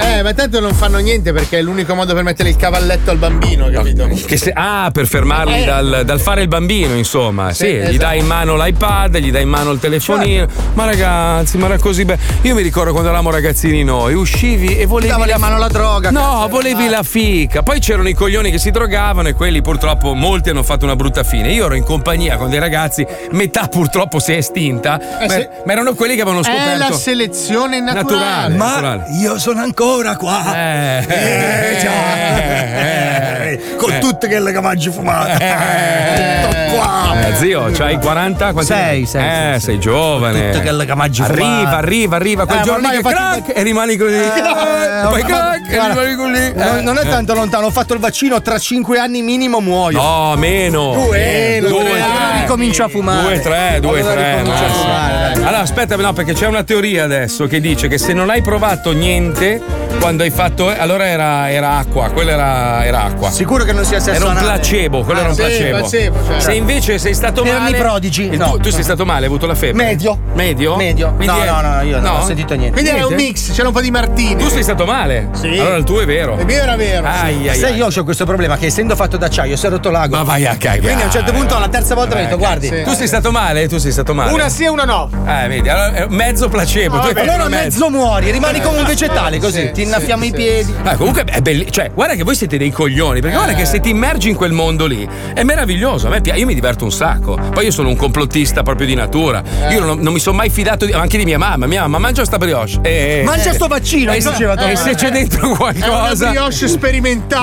S5: Eh, ma tanto non fanno niente perché è l'unico modo per mettere il cavalletto al bambino, capito?
S3: Che se- ah, per fermarli
S5: Eh.
S3: dal, dal fare il bambino, insomma. Sì,
S5: Sì,
S3: gli
S5: esatto.
S3: dai in mano l'iPad, gli dai in mano il telefonino. Ma ragazzi, ma era così bello. Io mi ricordo quando eravamo ragazzini noi, uscivi e volevi.
S4: Davano in mano la droga,
S3: No,
S4: cazzo,
S3: volevi la fica. Poi c'erano i coglioni che si drogavano e quelli purtroppo molti hanno fatto una brutta fine. Io ero in compagnia con dei ragazzi, metà purtroppo si è estinta, ma,
S5: sì.
S3: ma erano quelli che avevano scoperto.
S5: È la selezione naturale.
S3: Naturale, Ma naturale.
S5: io sono ancora qua.
S3: Eh,
S4: cioè,
S18: con
S3: eh.
S18: tutte quelle cavaggi fumate.
S3: Eh, zio, c'hai 40? Quanti sei, sei, eh, sei giovane.
S4: Tutte quelle camaggio
S3: Arriva,
S4: fumate.
S3: arriva, arriva. Quel
S4: Eh, ma
S3: giorno
S4: ormai
S3: che
S4: ho fatto-
S3: crack e rimani così.
S4: (laughs) Eh,
S3: Poi
S4: ormai-
S3: crack e
S4: guarda,
S3: rimani così.
S4: non- non è tanto lontano, ho fatto il vaccino, tra 5 anni minimo muoio.
S3: No, meno.
S4: Due, eh,
S3: Due,
S4: due,
S3: tre.
S4: allora ricomincio a fumare.
S3: 2, 3, 2,
S4: Allora
S3: 3.
S4: ricomincio a fumare, dai.
S3: Allora aspetta, no, perché c'è una teoria adesso che dice che se non hai provato niente quando hai fatto. eh, Allora era, era acqua, quella era, era acqua.
S4: Sicuro che non sia sesso
S3: Era un
S4: anale?
S3: placebo, quello
S4: Ah,
S3: era un
S4: sì,
S3: placebo.
S4: placebo, cioè.
S3: Se invece sei stato
S4: Erano
S3: male.
S4: i prodigi,
S3: il
S4: no.
S3: tuo- Tu, sei stato male, hai avuto la febbre.
S4: Medio.
S3: Medio?
S4: Medio.
S3: Quindi
S4: No,
S3: è-
S4: no, no, io non
S3: no?
S4: ho sentito niente.
S5: Quindi era un
S4: Niente?
S5: mix, c'era un po' di Martini.
S3: Tu sei stato male?
S5: Sì.
S3: Allora il tuo è vero.
S5: Il mio era vero.
S3: Ai, ai,
S4: Sai,
S3: ai.
S4: io ho questo problema che essendo fatto d'acciaio si è rotto l'ago. Ma
S3: vai a cagare. Eh,
S4: Quindi a un certo punto la terza volta ho detto, guardi,
S3: Tu sei stato male? Tu sei stato male?
S11: Una sì e una no.
S3: Eh, vedi, allora, eh, mezzo placebo. tu hai fatto
S4: allora
S3: una mezza.
S4: mezzo muori, rimani come un vegetale
S3: Eh,
S4: così,
S3: sì,
S4: ti innaffiamo
S3: sì,
S4: i
S3: sì.
S4: piedi.
S3: Ah, comunque è bellissimo. Cioè, guarda che voi siete dei coglioni, perché guarda che se ti immergi in quel mondo lì è meraviglioso. A me piace, io mi diverto un sacco. Poi io sono un complottista proprio di natura. Io non, non mi sono mai fidato di- anche di mia mamma. Mia mamma mangia sta brioche. Eh,
S4: Mangia sto vaccino,
S3: E,
S4: mi
S3: se-
S4: diceva tua
S3: e se
S4: mamma.
S3: c'è dentro qualcosa.
S5: È una brioche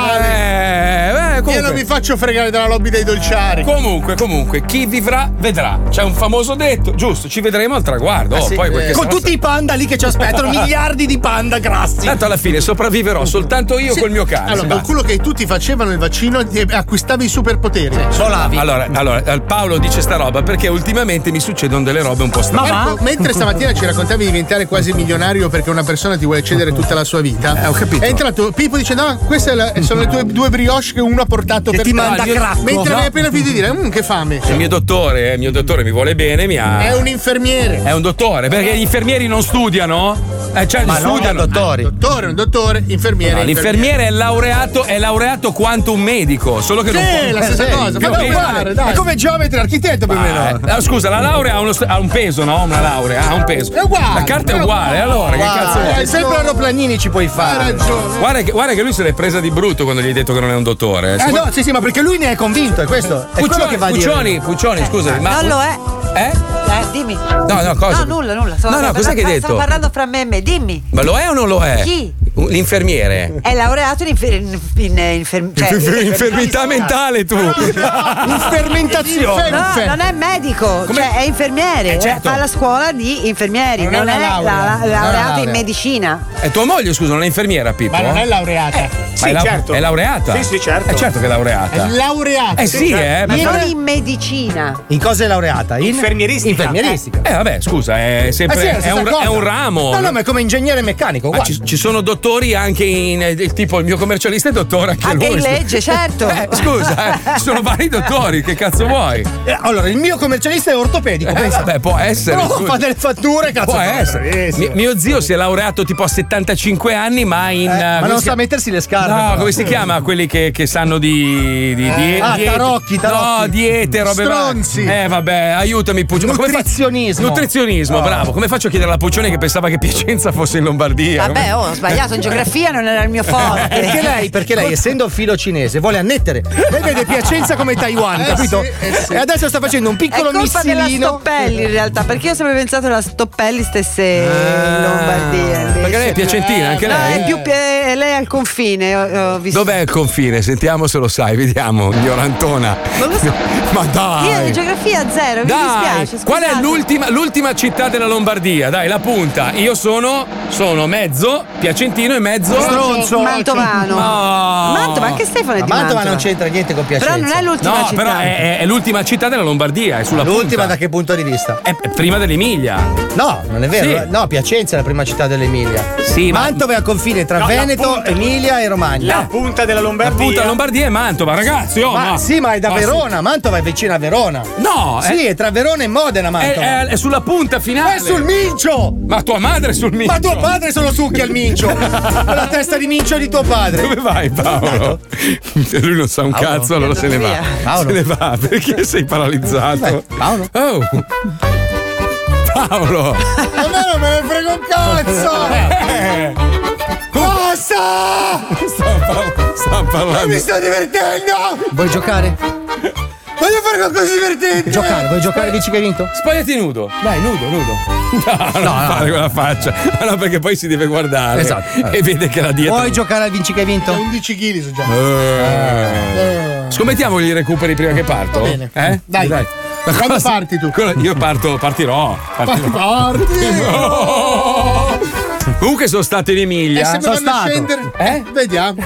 S5: sperimentale.
S3: Eh, comunque-
S5: Io non mi faccio fregare dalla lobby dei dolciari.
S3: Comunque, comunque, chi vivrà vedrà. C'è un famoso detto, giusto? Ci vedremo al
S5: Ah,
S3: traguardo.
S4: Eh
S3: Oh,
S4: sì,
S3: poi quel che
S4: Con
S3: sarà-
S4: tutti i panda lì che
S3: (laughs)
S4: ci aspettano, miliardi di panda grassi.
S3: Tanto alla fine sopravviverò soltanto io col mio cane.
S5: Allora, col
S3: basta.
S5: culo che tutti facevano il vaccino e acquistavi i superpoteri. Solavi.
S3: Allora, allora, eh, Paolo dice sta roba perché ultimamente mi succedono delle robe un po' strane. Ecco.
S5: Marco, mentre stamattina ci raccontavi di diventare quasi milionario perché una persona ti vuole cedere tutta la sua
S3: Eh,
S5: vita, è entrato Pippo dice: No, queste sono le
S3: Mm.
S5: tue due brioche che uno ha portato per
S4: ti
S5: te."
S4: manda
S5: Io-
S4: cracco.
S5: Mentre
S4: No.
S5: avevi appena finito di dire: "Mm, Che fame.
S3: (laughs) Il mio dottore, il mio dottore mi vuole bene, mi ha.
S5: È un infermiere.
S3: È un dottore, perché gli infermieri non studiano? Eh, cioè,
S5: Ma non
S3: studiano.
S5: è dottore. Dottore, un dottore, infermiere.
S3: No, Ah, l'infermiere è laureato, è laureato quanto un medico, solo che
S5: Sì,
S3: non può-
S5: la stessa
S3: Eh,
S5: cosa.
S3: più o
S5: Ma è
S3: meno.
S5: uguale, dai. È come geometra, architetto più o
S3: Ah,
S5: meno.
S3: eh, ah, scusa, la laurea ha, uno st- ha un peso, no? Una laurea ha un peso.
S5: È uguale,
S3: La carta è
S5: è
S3: uguale,
S5: uguale.
S3: allora che cazzo
S4: Eh,
S3: vuoi?
S4: sempre aeroplanini ci puoi fare.
S5: ragione.
S3: Guarda che, guarda che lui se l'è presa di brutto quando gli hai detto che non è un dottore. eh, si
S4: Eh, no, sì, sì, ma perché lui ne è convinto, è questo. È quello che va a dire. Eh.
S3: Puccioni, Puccioni, scusami, ma.
S23: Non lo è.
S3: Eh?
S23: dimmi.
S3: No, no, cosa?
S23: No, nulla, nulla. Stavo
S3: No, no,
S23: parla-
S3: cos'è che hai
S23: Stavo
S3: detto?
S23: parlando fra me e me, dimmi.
S3: Ma lo è o non lo è?
S23: Chi?
S3: L'infermiere.
S23: È laureato in, infer- in, in, infer- cioè-
S3: Infer- infermità mentale tu.
S4: Infermentazione.
S23: No, non è medico, cioè è infermiere.
S3: Eh, certo.
S23: Fa la scuola di infermieri,
S3: Non
S23: non,
S3: è una
S23: è la-
S3: laurea.
S23: la-
S3: Non è una
S23: laureato in
S3: laurea.
S23: medicina.
S3: E tua moglie, scusa, non è infermiera, Pippo?
S23: Ma non è
S4: laureata.
S3: Ma
S23: sì,
S3: è lau-
S23: certo.
S3: È laureata?
S23: Sì, sì, certo.
S3: È certo che è laureata.
S23: laureato.
S3: Eh sì, eh,
S23: Ma
S3: perché-
S23: non in medicina.
S4: In cosa è laureata? In infermieristica.
S3: Eh vabbè, scusa, è sempre
S4: Eh sì,
S3: è,
S4: la
S3: un,
S4: stessa
S3: è un
S4: cosa.
S3: ramo.
S4: No, no, ma è come ingegnere meccanico.
S3: Ah,
S4: guarda.
S3: ci, ci sono dottori anche in eh, il tipo il mio commercialista è dottore anche,
S4: Anche
S3: lui.
S4: in legge, certo.
S3: (laughs) Eh, scusa, eh, ci sono vari dottori, che cazzo vuoi?
S4: Eh, allora, il mio commercialista è ortopedico.
S3: Eh,
S4: pensa.
S3: vabbè, può essere.
S4: Però
S3: scusa.
S4: fa delle fatture, cazzo.
S3: Può
S4: fa-
S3: essere. Mi-
S4: bravissimo.
S3: mio zio si è laureato tipo a 75 anni, ma in. eh,
S4: ma
S3: come
S4: non
S3: si
S4: sa mettersi le scarpe.
S3: No,
S4: però.
S3: come si chiama quelli che, che sanno di. di, di
S4: Ah,
S3: diete-
S4: tarocchi, tarocchi.
S3: No, diete, robe varie.
S4: Stronzi.
S3: Eh, vabbè, aiutami, Puccio. Ma come fa-
S4: Nutrizionismo.
S3: Nutrizionismo,
S4: Oh.
S3: bravo. Come faccio a chiedere alla Puccione che pensava che Piacenza fosse in Lombardia?
S23: Vabbè,
S3: Come-
S23: oh, ho sbagliato in geografia, non era il mio forte.
S4: Perché lei, perché
S23: (laughs)
S4: lei, essendo filo cinese, vuole annettere.
S3: (laughs)
S4: Lei vede Piacenza come Taiwan,
S23: Eh
S4: capito?
S23: sì, eh sì.
S4: E adesso sta facendo un piccolo
S23: è colpa della
S4: missilino.
S23: Stoppelli in realtà, perché io ho sempre pensato che la Stoppelli stesse in Lombardia.
S3: Perché lei Ah, è piacentina, anche
S23: No,
S3: lei?
S23: è più pi- lei è al confine, ho- ho visto.
S3: Dov'è il confine? Sentiamo se lo sai, vediamo, ignorantona.
S23: Non lo so.
S3: Ma dai!
S23: Io di geografia zero, mi
S3: Dai,
S23: dispiace.
S3: qual è
S23: scusate.
S3: l'ultima, l'ultima città della Lombardia? Dai, la punta. Io sono, sono mezzo piacentino e mezzo
S23: Stronzo. Mantovano.
S3: No.
S23: Mantova, anche Stefano è
S3: Ma
S23: di
S3: Mantova
S23: Mantova.
S3: non c'entra
S4: niente con
S23: Però non è l'ultima
S3: no,
S23: città.
S3: però è, è- è l'ultima città della Lombardia, è sulla
S4: L'ultima
S3: punta.
S4: da che punto di vista?
S3: È prima dell'Emilia.
S4: No, non è vero.
S3: Sì.
S4: No, Piacenza è la prima città dell'Emilia.
S3: Sì, ma-
S4: Mantova è a confine tra
S3: No, la
S4: Veneto,
S3: punta.
S4: Emilia e Romagna.
S3: La punta della Lombardia. La punta della Lombardia è Mantova, ragazzi. oh,
S4: ma,
S3: ma-
S4: sì, ma è da
S3: ma sì.
S4: Verona. Mantova è vicina a Verona.
S3: No,
S4: Sì,
S3: è-
S4: è tra Verona e Modena,
S3: È,
S4: Mantova.
S3: è- è sulla punta finale.
S4: È sul mincio!
S3: Ma tua madre è sul mincio.
S4: Ma tuo padre sono succhi
S3: (laughs)
S4: al mincio! Con la testa di mincio di tuo padre!
S3: Dove vai Paolo? Lui non sa un
S4: Paolo?
S3: cazzo, allora se ne va.
S4: Via. Paolo?
S3: Se ne va, perché sei paralizzato? Paolo? Oh. Paolo!
S4: A me non me ne frega un cazzo! Basta!
S3: (laughs) Sta parlando.
S4: Mi sto divertendo! Vuoi giocare? Voglio fare qualcosa di divertente! Giocare, vuoi giocare? Dici che hai vinto?
S3: Spogliati nudo.
S4: Dai, nudo, nudo.
S3: No, Ah, non fare quella faccia. Ma no, perché poi si deve guardare.
S4: Esatto.
S3: E vede che la dieta.
S4: Vuoi giocare al vinci che hai vinto?
S5: 11 kg sono già.
S3: Eh. Scommettiamo gli recuperi prima che parto?
S5: Va bene.
S3: Eh?
S5: Dai.
S3: Ma
S5: Quando
S3: cosa-
S5: parti tu?
S3: Quello- Io parto, partirò. partirò. (laughs) Comunque sono stato in
S5: E
S3: Emilia.
S5: se mi
S3: Sono
S5: fanno
S3: stato. Eh?
S5: scendere? Eh,
S3: (laughs)
S5: Vediamo.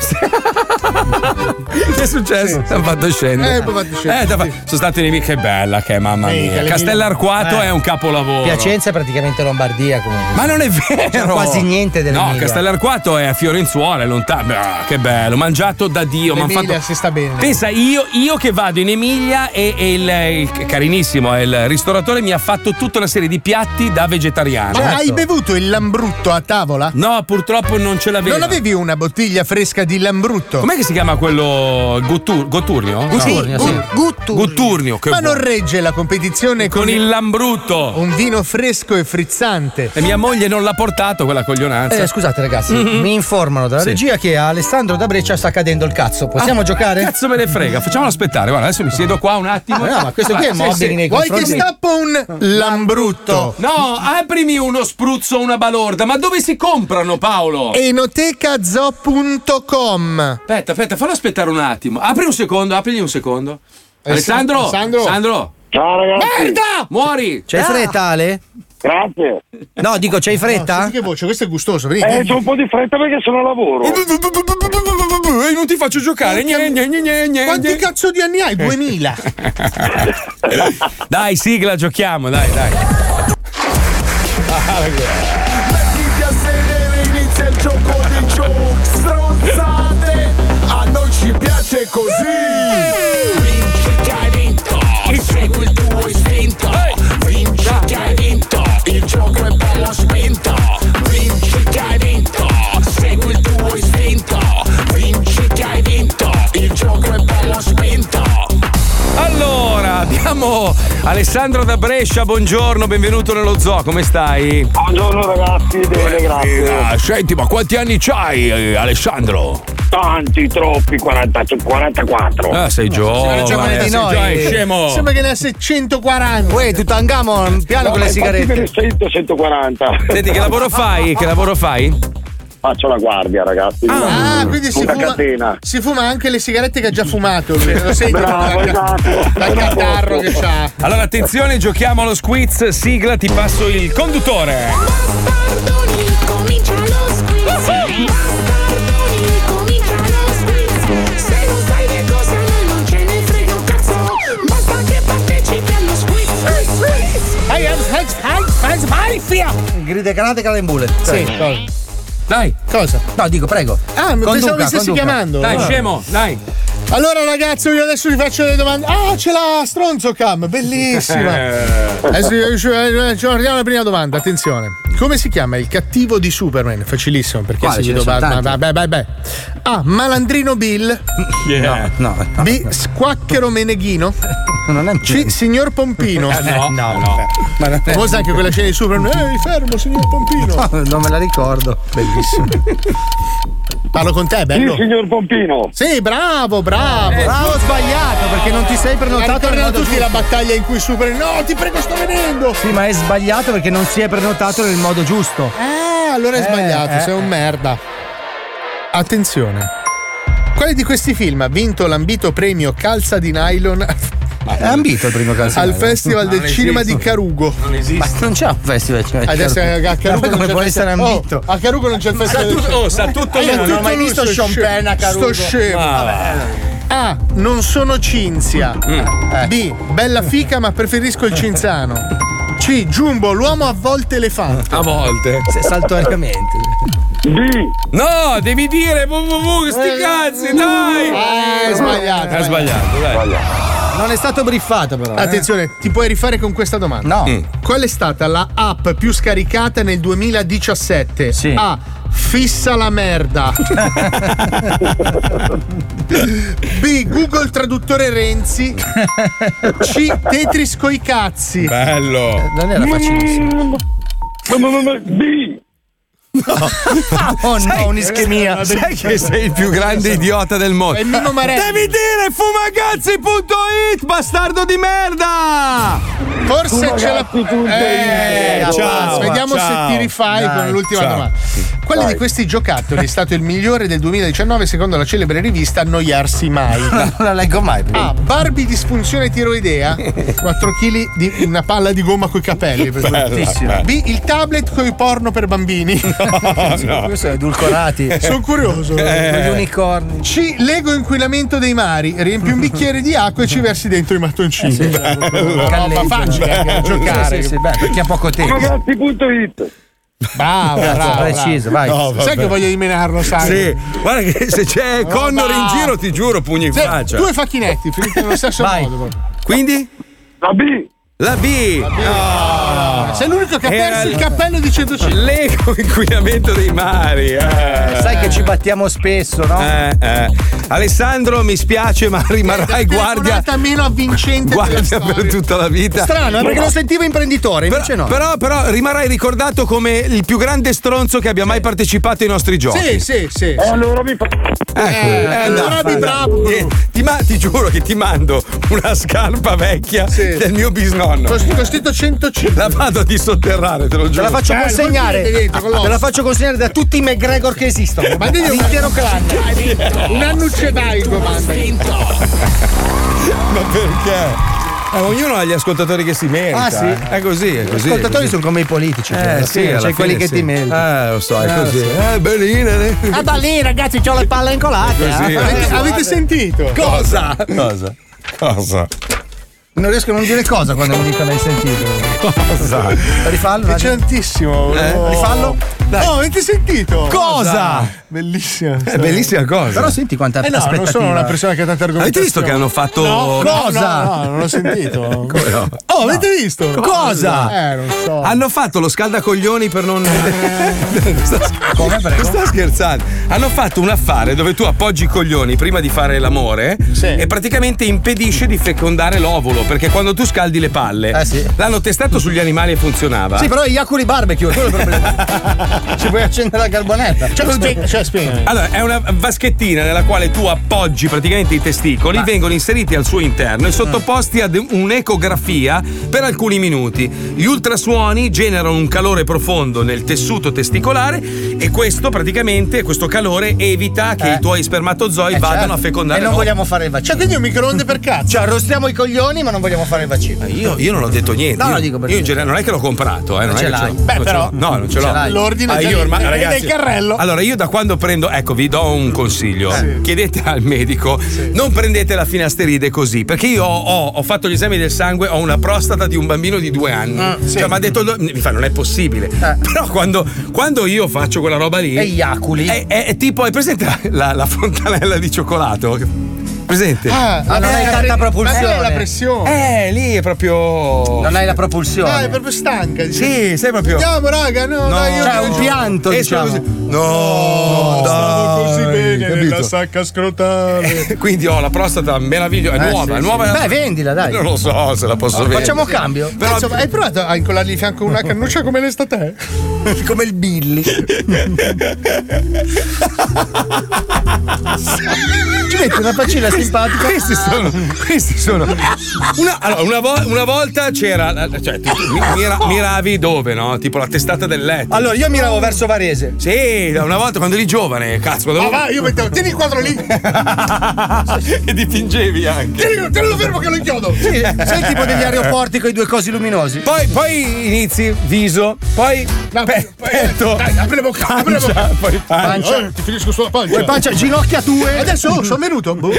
S3: Che è successo? Ti hanno fatto scendere.
S5: Eh, mi hanno fatto scendere,
S3: Eh, ti hanno fa- Sono stati in Emilia. Che bella che è, mamma
S4: Mica,
S3: mia.
S4: l'Emilia-
S3: Castellarquato
S4: Eh.
S3: è un capolavoro.
S4: Piacenza è praticamente Lombardia comunque.
S3: Ma non è vero!
S4: C'è quasi niente dell'Emilia.
S3: No, Castellarquato è a Fiorenzuola, è lontano. Ah, che bello, mangiato da Dio. m'han
S5: L'Emilia
S3: fatto-
S5: si sta bene.
S3: Pensa, io, io che vado in Emilia e, e il, il carinissimo, il ristoratore mi ha fatto tutta una serie di piatti da vegetariano. Certo.
S5: Ma Ah, hai bevuto il lambrutto a tavola?
S3: No, purtroppo non ce l'aveva.
S5: Non avevi una bottiglia fresca di lambrutto?
S3: Com'è che si chiama quello? Gottur- Gotturnio? No.
S5: Gutturnio, sì.
S3: Gutturnio, che
S5: Ma non
S3: buono.
S5: regge la competizione con,
S3: Con il lambrutto.
S5: un vino fresco e frizzante.
S3: E mia moglie non l'ha portato quella coglionanza.
S4: Eh, scusate ragazzi,
S3: Mhm.
S4: mi informano dalla
S3: Sì.
S4: regia che a Alessandro da Breccia sta cadendo il cazzo. Possiamo
S3: Ah,
S4: giocare?
S3: Cazzo me ne frega, facciamolo aspettare. Guarda, adesso mi siedo qua un attimo.
S4: Ah, no, ma questo qui è
S3: Sì,
S4: mobili
S3: sì.
S4: nei
S3: Vuoi
S4: confronti-
S3: che stappo
S5: un lambrutto?
S3: No, aprimi uno spruzzo, una balorda. Ma dove si comprano, Paolo?
S5: Enotecazo.com
S3: Aspetta, aspetta, fallo aspettare un attimo. Apri un secondo, aprigli un secondo. Ah.
S4: Eh,
S3: Alessandro,
S5: Alessandro.
S4: (laughs)
S3: Ciao
S5: ragazzi.
S3: Merda! Muori! Ah.
S4: C'hai fretta, Ale?
S5: Grazie.
S4: No, dico, c'hai fretta?
S5: che voce, questo è gustoso. vedi? Eh,
S4: Eh, c'ho
S5: un po' di fretta perché sono a lavoro.
S3: E non ti faccio giocare. Gne, gne, gne, gne, gne. Eh.
S5: Quanti cazzo di anni hai? 2000.
S3: Dai, sigla, giochiamo, dai, dai.
S22: Mettiti a sedere, inizia il gioco dei show Stronzate, a noi ci piace così Vinci che hai vinto, segui il tuo istinto Vinci che hai vinto, il gioco è bello spinto Vinci che hai vinto, segui il tuo istinto Vinci che hai vinto, il gioco è bello spinto
S3: Allora, abbiamo Alessandro da Brescia, buongiorno, benvenuto nello zoo, come stai? Buongiorno ragazzi, bene, grazie. Senti, ma quanti anni c'hai eh, Alessandro?
S22: (laughs)
S15: Tanti, troppi, cioè, 45, 44.
S3: Ah, sei giovane.
S5: giovane di
S3: sei
S5: noi.
S3: giovane, scemo.
S5: Eh, Sembra che ne ha 140. Uè, Tutangamon, piano
S15: No,
S5: con le
S15: ma
S5: sigarette.
S15: infatti me ne sento 140.
S3: Senti, che lavoro fai? Che lavoro fai?
S15: Faccio la guardia, ragazzi.
S5: Ah,
S15: Una-
S5: quindi si
S15: una
S5: fuma-
S15: catena.
S5: Si fuma anche le sigarette che ha già fumato. lui. Lo senti
S15: Bravo,
S5: dal, dal catarro che c'ha.
S3: Allora, attenzione, giochiamo allo squiz. Sigla, ti passo il conduttore.
S9: Comincia lo squiz. Bastardoni, comincia lo squiz. Se non sai le cose a noi non ce ne frega un cazzo. Basta che partecipi allo squiz.
S4: Hey, I'm Hans, Hans, Hans, Marifia! Grida granate calembule.
S5: Sì.
S3: Dai.
S4: Cosa? No, dico, prego.
S5: Ah, mi
S4: Conduca,
S5: pensavo mi stessi
S4: conduca.
S5: chiamando.
S4: Dai,
S5: Ah.
S4: scemo,
S3: dai.
S5: Allora, ragazzi, io adesso vi faccio le domande. Ah, ce l'ha Stronzo Cam,
S4: (laughs)
S5: bellissima.
S4: Eh,
S5: Eh, Adesso io- ci ci arriviamo alla prima domanda, attenzione. Come si chiama il cattivo di Superman? Facilissimo, perché
S4: Quale?
S5: si
S4: Ce ne sono tanti.
S5: Vabbè, vabbè, vabbè. A. Ah,
S4: (laughs)
S5: Malandrino Bill.
S4: No, no.
S5: B. Squacchero Meneghino. C. Signor Pompino.
S4: Eh, (laughs) no, no, no.
S5: Ma non è- Famosa anche quella scena di
S4: (laughs)
S5: Superman. Ehi, fermo, signor Pompino.
S4: non me la ricordo.
S5: Bellissimo. (laughs) Parlo con te, bello.
S4: Sì,
S5: signor Pompino. Sì, bravo, bravo. bravo, ho sbagliato perché non Eh, ti sei prenotato. Tornano tutti la battaglia in cui Super. No, ti prego, sto venendo.
S4: Sì, ma è sbagliato perché non si è prenotato nel modo giusto.
S5: Ah, allora è
S4: Eh,
S5: sbagliato,
S4: eh,
S5: sei un
S4: eh.
S5: merda. Attenzione. Quale di questi film ha vinto l'ambito premio Calza di Nylon? (laughs)
S4: È ambito il primo calcio.
S5: Al Festival del Cinema di Carugo.
S4: Non esiste. Ma non c'è un festival. Cioè,
S5: Adesso
S4: certo.
S5: a Carugo
S4: Ma
S5: non
S4: come
S5: c'è
S4: può
S5: il
S4: essere
S5: festival.
S4: ambito?
S5: Oh, a Carugo non c'è il festival.
S4: tutto- oh, sa tutto lui.
S5: io non
S4: Non
S5: ho
S4: ho mai visto Sean Ah. Penn a Carugo.
S5: Sto scemo.
S4: Ma va.
S5: A. Non sono Cinzia.
S4: Mm.
S5: Eh. B. Bella fica ma preferisco il Cinzano. C. Giumbo, l'uomo a volte elefante.
S3: A volte.
S5: Se saltuariamente.
S3: B. No, devi dire www, sti cazzi, dai.
S5: Eh, è sbagliato.
S3: È sbagliato, dai.
S5: Non è stato briffato però. eh. Attenzione, ti puoi rifare con questa domanda.
S4: No. Mm.
S5: Qual è stata la app più scaricata nel 2017? A. Fissa la (laughs) merda. B. Google traduttore Renzi. C. Tetris coi cazzi.
S3: Bello.
S5: Non era facilissimo. B.
S4: Oh
S3: Sai-
S4: no, un'ischemia.
S3: Sai che sei il più grande idiota del mondo.
S4: Esatto. È Mimmo Marelli.
S3: Devi dire fumagazzi.it, bastardo di merda!
S5: Forse ce la
S3: Eh,
S5: eh,
S3: ciao,
S5: Vediamo
S3: ciao.
S5: se ti rifai
S3: Dai,
S5: con l'ultima
S3: ciao.
S5: domanda. Quale di questi giocattoli è stato il migliore del 2019 secondo la celebre rivista Annoiarsi mai? Non la leggo mai. A. Barbie disfunzione tiroidea, 4 kg di una palla di gomma coi capelli. per
S4: Bella,
S5: esempio.
S4: bella.
S5: B. Il tablet coi porno per bambini.
S4: no. Questo è edulcorati.
S5: (laughs) Sono curioso.
S4: Eh. Con gli
S5: unicorni. C. Lego inquinamento dei mari, riempi un bicchiere di acqua e ci versi dentro i mattoncini.
S3: Eh
S5: eh, Roba facile anche da giocare.
S4: Sì, sì, sì, beh, perché ha poco tempo.
S5: Ragazzi.it Bravo,
S4: Cazzo,
S5: bravo,
S4: preciso, vai.
S5: No,
S4: Sai
S5: Sai
S4: che
S5: che voglio eliminarlo, sai?
S3: Sì, guarda che se c'è
S5: Oh,
S3: Connor in
S5: va.
S3: giro, ti giuro, pugno in
S5: Sì,
S3: faccia.
S5: Due facchinetti, finiti nello stesso modo. proprio.
S3: Quindi? La B. La B. No.
S5: Ah, Sei l'unico che ha
S3: Era
S5: perso il
S3: il-
S5: cappello di 105.
S3: L'eco (laughs) inquinamento dei mari. eh.
S4: Sai che ci battiamo spesso, no?
S3: Eh, eh. Alessandro, mi spiace, ma rimarrai guardia,
S5: Guarda meno avvincente della
S3: guardia
S5: storia.
S3: per tutta la vita.
S5: Strano, eh, perché lo sentivo imprenditore,
S3: Però,
S5: invece no.
S3: però, però rimarrai ricordato come il più grande stronzo che abbia mai partecipato ai nostri giochi.
S5: Sì, sì, sì. Eh, allora mi
S3: Ecco, eh,
S5: allora
S3: no,
S5: mi
S3: no.
S5: bravo.
S3: Eh, ti, ma- ti giuro che ti mando una scarpa vecchia del mio bisnonno.
S5: Cost- Costito 105.
S3: La vado a disotterrare, te lo
S4: Te
S3: giuro. Eh,
S4: la faccio
S5: Eh,
S3: Bello,
S4: consegnare.
S3: mettete dentro, con l'osso.
S4: Te la faccio consegnare da tutti i McGregor che esistono.
S5: Ma devi-
S4: l'intero clan.
S5: Un annucce d'aico, manda.
S3: (laughs) Ma perché? Eh, ognuno ha gli ascoltatori che si merita. eh.
S4: Ah, sì?
S3: È così, è
S4: Gli
S3: così.
S4: ascoltatori
S3: sono
S4: come i politici. cioè, alla
S3: Eh, sì,
S4: fine
S3: alla
S4: c'è
S3: fine
S4: quelli che
S3: sì.
S4: ti meritano.
S3: Eh, lo so, è
S4: Eh, lo
S3: così.
S4: so.
S3: Eh, belline. eh.
S4: Ah, da lì, ragazzi, ho le palle incolate.
S3: Così,
S4: eh.
S3: eh.
S4: Avete-
S5: Avete, avete sentito?
S3: Cosa? Cosa? Cosa?
S4: Non riesco a non dire cosa quando mi dico l'hai sentito.
S3: Cosa?
S4: Rifallo.
S5: È tantissimo.
S4: Eh? Rifallo?
S5: No, avete sentito?
S4: Cosa?
S5: Bellissima.
S3: È bellissima cosa.
S4: Però senti quanta
S5: Eh no, non sono una persona che ha tanta argomentazione.
S3: Avete visto che hanno fatto.
S5: No,
S4: Cosa?
S5: No, no, non l'ho (laughs) sentito.
S3: Come no?
S5: Oh, avete visto?
S3: Cosa?
S5: Eh, non so.
S3: Hanno fatto lo scaldacoglioni per non.
S5: Eh.
S3: (laughs) sta, Come sta scherzando? Hanno fatto un affare dove tu appoggi i coglioni prima di fare l'amore e praticamente impedisce di fecondare l'ovulo perché quando tu scaldi
S5: Eh,
S3: le palle. L'hanno testato sugli animali e funzionava.
S4: Sì, però è Yakuri Barbecue, quello è il problema. (laughs) Ci puoi accendere la carbonetta? Cioè, spiega, cioè, spiegami.
S3: Allora, è una vaschettina nella quale tu appoggi praticamente i testicoli, vengono inseriti al suo
S4: Mm.
S3: interno e sottoposti ad un'ecografia per alcuni minuti. Gli ultrasuoni generano un calore profondo nel tessuto testicolare e questo praticamente, questo calore evita che i tuoi spermatozoi vadano a fecondare.
S4: Eh. certo. E non
S3: nuovi.
S4: vogliamo fare il vaccino. Cioè, quindi un microonde per cazzo. Cioè, arrostiamo i coglioni, ma non vogliamo fare il vaccino.
S3: Io, io non ho detto niente.
S4: No,
S3: io,
S4: lo dico per
S3: io in
S4: te.
S3: generale non è che l'ho comprato, eh, non,
S4: Non
S3: è
S4: ce
S3: che
S4: l'hai.
S3: l'ho-
S4: Beh,
S3: non ce l'ho.
S4: però-
S3: No, non ce
S4: ce
S3: l'ho.
S4: l'hai. L'ordine
S3: Ah,
S4: già
S3: io
S4: lì.
S3: ormai,
S4: È nel
S3: ragazzi,
S4: carrello.
S3: Allora, io da quando prendo, ecco, vi do un consiglio.
S4: Eh.
S3: Chiedete al medico, non prendete la finasteride così, perché io ho, ho- ho fatto gli esami del sangue, ho una prostata di un bambino di due anni.
S4: Ah, sì. Eh.
S3: Cioè, mi ha detto, il do- mi fa, non è possibile. Però quando, quando io faccio quella roba lì.
S4: E gli aculi.
S3: È, è- è tipo, hai presente la, la- la fontanella di cioccolato? Presente?
S5: Ah,
S4: Ah, non
S5: eh,
S4: hai
S5: la
S4: tanta
S5: pre-
S4: propulsione.
S5: ma è la pressione.
S3: Eh, lì è proprio.
S4: Non hai la propulsione.
S5: No, è proprio stanca. dice.
S3: Sì, sei proprio.
S5: Andiamo, raga, no, dai, io
S4: Cioè, un
S5: devo-
S4: pianto,
S5: Esco
S4: diciamo.
S5: così.
S3: No,
S5: stavo così bene nella
S3: sacca scrotale. (laughs) Quindi ho la prostata meravigliosa, è
S5: Eh,
S3: nuova,
S5: sì,
S3: è
S5: sì.
S3: nuova.
S5: Beh, vendila, dai.
S3: Non lo so se la posso
S5: Allora,
S3: vendere.
S5: Facciamo cambio.
S3: Però-
S5: Insomma, hai provato a incollargli di fianco una cannuccia come l'estate? come il (laughs) Billy.
S4: Ci metti una faccina simpatica.
S3: Questi sono. Questi sono. Una, allora, una, vo- una volta c'era. la- Cioè, tu mi- mira- miravi dove, no? Tipo la testata del letto.
S4: Allora, io miravo verso Varese.
S3: Sì, da una volta quando eri giovane, cazzo.
S5: Ma
S3: quando-
S4: Ah,
S5: va, Ah, io mettevo, tieni il quadro lì, Ah,
S3: (laughs) e dipingevi anche.
S5: tieni, tenelo fermo che lo inchiodo.
S4: Sì, sei tipo
S3: (laughs)
S4: degli aeroporti con i due cosi luminosi.
S3: Poi, poi inizi viso, poi pe- petto,
S5: eh, Dai, apri
S3: (laughs)
S5: la bocca, apri la
S3: pancia,
S5: bocca.
S3: poi pancia.
S5: Oh, ti finisco sulla pancia.
S4: Poi pancia, ginocchia tue.
S5: Adesso oh, sono venuto. Boh.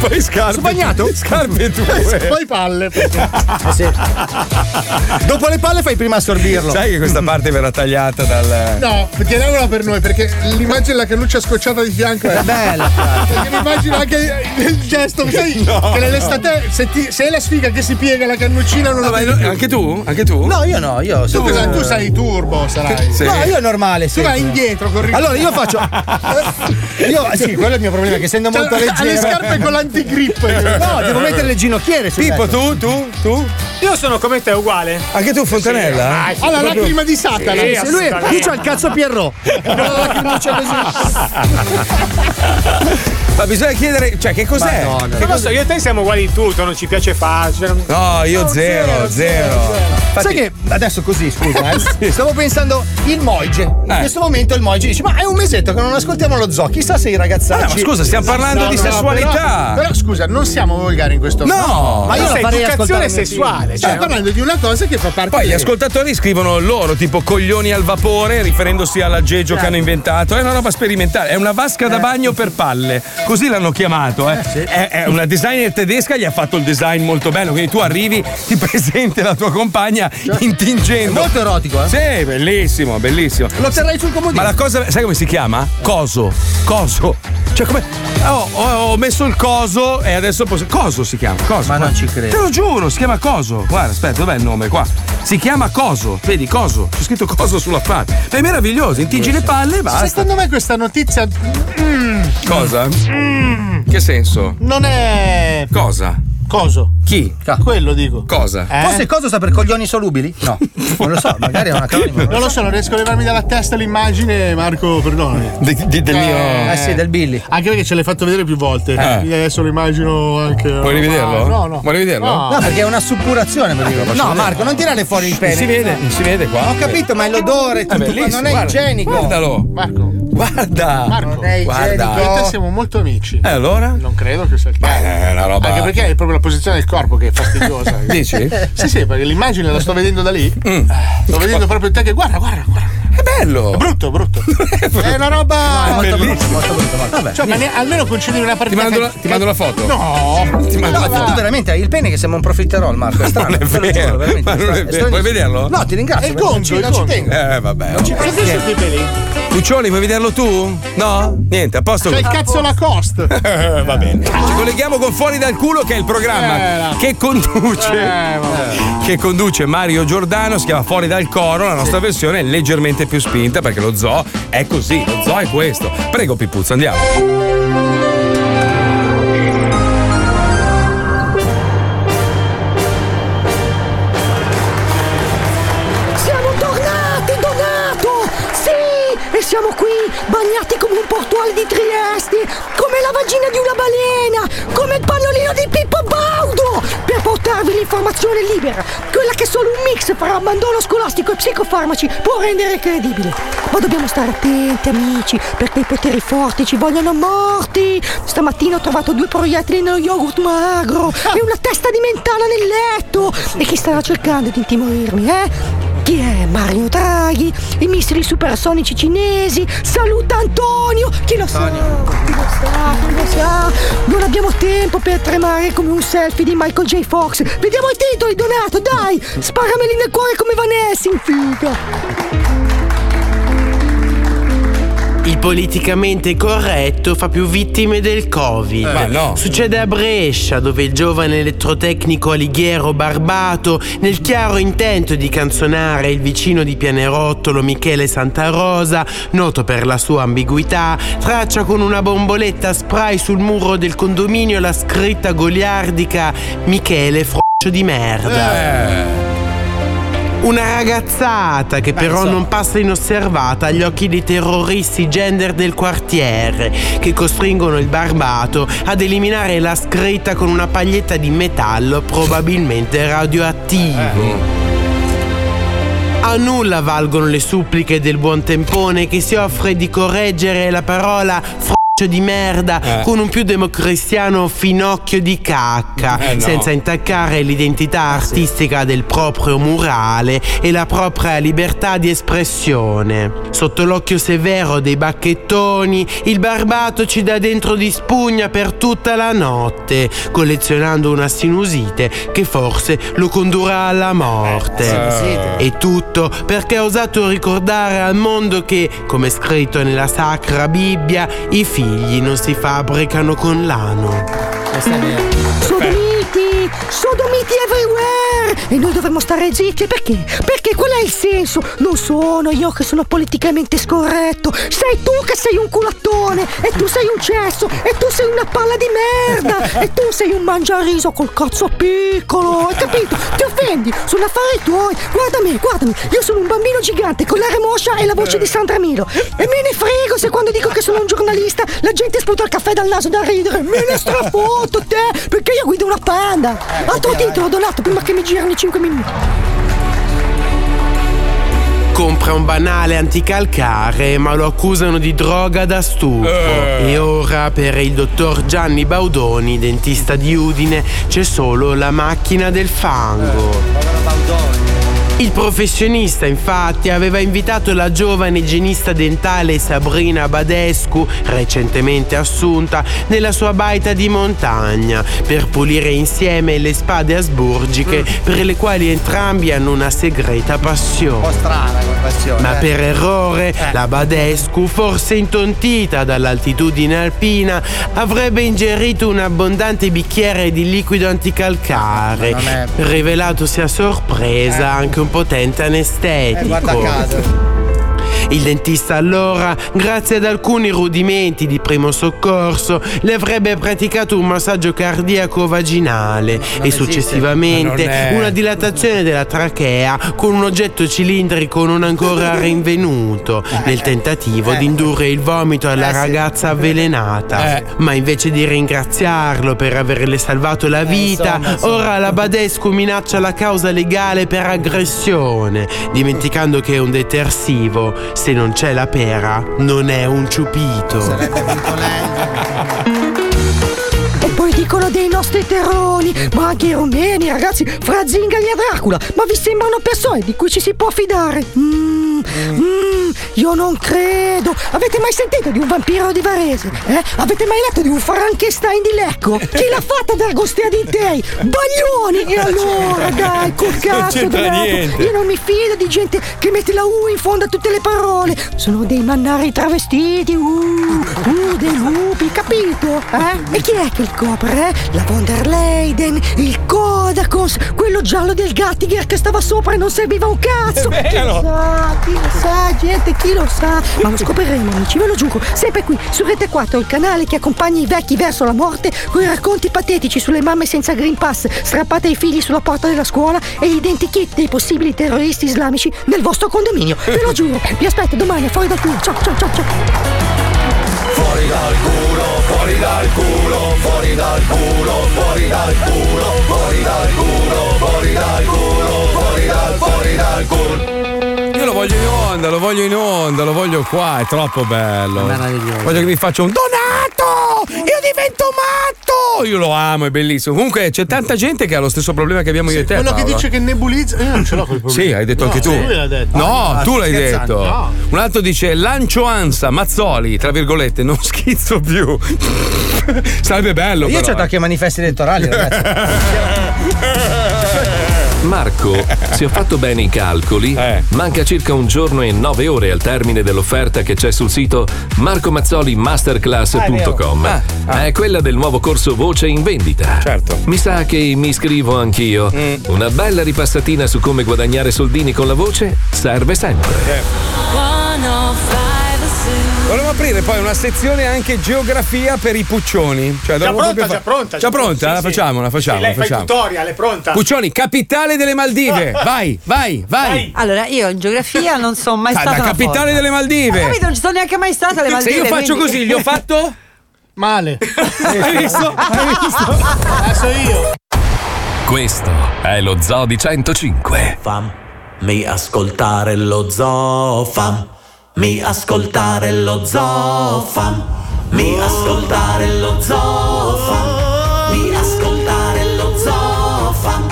S3: poi scarpe.
S5: Sono bagnato?
S3: Scarpe tue.
S5: Poi palle.
S4: Dopo le palle fai prima a assorbirlo.
S3: Sai che questa parte verrà tagliata dal.
S5: No, teniamola per noi perché l'immagine della cannuccia scocciata di fianco è
S4: bella.
S5: Perché mi immagino anche il gesto, sai?
S3: No.
S5: Che nell'estate, se, ti- se è la sfiga che si piega la cannuccina, non
S3: No, ma
S5: la vedi
S3: no-
S5: più.
S3: anche tu? Anche tu?
S4: No, io no, io
S5: Tu,
S4: sono-
S5: cosa- tu sei turbo, sarai.
S4: No, io normale.
S5: Tu vai indietro, con il-
S4: Allora, io faccio. Io, sì, quello è il mio problema, che essendo
S5: Cioè,
S4: (laughs) molto leggero.
S5: ha le scarpe
S3: (laughs)
S5: con l'antigrip.
S4: No, devo mettere le ginocchiere. sul
S3: Pippo,
S4: letto.
S3: tu, tu, tu?
S11: Io sono come te, uguale.
S3: Anche tu, Fontanella?
S11: Sì, dai,
S5: Alla
S11: proprio-
S5: lacrima di Satana.
S11: Sì,
S5: Se lui è-
S11: assolutamente.
S4: Io c'ho il cazzo
S11: (laughs)
S4: Pierrot. No, non c'è così.
S3: Ma bisogna chiedere, cioè, che cos'è?
S11: Ma
S3: Che
S11: non so, io e te siamo uguali in tutto, non ci piace facile.
S3: No, io zero, zero.
S4: Sai che adesso così, scusa,
S3: (laughs)
S4: eh, stavo pensando il Moige. In
S3: Eh.
S4: questo momento il Moige dice: Ma è un mesetto che non ascoltiamo lo zoo. Chissà se i ragazzacci.
S3: Ah, ma scusa, stiamo parlando
S5: No,
S3: di
S5: no,
S3: sessualità.
S5: Però, però, scusa, non siamo volgari in questo
S3: No,
S4: ma io
S5: questa
S4: la
S5: è
S4: farei
S5: educazione
S4: ascoltare mio
S5: sessuale.
S4: figlio.
S5: Cioè, parlando di una cosa che fa parte
S3: Poi gli
S5: del-
S3: ascoltatori scrivono loro, tipo coglioni al vapore, riferendosi all'aggeggio che hanno
S4: Certo.
S3: inventato. È una roba sperimentale, è una vasca
S4: Eh.
S3: da bagno per palle. Così l'hanno chiamato, eh. È, è una designer tedesca, gli ha fatto il design molto bello. Quindi tu arrivi, ti (laughs) presenti la tua compagna intingendo.
S4: Certo. Molto erotico, eh?
S3: Sì, bellissimo, bellissimo.
S4: Lo terrei sul
S3: Ma
S4: comodino.
S3: la cosa, sai come si chiama? Coso. Coso. Cioè come. Oh, ho, ho messo il coso e adesso posso. Coso si chiama. Coso.
S4: Ma non ci
S3: Te
S4: credo.
S3: lo giuro, si chiama Coso. Guarda, aspetta, dov'è il nome? Qua. Si chiama Coso. Vedi, Coso. C'è scritto Coso sulla faccia. È meraviglioso, intingi le palle e basta.
S5: Secondo me questa notizia mm,
S3: Cosa? Che senso?
S5: non è
S3: Cosa?
S5: coso.
S3: Chi?
S5: Quello dico.
S3: Cosa?
S5: Eh?
S4: Forse cosa sta per coglioni solubili? No, non lo so, magari è una cosa.
S5: Non lo so, non riesco a levarmi dalla testa l'immagine, Marco, perdonami.
S3: Di- di- del mio.
S4: Eh sì, del Billy.
S5: Anche perché ce l'hai fatto vedere più volte.
S3: Eh.
S5: Quindi adesso lo immagino anche.
S3: Vuoi rivederlo?
S5: No, no.
S3: Vuoi rivederlo?
S4: No,
S5: No.
S4: perché è una suppurazione per dire. No, Marco, non tirare fuori il pene.
S3: Si vede, si vede qua.
S4: (laughs) Ho capito, ma è
S5: Eh
S4: l'odore,
S3: È
S4: tutto, ma
S3: bellissimo.
S4: non è
S3: guarda.
S4: igienico.
S3: Guardalo.
S5: Marco,
S3: Guarda.
S5: Marco,
S4: Non è
S3: Guarda.
S5: io
S4: igienico.
S5: e te siamo molto amici.
S3: E allora?
S5: Non credo che sia il caso.
S3: Beh, è una roba.
S5: Anche perché è proprio la posizione del corpo che è fastidiosa.
S3: (laughs) Dici? È
S5: sì, sì, perché l'immagine la sto vedendo da lì. Eh, Sto vedendo proprio te che guarda, guarda, guarda.
S3: bello. (laughs)
S5: Brutto, brutto. È una roba.
S3: È bellissimo.
S5: Cioè, ma ne- almeno concedi una
S3: Ti
S5: partita.
S3: mando, la,
S5: che-
S3: ti mando la foto.
S5: No,
S3: (laughs) Ti mando
S4: No,
S3: la
S4: ma tu
S3: foto.
S4: veramente hai il pene che sembra un profiterol, Marco.
S3: (laughs)
S4: È strano.
S3: Non è
S4: te lo
S3: vero,
S4: giuro, veramente,
S3: ma
S4: è
S3: non
S4: strano,
S3: è
S4: è
S3: vero. Vuoi vederlo?
S4: No, ti ringrazio.
S5: È il
S4: perché non
S5: gonzo,
S4: ci-
S5: è il
S4: non ci
S5: gonzo.
S4: tengo.
S3: Eh, vabbè.
S5: Ma che sono dei peli?
S3: Cuccioli, vuoi vederlo tu? No? Niente, a posto
S5: C'è
S3: così.
S5: Cioè, il cazzo Lacoste.
S3: Eh, (laughs) va bene. Ci colleghiamo con Fuori dal culo che è il
S5: Eh,
S3: programma che conduce che conduce Mario Giordano, si chiama Fuori dal coro, la nostra versione è leggermente più spinta perché lo zoo è così, lo zoo è questo. Prego Pippuzzo, andiamo.
S10: Siamo tornati, Donato!
S12: quella di Pippo Baudo! Per portarvi l'informazione libera, quella che solo un mix fra abbandono scolastico e psicofarmaci può rendere credibile. Ma dobbiamo stare attenti, amici, perché i poteri forti ci vogliono morti! Stamattina ho trovato due proiettili nello yogurt magro e una testa di mentana nel letto! E chi starà cercando di intimorirmi, eh? Chi è Mario Draghi? I missili supersonici cinesi? Saluta Antonio! Chi lo sa? Chi lo sa? Chi lo sa? Non abbiamo tempo per tremare come un selfie di Michael J. Fox. Vediamo i titoli, Donato, dai! Sparameli nel cuore come Van Helsing, figa!
S24: Il politicamente corretto fa più vittime del Covid.
S3: Eh, no.
S24: Succede a Brescia, dove il giovane elettrotecnico Alighiero Barbato, nel chiaro intento di canzonare il vicino di Pianerottolo Michele Santarosa, noto per la sua ambiguità, traccia con una bomboletta spray sul muro del condominio la scritta goliardica Michele Froccio di merda.
S3: Eh.
S24: Una ragazzata che però non passa inosservata agli occhi di terroristi gender del quartiere che costringono il barbato ad eliminare la scritta con una paglietta di metallo probabilmente radioattivo. A nulla valgono le suppliche del buon tempone che si offre di correggere la parola froccio di merda
S25: Eh.
S24: con un più democristiano finocchio di cacca
S25: Eh, no.
S24: senza intaccare l'identità artistica del proprio murale e la propria libertà di espressione. Sotto l'occhio severo dei bacchettoni, il barbato ci dà dentro di spugna per tutta la notte, collezionando una sinusite che forse lo condurrà alla morte.
S25: sinusite.
S24: E tutto perché ha osato ricordare al mondo che, come scritto nella Sacra Bibbia, i figli non si fabbricano con l'ano.
S12: Sodomiti! Sodomiti everywhere! E noi dovremmo stare zitti, perché? Perché qual è il senso? Non sono io che sono politicamente scorretto, sei tu che sei un culattone, e tu sei un cesso, e tu sei una palla di merda, e tu sei un mangiariso col cazzo piccolo, hai capito? Ti offendi, sono affari tuoi, guarda me, guardami, io sono un bambino gigante con la remoscia e la voce di Sandramilo, e me ne frego se quando dico che sono un giornalista la gente sputa il caffè dal naso da ridere, me ne strafoto te, perché io guido una panda, altro titolo Donato prima che mi girano i 5 minuti.
S24: Compra un banale anticalcare, ma lo accusano di droga da stupro. E ora per il dottor Gianni Baudoni, dentista di Udine, c'è solo la macchina del fango. Il professionista infatti aveva invitato la giovane igienista dentale Sabrina Badescu, recentemente assunta, nella sua baita di montagna per pulire insieme le spade asburgiche per le quali entrambi hanno una segreta passione.
S5: strana come passione.
S24: Ma
S5: eh.
S24: per errore,
S5: Eh.
S24: la Badescu, forse intontita dall'altitudine alpina, avrebbe ingerito un abbondante bicchiere di liquido anticalcare, rivelatosi a sorpresa anche un potente
S25: Eh, guarda
S24: anestetico.
S25: caso.
S24: Il dentista allora, grazie ad alcuni rudimenti di primo soccorso, le avrebbe praticato un massaggio cardiaco vaginale e successivamente
S25: Ma non è-
S24: una dilatazione della trachea con un oggetto cilindrico non ancora rinvenuto nel tentativo di indurre il vomito alla ragazza avvelenata. Ma invece di ringraziarlo per averle salvato la vita, ora la Badescu minaccia la causa legale per aggressione, dimenticando che un detersivo, se non c'è la pera, non è un ciupito.
S12: E poi dicono dei nostri terroni,
S25: Eh.
S12: ma anche i rumeni, ragazzi, fra Zingali e Dracula, ma vi sembrano persone di cui ci si può fidare? Mm,
S25: Eh.
S12: mm, io non credo. Avete mai sentito di un vampiro di Varese? Eh? Avete mai letto di un Frankenstein di Lecco? Chi l'ha fatta da Agostea di Dei? Baglioni! E allora, dai, col
S25: Non
S12: cazzo,
S25: c'entra
S12: Donato,
S25: niente.
S12: io non mi fido di gente che mette la U in fondo a tutte le parole. Sono dei mannari travestiti, uh, uh, dei lupi, capito? Eh? E chi è che li copre? eh? La von der Leyen, il Kodakos, quello giallo del Gattiger che stava sopra e non serviva un cazzo.
S25: È
S12: Chi
S25: vero.
S12: lo sa, chi lo sa, gente, chi lo sa. Ma lo scopriremo, amici, ve lo giuro. Sempre qui, su Rete 4, il canale che accompagna i vecchi verso la morte, con i racconti patetici sulle mamme senza Green Pass, strappate ai figli sulla porta della scuola e gli identikit dei possibili terroristi islamici nel vostro condominio. Ve lo giuro, vi aspetto domani, a fuori dal culo. Ciao, ciao, ciao, ciao.
S22: Fuori dal culo, fuori dal culo, fuori dal culo, fuori
S3: voglio in onda, lo voglio in onda, lo voglio qua, è troppo bello. Voglio che mi faccia un donato! Io divento matto! Io lo amo, è bellissimo. Comunque c'è tanta gente che ha lo stesso problema che abbiamo io e te.
S5: Quello che
S3: Paola.
S5: dice che nebulizza. Io non ce l'ho quel problema.
S3: Sì, hai detto
S5: No,
S3: anche tu.
S5: lui l'ha detto.
S3: No,
S5: Ah,
S3: tu l'hai
S5: scherzando.
S3: detto.
S5: No.
S3: Un altro dice lancio ansa, Mazzoli, tra virgolette, non schizzo più. (laughs) Sarebbe bello.
S6: Io
S3: però,
S6: ci
S4: certo
S3: eh.
S6: attacco ai manifesti
S3: (laughs)
S6: elettorali, ragazzi.
S1: Marco, se ho fatto bene i
S3: (laughs)
S1: calcoli,
S3: Eh.
S1: manca circa un giorno e nove ore al termine dell'offerta che c'è sul sito marcomazzolimasterclass.com.
S3: Ah,
S1: È quella del nuovo corso voce in vendita. Certo. Mi sa che mi iscrivo anch'io.
S3: Mm.
S1: Una bella ripassatina su come guadagnare soldini con la voce serve
S3: eh.
S1: sempre.
S9: oh
S3: Volevo aprire poi una sezione anche geografia per i puccioni. Cioè,
S11: Già
S3: dovevo
S11: pronta,
S3: proprio fa-
S11: già pronta.
S3: Già pronta?
S11: Sì,
S3: la
S11: sì.
S3: facciamo, la facciamo.
S11: Sì, lei
S3: la
S11: fa il
S3: facciamo.
S11: tutorial, è pronta.
S3: Puccioni, capitale
S11: (laughs)
S3: delle Maldive. Vai, vai, vai.
S23: Allora, io in geografia non sono mai
S3: Ah,
S23: stata.
S3: da
S23: una
S3: capitale
S23: forza.
S3: delle Maldive.
S23: Ho capito, non ci sono neanche mai stata alle
S3: Se
S23: Maldive.
S3: io faccio
S23: quindi-
S3: così, gli ho
S23: (laughs)
S3: fatto?
S5: Male.
S3: Hai visto? Hai visto?
S5: Adesso io.
S1: Questo è lo Zoo di 105. Fam, mi ascoltare lo Zoo, fam, mi ascoltare lo Zoo, fam, mi ascoltare lo
S10: Zofan, mi ascoltare lo Zofan,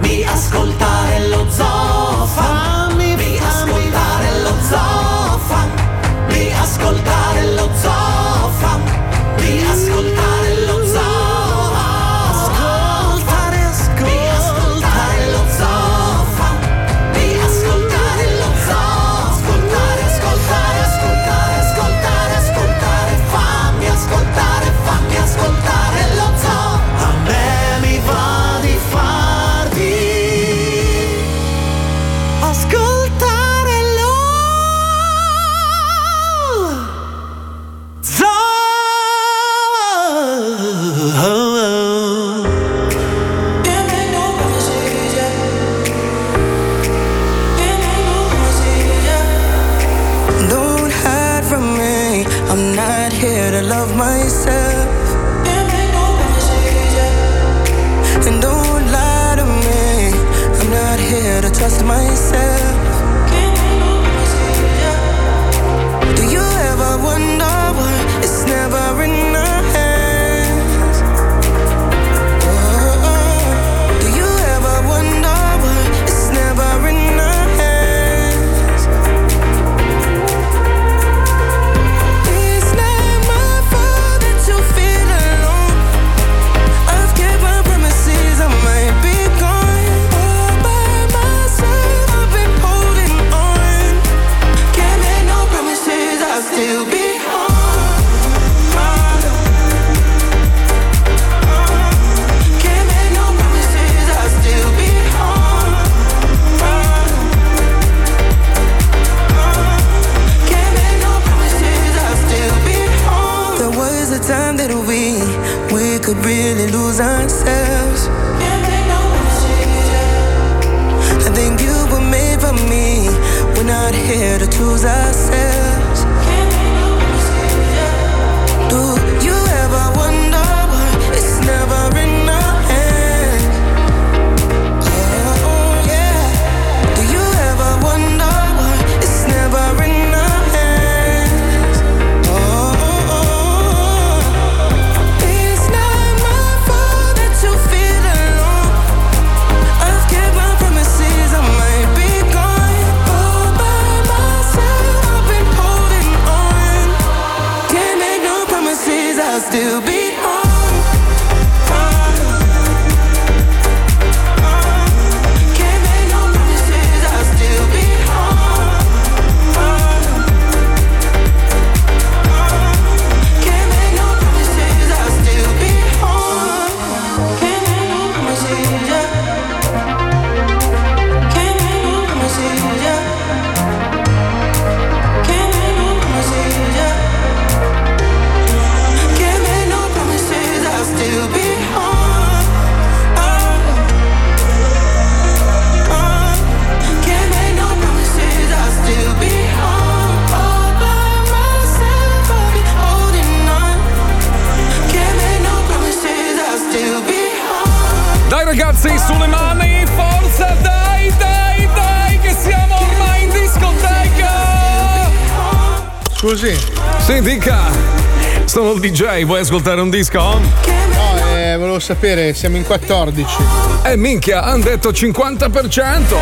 S10: mi ascoltare lo Zofan, mi ascoltare lo Zofan, mi ascoltare lo Zofan, mi ascoltare lo Zofan, mi ascoltare lo Zofan, mi ascoltare lo Zofan, ascoltare, ascoltare, ascoltare, ascoltare, ascoltare, fammi ascoltare, fammi ascoltare lo zoo. A me mi va di farti ascoltare lo zoo.
S26: Don't hide from me. I'm not here to love myself. And don't lie to me. I'm not here to trust myself. Do you ever wonder why it's never in our hands? Oh, do you ever wonder why it's never in our hands? It's not my fault that you feel alone. I've kept my promises, I might be gone. All by myself, I've been holding on. Can't make no promises, I'll still be on. Can't make no promises, I'll still be on. There was a time that we we could really lose ourselves. I think you were made for me. We're not here to choose ourselves. Do you ever wonder why it's never in our hands? Oh, yeah. Do you ever wonder why it's never in our hands? Oh, it's not my fault that you feel alone. I've kept my promises, I might be gone. All by myself, I've been holding on. Can't make no promises, I'll still be on. Can't make no promises, I'll still be on. Can't make no promises, I'll still be on. Can't make no promises, yeah. Can't make no promises, yeah. Can't make no promises, yeah. Can't make no promises, I'll still be on. Can't make no promises, I'll still be on. All by myself, I'll be holding on. Can't make no promises, I'll still be on.
S3: Dai ragazzi, sulle mani, forza, dai, dai, dai, che siamo ormai in discoteca.
S5: scusi?
S3: Sì, dica. Sono il DJ, vuoi ascoltare un disco?
S5: No, eh, volevo sapere, siamo in 14.
S3: Eh, minchia, hanno detto 50%.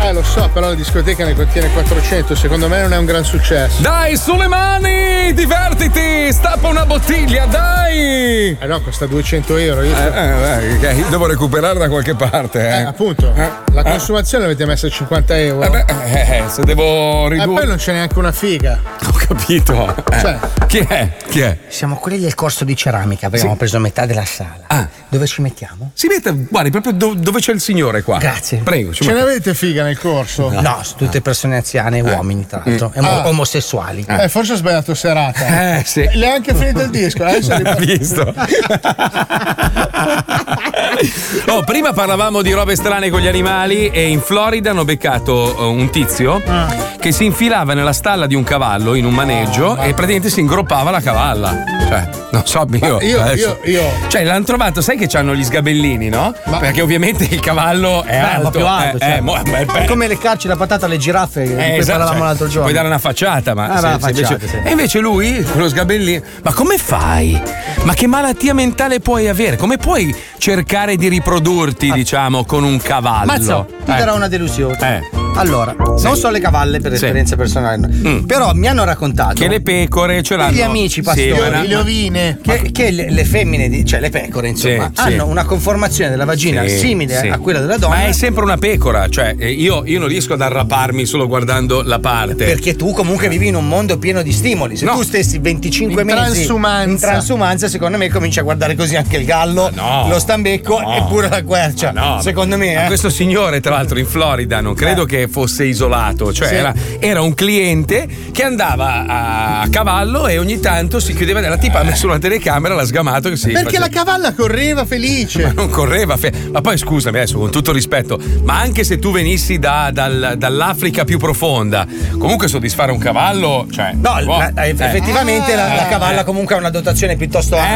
S5: Eh, lo so, però la discoteca ne contiene 400, secondo me non è un gran successo.
S3: Dai, sulle mani! Divertiti! Stappa una bottiglia, dai!
S5: Eh no, costa 200 euro. Io
S3: Eh, eh, eh, che devo recuperare da qualche parte, eh.
S5: Eh, appunto, la consumazione l'avete messa a 50 euro.
S3: Eh, eh, se devo
S5: E poi
S3: ridurre.
S5: non c'è neanche una figa.
S3: Ho capito. Eh.
S5: Cioè.
S3: Chi è? Chi è?
S27: Siamo quelli del corso di ceramica, avevamo preso metà della sala.
S3: Ah.
S27: Dove ci mettiamo?
S3: Si mette, guardi, proprio do- dove c'è il signore qua. Grazie. Prego, ci
S5: Ce
S3: metta.
S5: n'avete figa nel corso?
S27: No, sono tutte persone anziane, uomini tra l'altro,
S5: Mm.
S27: e mo-
S5: Ah.
S27: omosessuali.
S5: Eh, forse ho sbagliato serata.
S27: Eh, sì.
S5: Le è anche finito il disco, eh, adesso è ripartito. (laughs)
S3: visto. Oh, prima parlavamo di robe strane con gli animali e in Florida hanno beccato eh, un tizio che si infilava nella stalla di un cavallo in un maneggio e praticamente si ingroppava la cavalla. Cioè, non so, io,
S5: io-
S3: adesso-
S5: io- io-
S3: Cioè, l'hanno trovato, sai che hanno gli sgabellini, no? Perché ovviamente il cavallo è
S4: Beh, ma
S3: alto.
S4: più alto,
S3: eh,
S4: cioè.
S3: eh, mo- è bel-
S4: È come leccarci la patata alle giraffe di
S3: eh,
S4: cui
S3: esatto,
S4: parlavamo
S3: cioè,
S4: l'altro
S3: ci
S4: giorno.
S3: Puoi dare una facciata, ma.
S4: Ah,
S3: se-
S4: ma
S3: se
S4: facciate,
S3: invece-
S4: sì.
S3: E invece lui, con lo sgabellino. Ma come fai? Ma che malattia mentale puoi avere? Come puoi cercare di riprodurti, diciamo, con un cavallo?
S4: Ah. Mazzo, ti
S3: Eh.
S4: darò una delusione.
S3: Eh.
S4: Allora, non so le cavalle per
S3: Sì. Mm.
S4: esperienza personale, però mi hanno raccontato
S3: Che le pecore ce l'hanno.
S4: gli amici pastori,
S3: Sì, ma-
S5: ovine,
S4: che, che le, le femmine, di- cioè le pecore, insomma,
S3: Sì, sì.
S4: hanno una conformazione della vagina
S3: Sì,
S4: simile eh,
S3: sì.
S4: a quella della donna.
S3: Ma è sempre una pecora, cioè eh, io, io non riesco ad arraparmi solo guardando la parte.
S4: Perché tu comunque vivi in un mondo pieno di stimoli. Se
S3: No.
S4: tu stessi 25
S5: In
S4: mesi
S5: transumanza.
S4: in transumanza, secondo me comincia a guardare così anche il gallo,
S3: Ma no.
S4: lo stambecco
S3: No.
S4: e pure la quercia.
S3: Ma no.
S4: secondo
S3: Ma
S4: me, eh.
S3: questo signore, tra l'altro, in Florida non credo che fosse isolato, cioè
S4: Sì.
S3: era, era un cliente che andava a, a cavallo e ogni tanto si chiudeva nella tipa, ha
S4: Eh.
S3: messo una telecamera, l'ha sgamato. Che si
S5: Perché
S3: faceva-
S5: la cavalla correva felice.
S3: non correva, fe- ma poi scusami adesso con tutto il rispetto, ma anche se tu venissi da- dal- dall'Africa più profonda, comunque soddisfare un cavallo, cioè...
S4: No,
S3: boh,
S4: la-
S3: eh.
S4: effettivamente la, la
S3: Eh,
S4: cavalla
S3: eh.
S4: comunque ha una dotazione piuttosto ampia.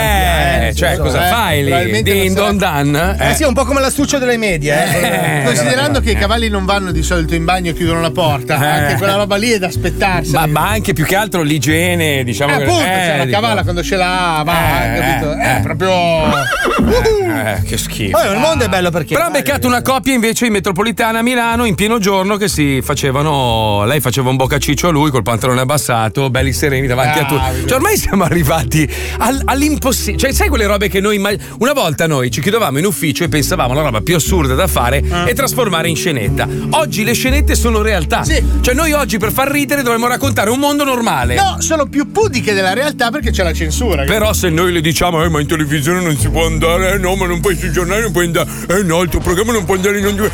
S3: Eh,
S4: nel
S3: cioè
S4: senso,
S3: cosa
S4: eh,
S3: fai lì?
S4: probabilmente non
S3: Din
S4: se-
S3: don dan?
S4: Eh, sì, è un po' come l'astuccio delle medie, eh.
S5: Considerando che i cavalli non vanno di solito in bagno e chiudono la porta,
S3: Eh.
S5: anche quella roba lì è da aspettarsi.
S3: Ma, ma anche più che altro l'igiene, diciamo...
S5: Eh,
S3: che-
S5: appunto,
S3: eh,
S5: cioè, la
S3: dico-
S5: cavalla quando ce l'ha, va,
S3: Eh,
S5: capito?
S3: eh,
S5: Eh, proprio.
S3: Eh, che schifo.
S4: Poi il mondo è bello perché.
S3: Però ha beccato una coppia invece in metropolitana a Milano in pieno giorno che si facevano. Lei faceva un boccaciccio a lui col pantalone abbassato, belli sereni davanti a tutti. Cioè, ormai siamo arrivati al- all'impossibile. Cioè, sai quelle robe che noi. immag- Una volta noi ci chiudevamo in ufficio e pensavamo alla roba più assurda da fare
S4: Ah.
S3: e trasformare in scenetta. Oggi le scenette sono realtà. Cioè, noi oggi per far ridere dovremmo raccontare un mondo normale.
S5: No, sono più pudiche della realtà perché c'è la censura.
S3: Però se noi le diciamo, eh, ma in televisione non si può andare, eh no, ma non puoi sui giornali, non puoi andare, eh no, il tuo programma non può andare in onda.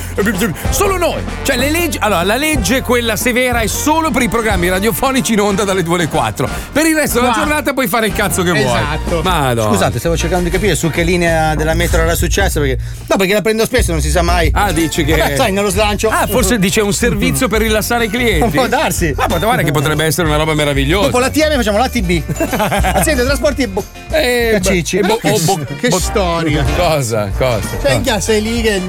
S3: Solo noi! Cioè le leggi. Allora, la legge quella severa è solo per i programmi radiofonici in onda dalle 2 alle 4. Per il resto della
S4: Qua. Esatto.
S3: giornata puoi fare il cazzo che vuoi. Ma
S4: Scusate, stavo cercando di capire su che linea della metro era successo. Perché... No, perché la prendo spesso, non si sa mai.
S3: Ah, dici che.
S4: Vabbè, sai, nello slancio.
S3: Ah, forse dice un servizio per rilassare i clienti.
S4: Può darsi.
S3: Ma può guarda che potrebbe essere una roba meravigliosa.
S4: Dopo la TM facciamo
S3: (laughs)
S4: la TB. Azienda trasporti e. Bo-
S3: Eh,
S4: Cicci.
S3: e bo-
S4: che
S3: oh, bo-
S5: che
S3: bo-
S5: storia.
S3: boh, Cosa? Cosa?
S5: Cioè, in casa sei lì che.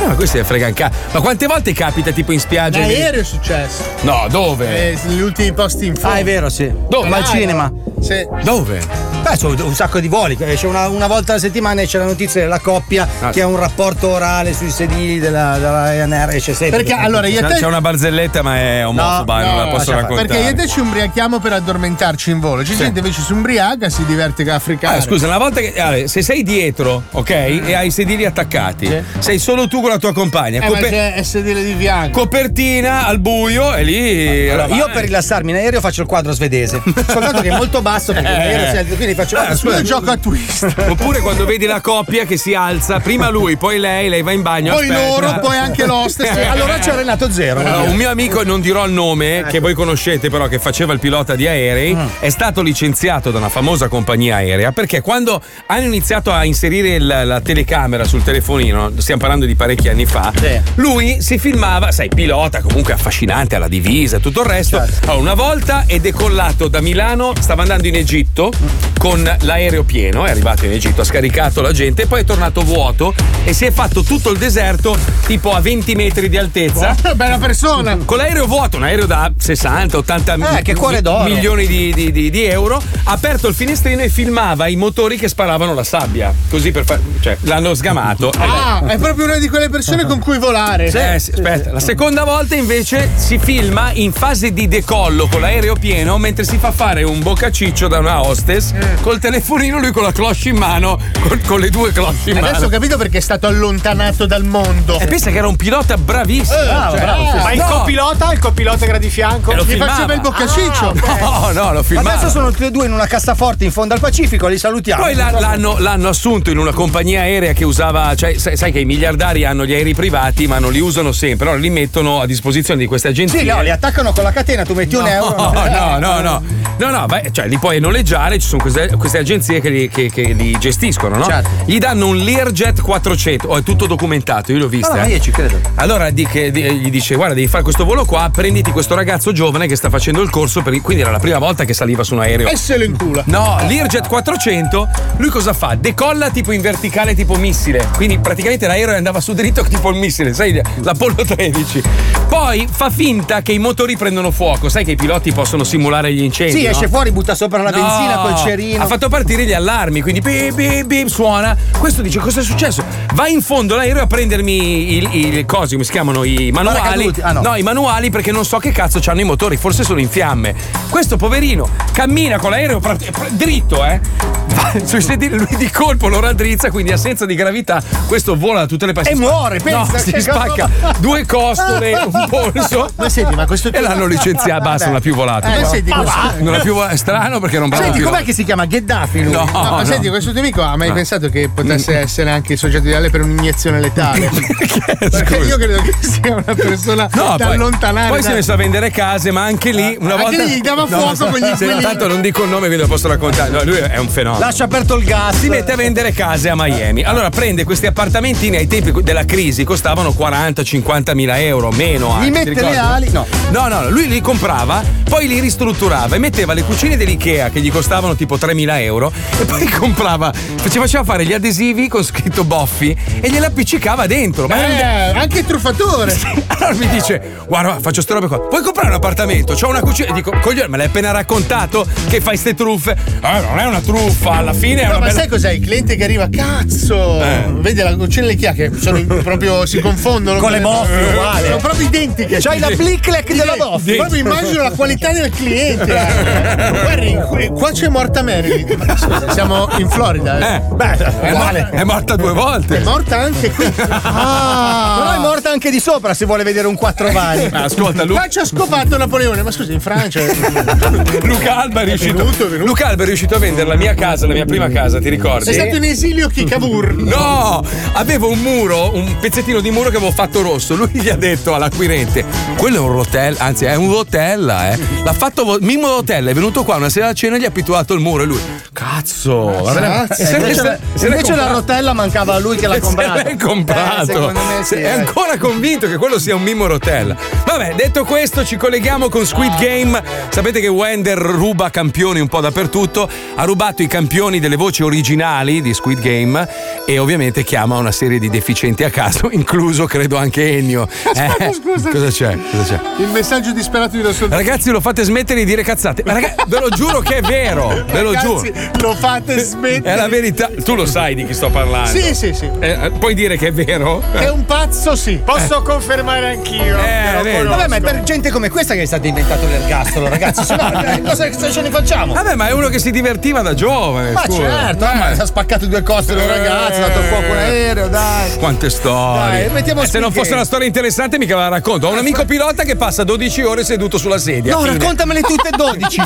S3: No, ma questo è frega un ca- Ma quante volte capita tipo in spiaggia?
S5: L'aereo è successo.
S3: No, dove?
S5: Eh, gli ultimi posti in fondo.
S4: Ah, è vero, sì.
S3: Dove?
S4: Ma al
S3: Ah,
S4: cinema.
S5: Sì.
S3: Dove?
S4: Beh, c'è un sacco di voli. eh, C'è una, una volta alla settimana c'è la notizia della coppia
S3: Ah,
S4: che ha un rapporto orale sui sedili della, della Ryanair. e C'è sempre.
S5: Perché, allora, io e
S3: c'è,
S5: te-
S3: c'è una barzelletta, ma è omofoba, non la posso raccontare.
S5: Perché io e te ci umbriachiamo per addormentarci in volo. C'è gente invece si umbriaca, si diverte che africano.
S3: Ah, scusa, una volta che. allora, se sei dietro, ok? E hai i sedili attaccati, sei solo tu con la tua compagna.
S5: Eh. Eh, ma
S3: cope-
S5: c'è sedile di fianco.
S3: copertina al buio e lì.
S4: Allora, io
S3: vai.
S4: per rilassarmi in aereo faccio il quadro svedese. Soltanto che è molto basso perché in aereo si alza, quindi faccio.
S3: Ah, Eh. scusa.
S4: Io
S5: gioco a twist.
S3: Oppure quando vedi la coppia che si alza, prima lui, poi lei, lei va in bagno.
S5: Poi
S3: aspetta. Eh,
S5: loro, poi anche l'hostess.
S4: allora c'è Renato Zero.
S3: Allora, un mio amico, non dirò il nome, che voi conoscete però, che faceva il pilota di aerei, è stato licenziato da una famosa compagnia aerea perché quando hanno iniziato a inserire il- la telecamera sul telefonino, stiamo parlando di parecchi anni fa, lui si filmava, sai, pilota comunque affascinante, alla divisa, tutto il resto. Allora, una volta è decollato da Milano, stava andando in Egitto con con l'aereo pieno, è arrivato in Egitto, ha scaricato la gente, poi è tornato vuoto e si è fatto tutto il deserto tipo a 20 metri di altezza.
S5: bella persona!
S3: Con l'aereo vuoto, un aereo da 60-80
S2: Eh, che cuore d'oro.
S3: milioni di, di- di- di euro, ha aperto il finestrino e filmava i motori che sparavano la sabbia. Così per fare. Cioè, l'hanno sgamato. e beh.
S5: Ah, è proprio una di quelle persone con cui volare.
S3: Sì, eh, sì, aspetta. La seconda volta invece si filma in fase di decollo con l'aereo pieno mentre si fa fare un boccaciccio da una hostess
S5: Eh.
S3: col telefonino lui con la cloche in mano, con, con le due cloche in mano.
S5: Adesso ho capito perché è stato allontanato dal mondo.
S3: E pensa che era un pilota bravissimo.
S5: Eh,
S3: cioè,
S5: bravo, sì,
S11: Ma
S5: sì.
S11: il
S5: No.
S11: copilota? Il copilota che era di fianco?
S3: E lo
S11: Gli
S3: filmava.
S11: faceva il
S5: boccaciccio.
S4: Ah,
S3: No, no, l'ho filmato.
S2: Adesso sono tutti e due in una cassaforte in fondo al Pacifico, li salutiamo.
S3: Poi la- l'hanno, l'hanno assunto in una compagnia aerea che usava, cioè, sai, sai che i miliardari hanno gli aerei privati, ma non li usano sempre, allora li mettono a disposizione di queste agenzie.
S2: Sì, no, li attaccano con la catena, tu metti un
S3: (laughs)
S2: euro.
S3: No, no, no, no. No, no, vai- cioè li puoi noleggiare, ci sono queste, queste agenzie che li, che- che li gestiscono, no?
S2: Certo.
S3: Gli danno un Learjet 400, oh, è tutto documentato, io l'ho visto.
S2: Ah, io ci credo.
S3: Allora di- che- di- eh, gli dice, guarda, devi fare questo volo qua, prenditi questo ragazzo giovane che sta facendo il corso, per, quindi era la prima volta che saliva su un aereo.
S2: Eh
S5: E se lo incula.
S3: No, l'Irjet 400, lui cosa fa? Decolla tipo in verticale tipo missile, quindi praticamente l'aereo andava su dritto (laughs) tipo il missile, sai, l'Apollo 13. Poi fa finta che i motori prendono fuoco, sai che i piloti possono simulare gli incendi.
S2: Sì,
S3: no?
S2: esce fuori, butta sopra la
S3: No,
S2: benzina col cerino.
S3: Ha fatto partire gli allarmi, quindi bip, bip, bip, suona. Questo dice cosa è successo? Va in fondo l'aereo a prendermi il, il cosi, come si chiamano i manuali.
S2: Paracaduti, ah, no.
S3: i manuali perché non so che cazzo c'hanno i motori, forse sono in fiamme. Questo poverino cammina con l'aereo pra- pra- dritto, eh. Va sui sedili, lui di colpo lo raddrizza, quindi assenza di gravità, questo vola da tutte le parti.
S5: E
S3: Si spa-
S5: muore, pensa,
S3: No,
S5: che
S3: si
S5: cosa-
S3: spacca due costole,
S5: (laughs)
S3: un polso.
S5: Ma senti, ma questo
S3: E
S5: (laughs)
S3: l'hanno licenziato, basta, non ha più volato.
S5: Eh,
S3: Ma-
S5: senti,
S3: ma
S5: questo-
S3: va. Non ha più volato, è strano perché non bravo
S5: Senti,
S3: più.
S5: com'è che si chiama Gheddafi lui?
S3: No,
S5: ma
S3: no. Mm.
S5: senti, questo tuo amico ha mai
S3: Ah.
S5: pensato che potesse essere anche il soggetto ideale per
S3: (laughs)
S5: un'iniezione letale? Perché io credo che sia una persona
S3: No,
S5: da
S3: poi,
S5: allontanare.
S3: poi si
S5: da-
S3: è messo a vendere case, ma anche lì una
S5: anche
S3: volta.
S5: lì gli dava fuoco
S3: so-
S5: con gli
S3: sì,
S5: inquilini.
S3: Tanto non dico il nome, quindi lo posso raccontare. No, lui è un fenomeno.
S2: Lascia aperto il gas.
S3: Si mette a vendere case a Miami. Allora prende questi appartamentini ai tempi della crisi, costavano 40-50 mila euro, meno. anche,
S2: Li
S3: ti
S2: mette
S3: ricordi?
S2: le ali- no.
S3: No, no, lui li comprava, poi li ristrutturava e metteva le cucine dell'IKEA che gli costavano tipo 3.000 euro e poi (laughs) comprava, ci faceva fare gli adesivi con scritto Boffi e gliela appiccicava dentro. Ma era un-
S5: Eh, anche
S3: (laughs)
S5: il truffatore.
S3: allora mi dice: Guarda, faccio ste robe qua. Vuoi comprare un appartamento? C'ho una cucina. E Dico, coglione, me l'hai appena raccontato che fai ste truffe. Eh, non è una truffa, alla fine è
S5: No,
S3: una
S5: ma
S3: bella.
S5: sai cos'è? Il cliente che arriva, cazzo!
S3: Eh.
S5: Vedi la cucina e le chiacchiere, sono proprio si confondono.
S3: Con le
S5: moffie,
S3: boffie, uguale.
S5: Sono proprio identiche.
S2: C'hai la
S5: blicklec
S2: della boffia.
S5: Proprio immagino la qualità del cliente. eh. Guardi, qui- qua c'è morta Marilyn. Ma scusa, siamo in Florida.
S3: Eh,
S5: Beh,
S3: è, morta, è morta due volte.
S5: È morta anche
S3: (laughs)
S5: qui.
S2: Però è
S5: Ah!
S2: morta anche di sopra se vuole vedere un quattro vani.
S3: Ma ascolta, Lu-
S5: Qua ci ha scopato Napoleone, ma scusi,
S3: (laughs)
S5: in Francia.
S3: Luca Alba è riuscito. Luca Alba è riuscito a vendere la mia casa, la mia prima casa, ti ricordi?
S5: Sei stato in esilio Kikavur.
S3: (laughs) No, avevo un muro, un pezzettino di muro che avevo fatto rosso. Lui gli ha detto all'acquirente: quello è un rotel, anzi, è un rotella, eh. L'ha fatto vo- Mimmo Rotella, è venuto qua una sera a cena e gli ha abituato il muro. E lui. Cazzo! vabbè."
S2: Grazie.
S3: E se-
S2: invece,
S3: se- se l'è
S2: invece la
S3: comprato.
S2: rotella mancava a lui che l'ha
S3: (laughs) Se
S2: comprata.
S3: l'è comprato.
S2: Eh, secondo me sì,
S3: Se- è
S2: eh.
S3: ancora convinto che quello sia un Mimmo Rotella. Vabbè, detto questo, ci colleghiamo con Squid Game. Sapete che Wender ruba campioni un po' dappertutto. Ha rubato i campioni delle voci originali di Squid Game e ovviamente chiama una serie di deficienti a caso, (laughs) incluso credo anche
S2: (laughs)
S3: Ennio. Eh,
S5: scusa.
S3: Cosa c'è? Cosa c'è?
S5: Il messaggio disperato di nostro
S3: Ragazzi, lo fate smettere di dire cazzate. Ma raga- ve lo giuro che è vero, ve lo giuro.
S5: Lo fate smettere.
S3: È la verità. Tu lo sai di chi sto parlando.
S5: Sì, sì, sì.
S3: Eh, puoi dire che è vero?
S5: È un pazzo, sì.
S11: Posso confermare anch'io.
S3: Eh,
S11: che lo
S3: vedi.
S11: conosco.
S2: Eh. Vabbè, ma è per gente come questa che è stato inventato l'ergastolo, ragazzi. Se no, eh, cosa, cosa ce ne facciamo?
S3: Vabbè, ma è uno che si divertiva da giovane.
S2: Ma
S3: scusa.
S2: certo,
S3: Eh,
S2: ma si è spaccato due costole un ragazzo, ha dato fuoco un aereo, dai.
S3: Quante storie.
S2: Dai, mettiamo
S3: Eh, se
S2: Squid
S3: non fosse
S2: Game.
S3: una storia interessante, mica la racconto. Ho un amico pilota che passa 12 ore seduto sulla sedia.
S2: No,
S3: Fine. Cioè,
S2: raccontamele tutte e
S3: (laughs)
S2: 12.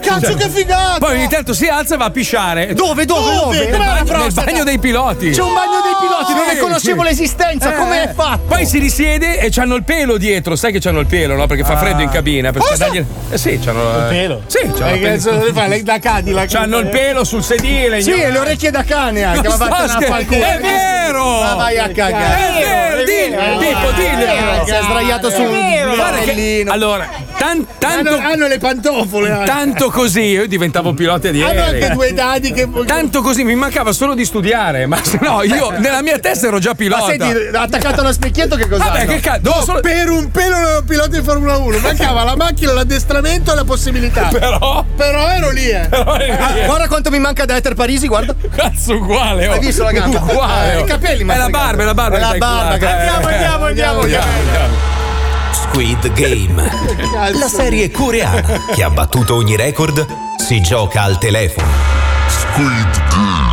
S2: Cazzo che figata!
S3: Poi ogni tanto si alza e va a pisciare.
S2: Dove, dove, dove?
S3: Nel
S2: Brava,
S3: bagno, nel
S2: prostata.
S3: bagno dei piloti.
S2: C'è un bagno dei piloti, non
S3: Sì,
S2: ne conoscevo
S3: sì. Eh.
S2: l'esistenza, come è fatto?
S3: Poi si risiede e c'hanno il pelo dietro. Sai che c'hanno il pelo, no? Perché fa freddo in cabina. Perché
S2: Ah. Cosa?
S3: dagli- eh sì, c'hanno il
S5: pelo? Eh,
S3: Sì, c'hanno il
S5: Che
S3: pelo.
S5: cazzo deve fare? Lei Da Cadillac.
S3: C'hanno il pelo sul sedile.
S2: Sì,
S3: gno-
S2: e le orecchie da cane anche,
S3: Non
S2: ma
S3: so
S2: vattene a
S3: scher-
S2: far culo.
S3: È vero, vero!
S5: Ma vai a cagare.
S3: È vero,
S5: È vero,
S3: dillo,
S5: è
S3: Pippo,
S5: vero.
S3: dillo!
S5: Si è sdraiato su un
S3: Guarda che- Allora, tan- tanto... Hanno,
S5: le pantofole! anche.
S3: Tanto così io diventavo pilota di
S5: eh. Hanno
S3: aerei.
S5: anche due dadi che
S3: Tanto così mi mancava solo di studiare, ma (laughs) se no io nella mia testa ero già pilota.
S5: Ma senti, attaccato allo specchietto che cos'ha?
S3: Vabbè, che cazzo,
S5: No, Per un pelo non ero pilota di Formula 1, mancava la macchina, l'addestramento e la possibilità.
S3: (laughs) Però?
S5: Però ero lì, eh.
S3: Però eri lì, eh.
S5: Ah, guarda quanto mi manca da Ether Parisi, guarda.
S3: Cazzo uguale, oh.
S5: Hai visto la gamba?
S3: Uguale,
S5: Eh,
S3: oh.
S5: I capelli,
S3: È
S5: ma
S3: la barba, è la barba che
S5: La
S3: t'hai
S5: barba,
S3: culato,
S5: cazzo.
S3: eh.
S5: andiamo, andiamo, andiamo.
S13: Squid Game.
S5: Cazzo.
S13: La serie coreana che ha battuto ogni record si gioca al telefono. Squid Game.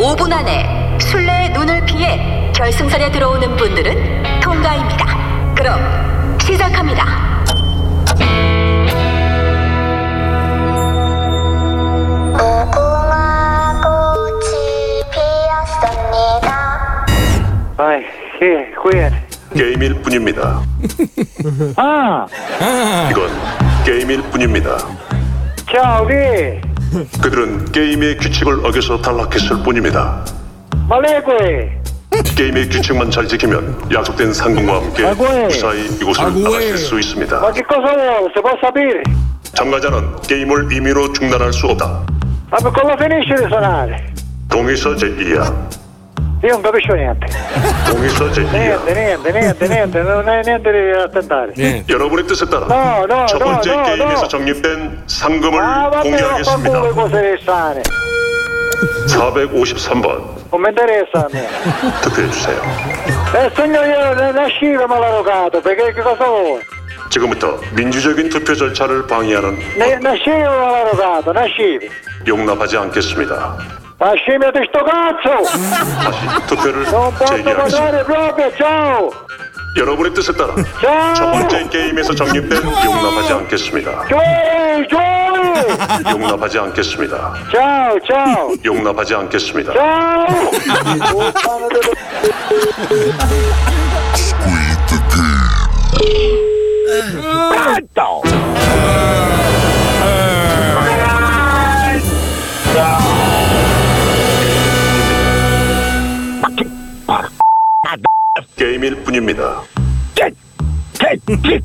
S19: 5분 안에 술래의 눈을 피해 결승선에 들어오는 분들은 통과입니다. 그럼 시작합니다.
S25: 아, 예, 구엔.
S28: 게임일 뿐입니다.
S25: 아,
S28: 이건 게임일 뿐입니다.
S25: 자, 우리
S28: 그들은 게임의 규칙을 어겨서 탈락했을 뿐입니다.
S25: 말레고에
S28: 게임의 규칙만 잘 지키면 약속된 상금과 함께
S25: 아고에.
S28: 무사히 이곳을
S25: 아고에.
S28: 나가실 수 있습니다.
S25: 어디 cosa se può sapere?
S28: 참가자는 게임을 임의로 중단할 수 없다.
S25: Ma per cosa finisce di suonare?
S28: 동의서 제2야.
S25: Io non capisco niente.
S28: 동의서 제2야.
S25: Niente, niente, niente, (laughs) niente, non è niente da attentare.
S28: 여러분의 뜻에 따라
S25: No, no,
S28: 첫
S25: no,
S28: 번째
S25: no,
S28: 게임에서
S25: no.
S28: 적립된 상금을
S25: Ah, vabbè, ma fa
S28: 공개하겠습니다. 아,
S25: pure cose strane.
S28: 453번
S25: Non mi interessa a me.
S28: 투표해주세요.
S25: E se no io ne- nascivo maleducato, perché che cosa vuoi?
S28: 지금부터 민주적인 투표 절차를 방해하는
S25: Ne- Nascivo maleducato, nascivo.
S28: 용납하지 않겠습니다.
S25: Ma scimmia di sto cazzo!
S28: (laughs) 다시 투표를
S25: Non posso
S28: 재개하겠습니다.
S25: votare proprio, ciao!
S28: 여러분의 뜻에 따라 첫 번째 게임에서 적립된 용납하지 않겠습니다.
S25: Giù, giù!
S28: 용납하지 않겠습니다.
S25: Ciao, ciao!
S28: 용납하지 않겠습니다.
S25: Ciao!
S22: Tanto!
S28: 게임일 뿐입니다.
S22: Chi,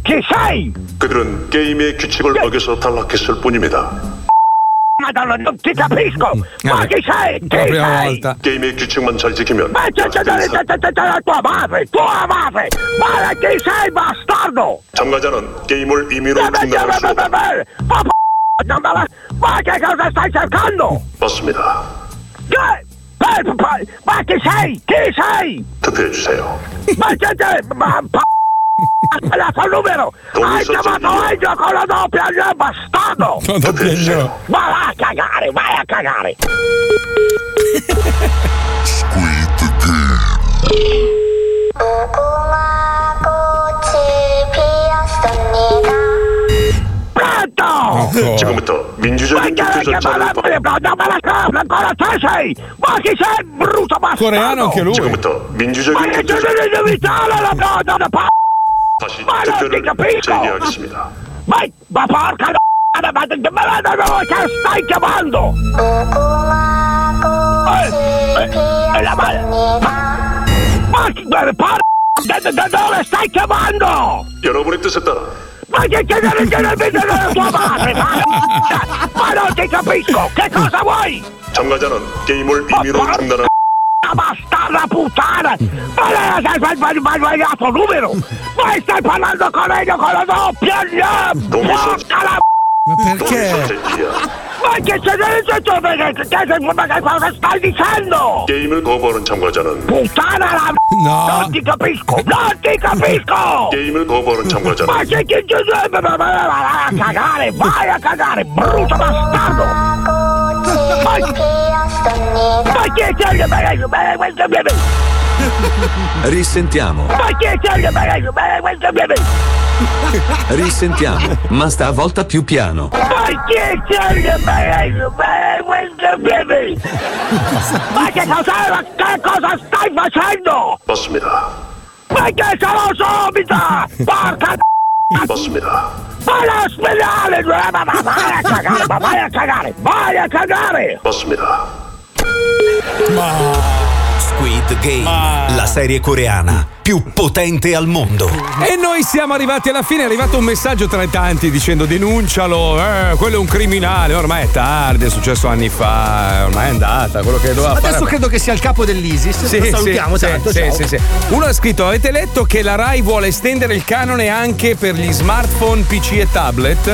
S22: chi sei?
S28: 그들은 게임의 규칙을 어겨서 탈락했을 뿐입니다.
S22: Madonna, non ti capisco! Ma chi sei? Chi sei?
S28: 게임의 규칙만 잘 지키면
S22: Ma c'è, c'è, c'è, c'è, c'è, c'è, c'è la tua madre! Tua madre! Ma chi sei, bastardo?
S28: 참가자는 게임을 임의로
S22: Beh, beh,
S28: 중단할 수
S22: beh, beh,
S28: 없다.
S22: beh, beh. Ma p- non me la- Ma che cosa stai cercando?
S28: 맞습니다.
S22: Che? Eh, p- p- Ma chi sei? Chi sei?
S28: 투표해주세요.
S22: Ma c'è, c'è, ma p- la fa il numero! Hai chiamato Angelo con la doppia, eh, bastardo!
S28: 투표해주세요.
S22: Ma vai a cagare, vai a cagare!
S28: 지금부터 민주적인 투표 절차를
S22: Ma chi sei, brutto bastardo?
S28: 지금부터
S22: Ma
S28: 민주적인
S22: che
S28: 투표
S22: c'è
S28: 절차를
S22: di vitale, la madonna, la p-
S28: 다시
S22: Ma non ti
S28: 투표를
S22: capisco!
S28: 재개하겠습니다.
S22: Ma, ma porca d***a, ma, ma, ma, ma, ma, ma che stai chiamando? Eh, eh, eh, la- ma, ma, ma, che- ma, porca da, da, da dove stai chiamando?
S28: 여러분의 뜻에 따라
S22: Ma che c'è nel televisore della tua madre? Ma, ma- ma non ti capisco! Che cosa vuoi?
S28: 참가자는 게임을 임의로 중단한
S22: Bastarda puttana! Ma lei ha sempre sbagli- ma- sbagliato numero! Ma stai parlando con Elio con la doppia! no! Porca la
S28: 마 동의서 제2야.
S22: Ma che c'è nel senso che che- che- ma che cosa stai dicendo?
S28: 게임을 거부하는 참가자는
S22: Puttana la Non ti capisco! Non ti capisco!
S28: 게임을 거부하는
S22: Ma
S28: 참가자는
S22: che che che ma- ma- ma- ma- ma- a cagare, vai a cagare, brutto bastardo! Ma ma che c'è? Ma ma- ma- ma- ma-
S29: Risentiamo,
S22: Ma che c'è? Ma- ma- ma- ma- ma- ma-
S29: risentiamo, ma stavolta più piano.
S22: Ma che c'è? Ma- ma- ma- ma- Ma che cosa, che cosa stai facendo?
S28: 맞습니다.
S22: Ma che sarò subito! Porca
S28: 맞습니다.
S22: Vai all'ospedale! Ma- ma- ma- Vai a cagare! ma Vai a cagare! Vai a cagare!
S28: 맞습니다.
S22: Ma...
S13: Squid Game, la serie coreana più potente al mondo.
S3: E noi siamo arrivati alla fine, è arrivato un messaggio tra i tanti dicendo denuncialo, eh, quello è un criminale, ormai è tardi, è successo anni fa, ormai è andata, quello che doveva
S4: Adesso
S3: fare.
S4: credo che sia il capo dell'ISIS. Lo salutiamo
S3: sì,
S4: tanto.
S3: sì,
S4: ciao.
S3: sì, sì. Uno ha scritto: Avete letto che la Rai vuole estendere il canone anche per gli smartphone, PC e tablet?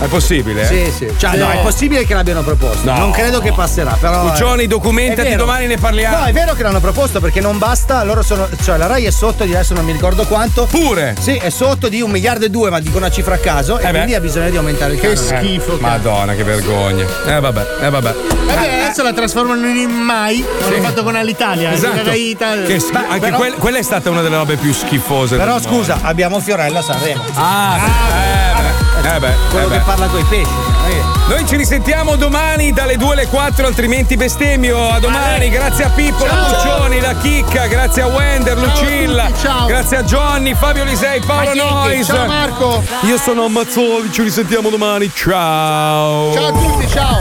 S3: È possibile? eh?
S2: Sì, sì. Cioè, no, è possibile che l'abbiano proposto.
S3: No.
S2: Non credo che passerà, però. eh,
S3: Cuccioni, documentati,
S2: è vero.
S3: domani ne parliamo.
S2: No, è vero che l'hanno proposto perché non basta. Loro sono. Cioè, la Rai è sotto di adesso non mi ricordo quanto.
S3: Pure! Eh
S2: Sì, è sotto di un miliardo e due, ma dico una cifra a caso. e
S3: beh.
S2: quindi ha bisogno di aumentare il canone.
S3: Eh, Madonna, che vergogna. Eh, vabbè, eh, vabbè.
S5: Vabbè, adesso la trasformano in mai. L'hanno fatto con all'Italia.
S3: Esatto.
S5: Era Italia.
S3: Che schi-
S5: Beh,
S3: anche
S5: però-
S3: quel- quella è stata una delle robe più schifose.
S2: Però
S3: del mondo.
S2: scusa, abbiamo Fiorella a Sanremo.
S3: Ah, eh beh,
S2: quello
S3: eh beh.
S2: che parla coi eh. pesci.
S3: Noi ci risentiamo domani dalle 2 alle 4, altrimenti bestemmio. A domani, grazie a Pippo, la Cuccioni, la Chicca, grazie a Wender, Lucilla, grazie a Johnny, Fabio Lisei, Paolo
S5: Machetti,
S3: Nois.
S5: ciao Marco.
S3: Io sono Ammazzoli, ci risentiamo domani. Ciao.
S5: Ciao a tutti, ciao.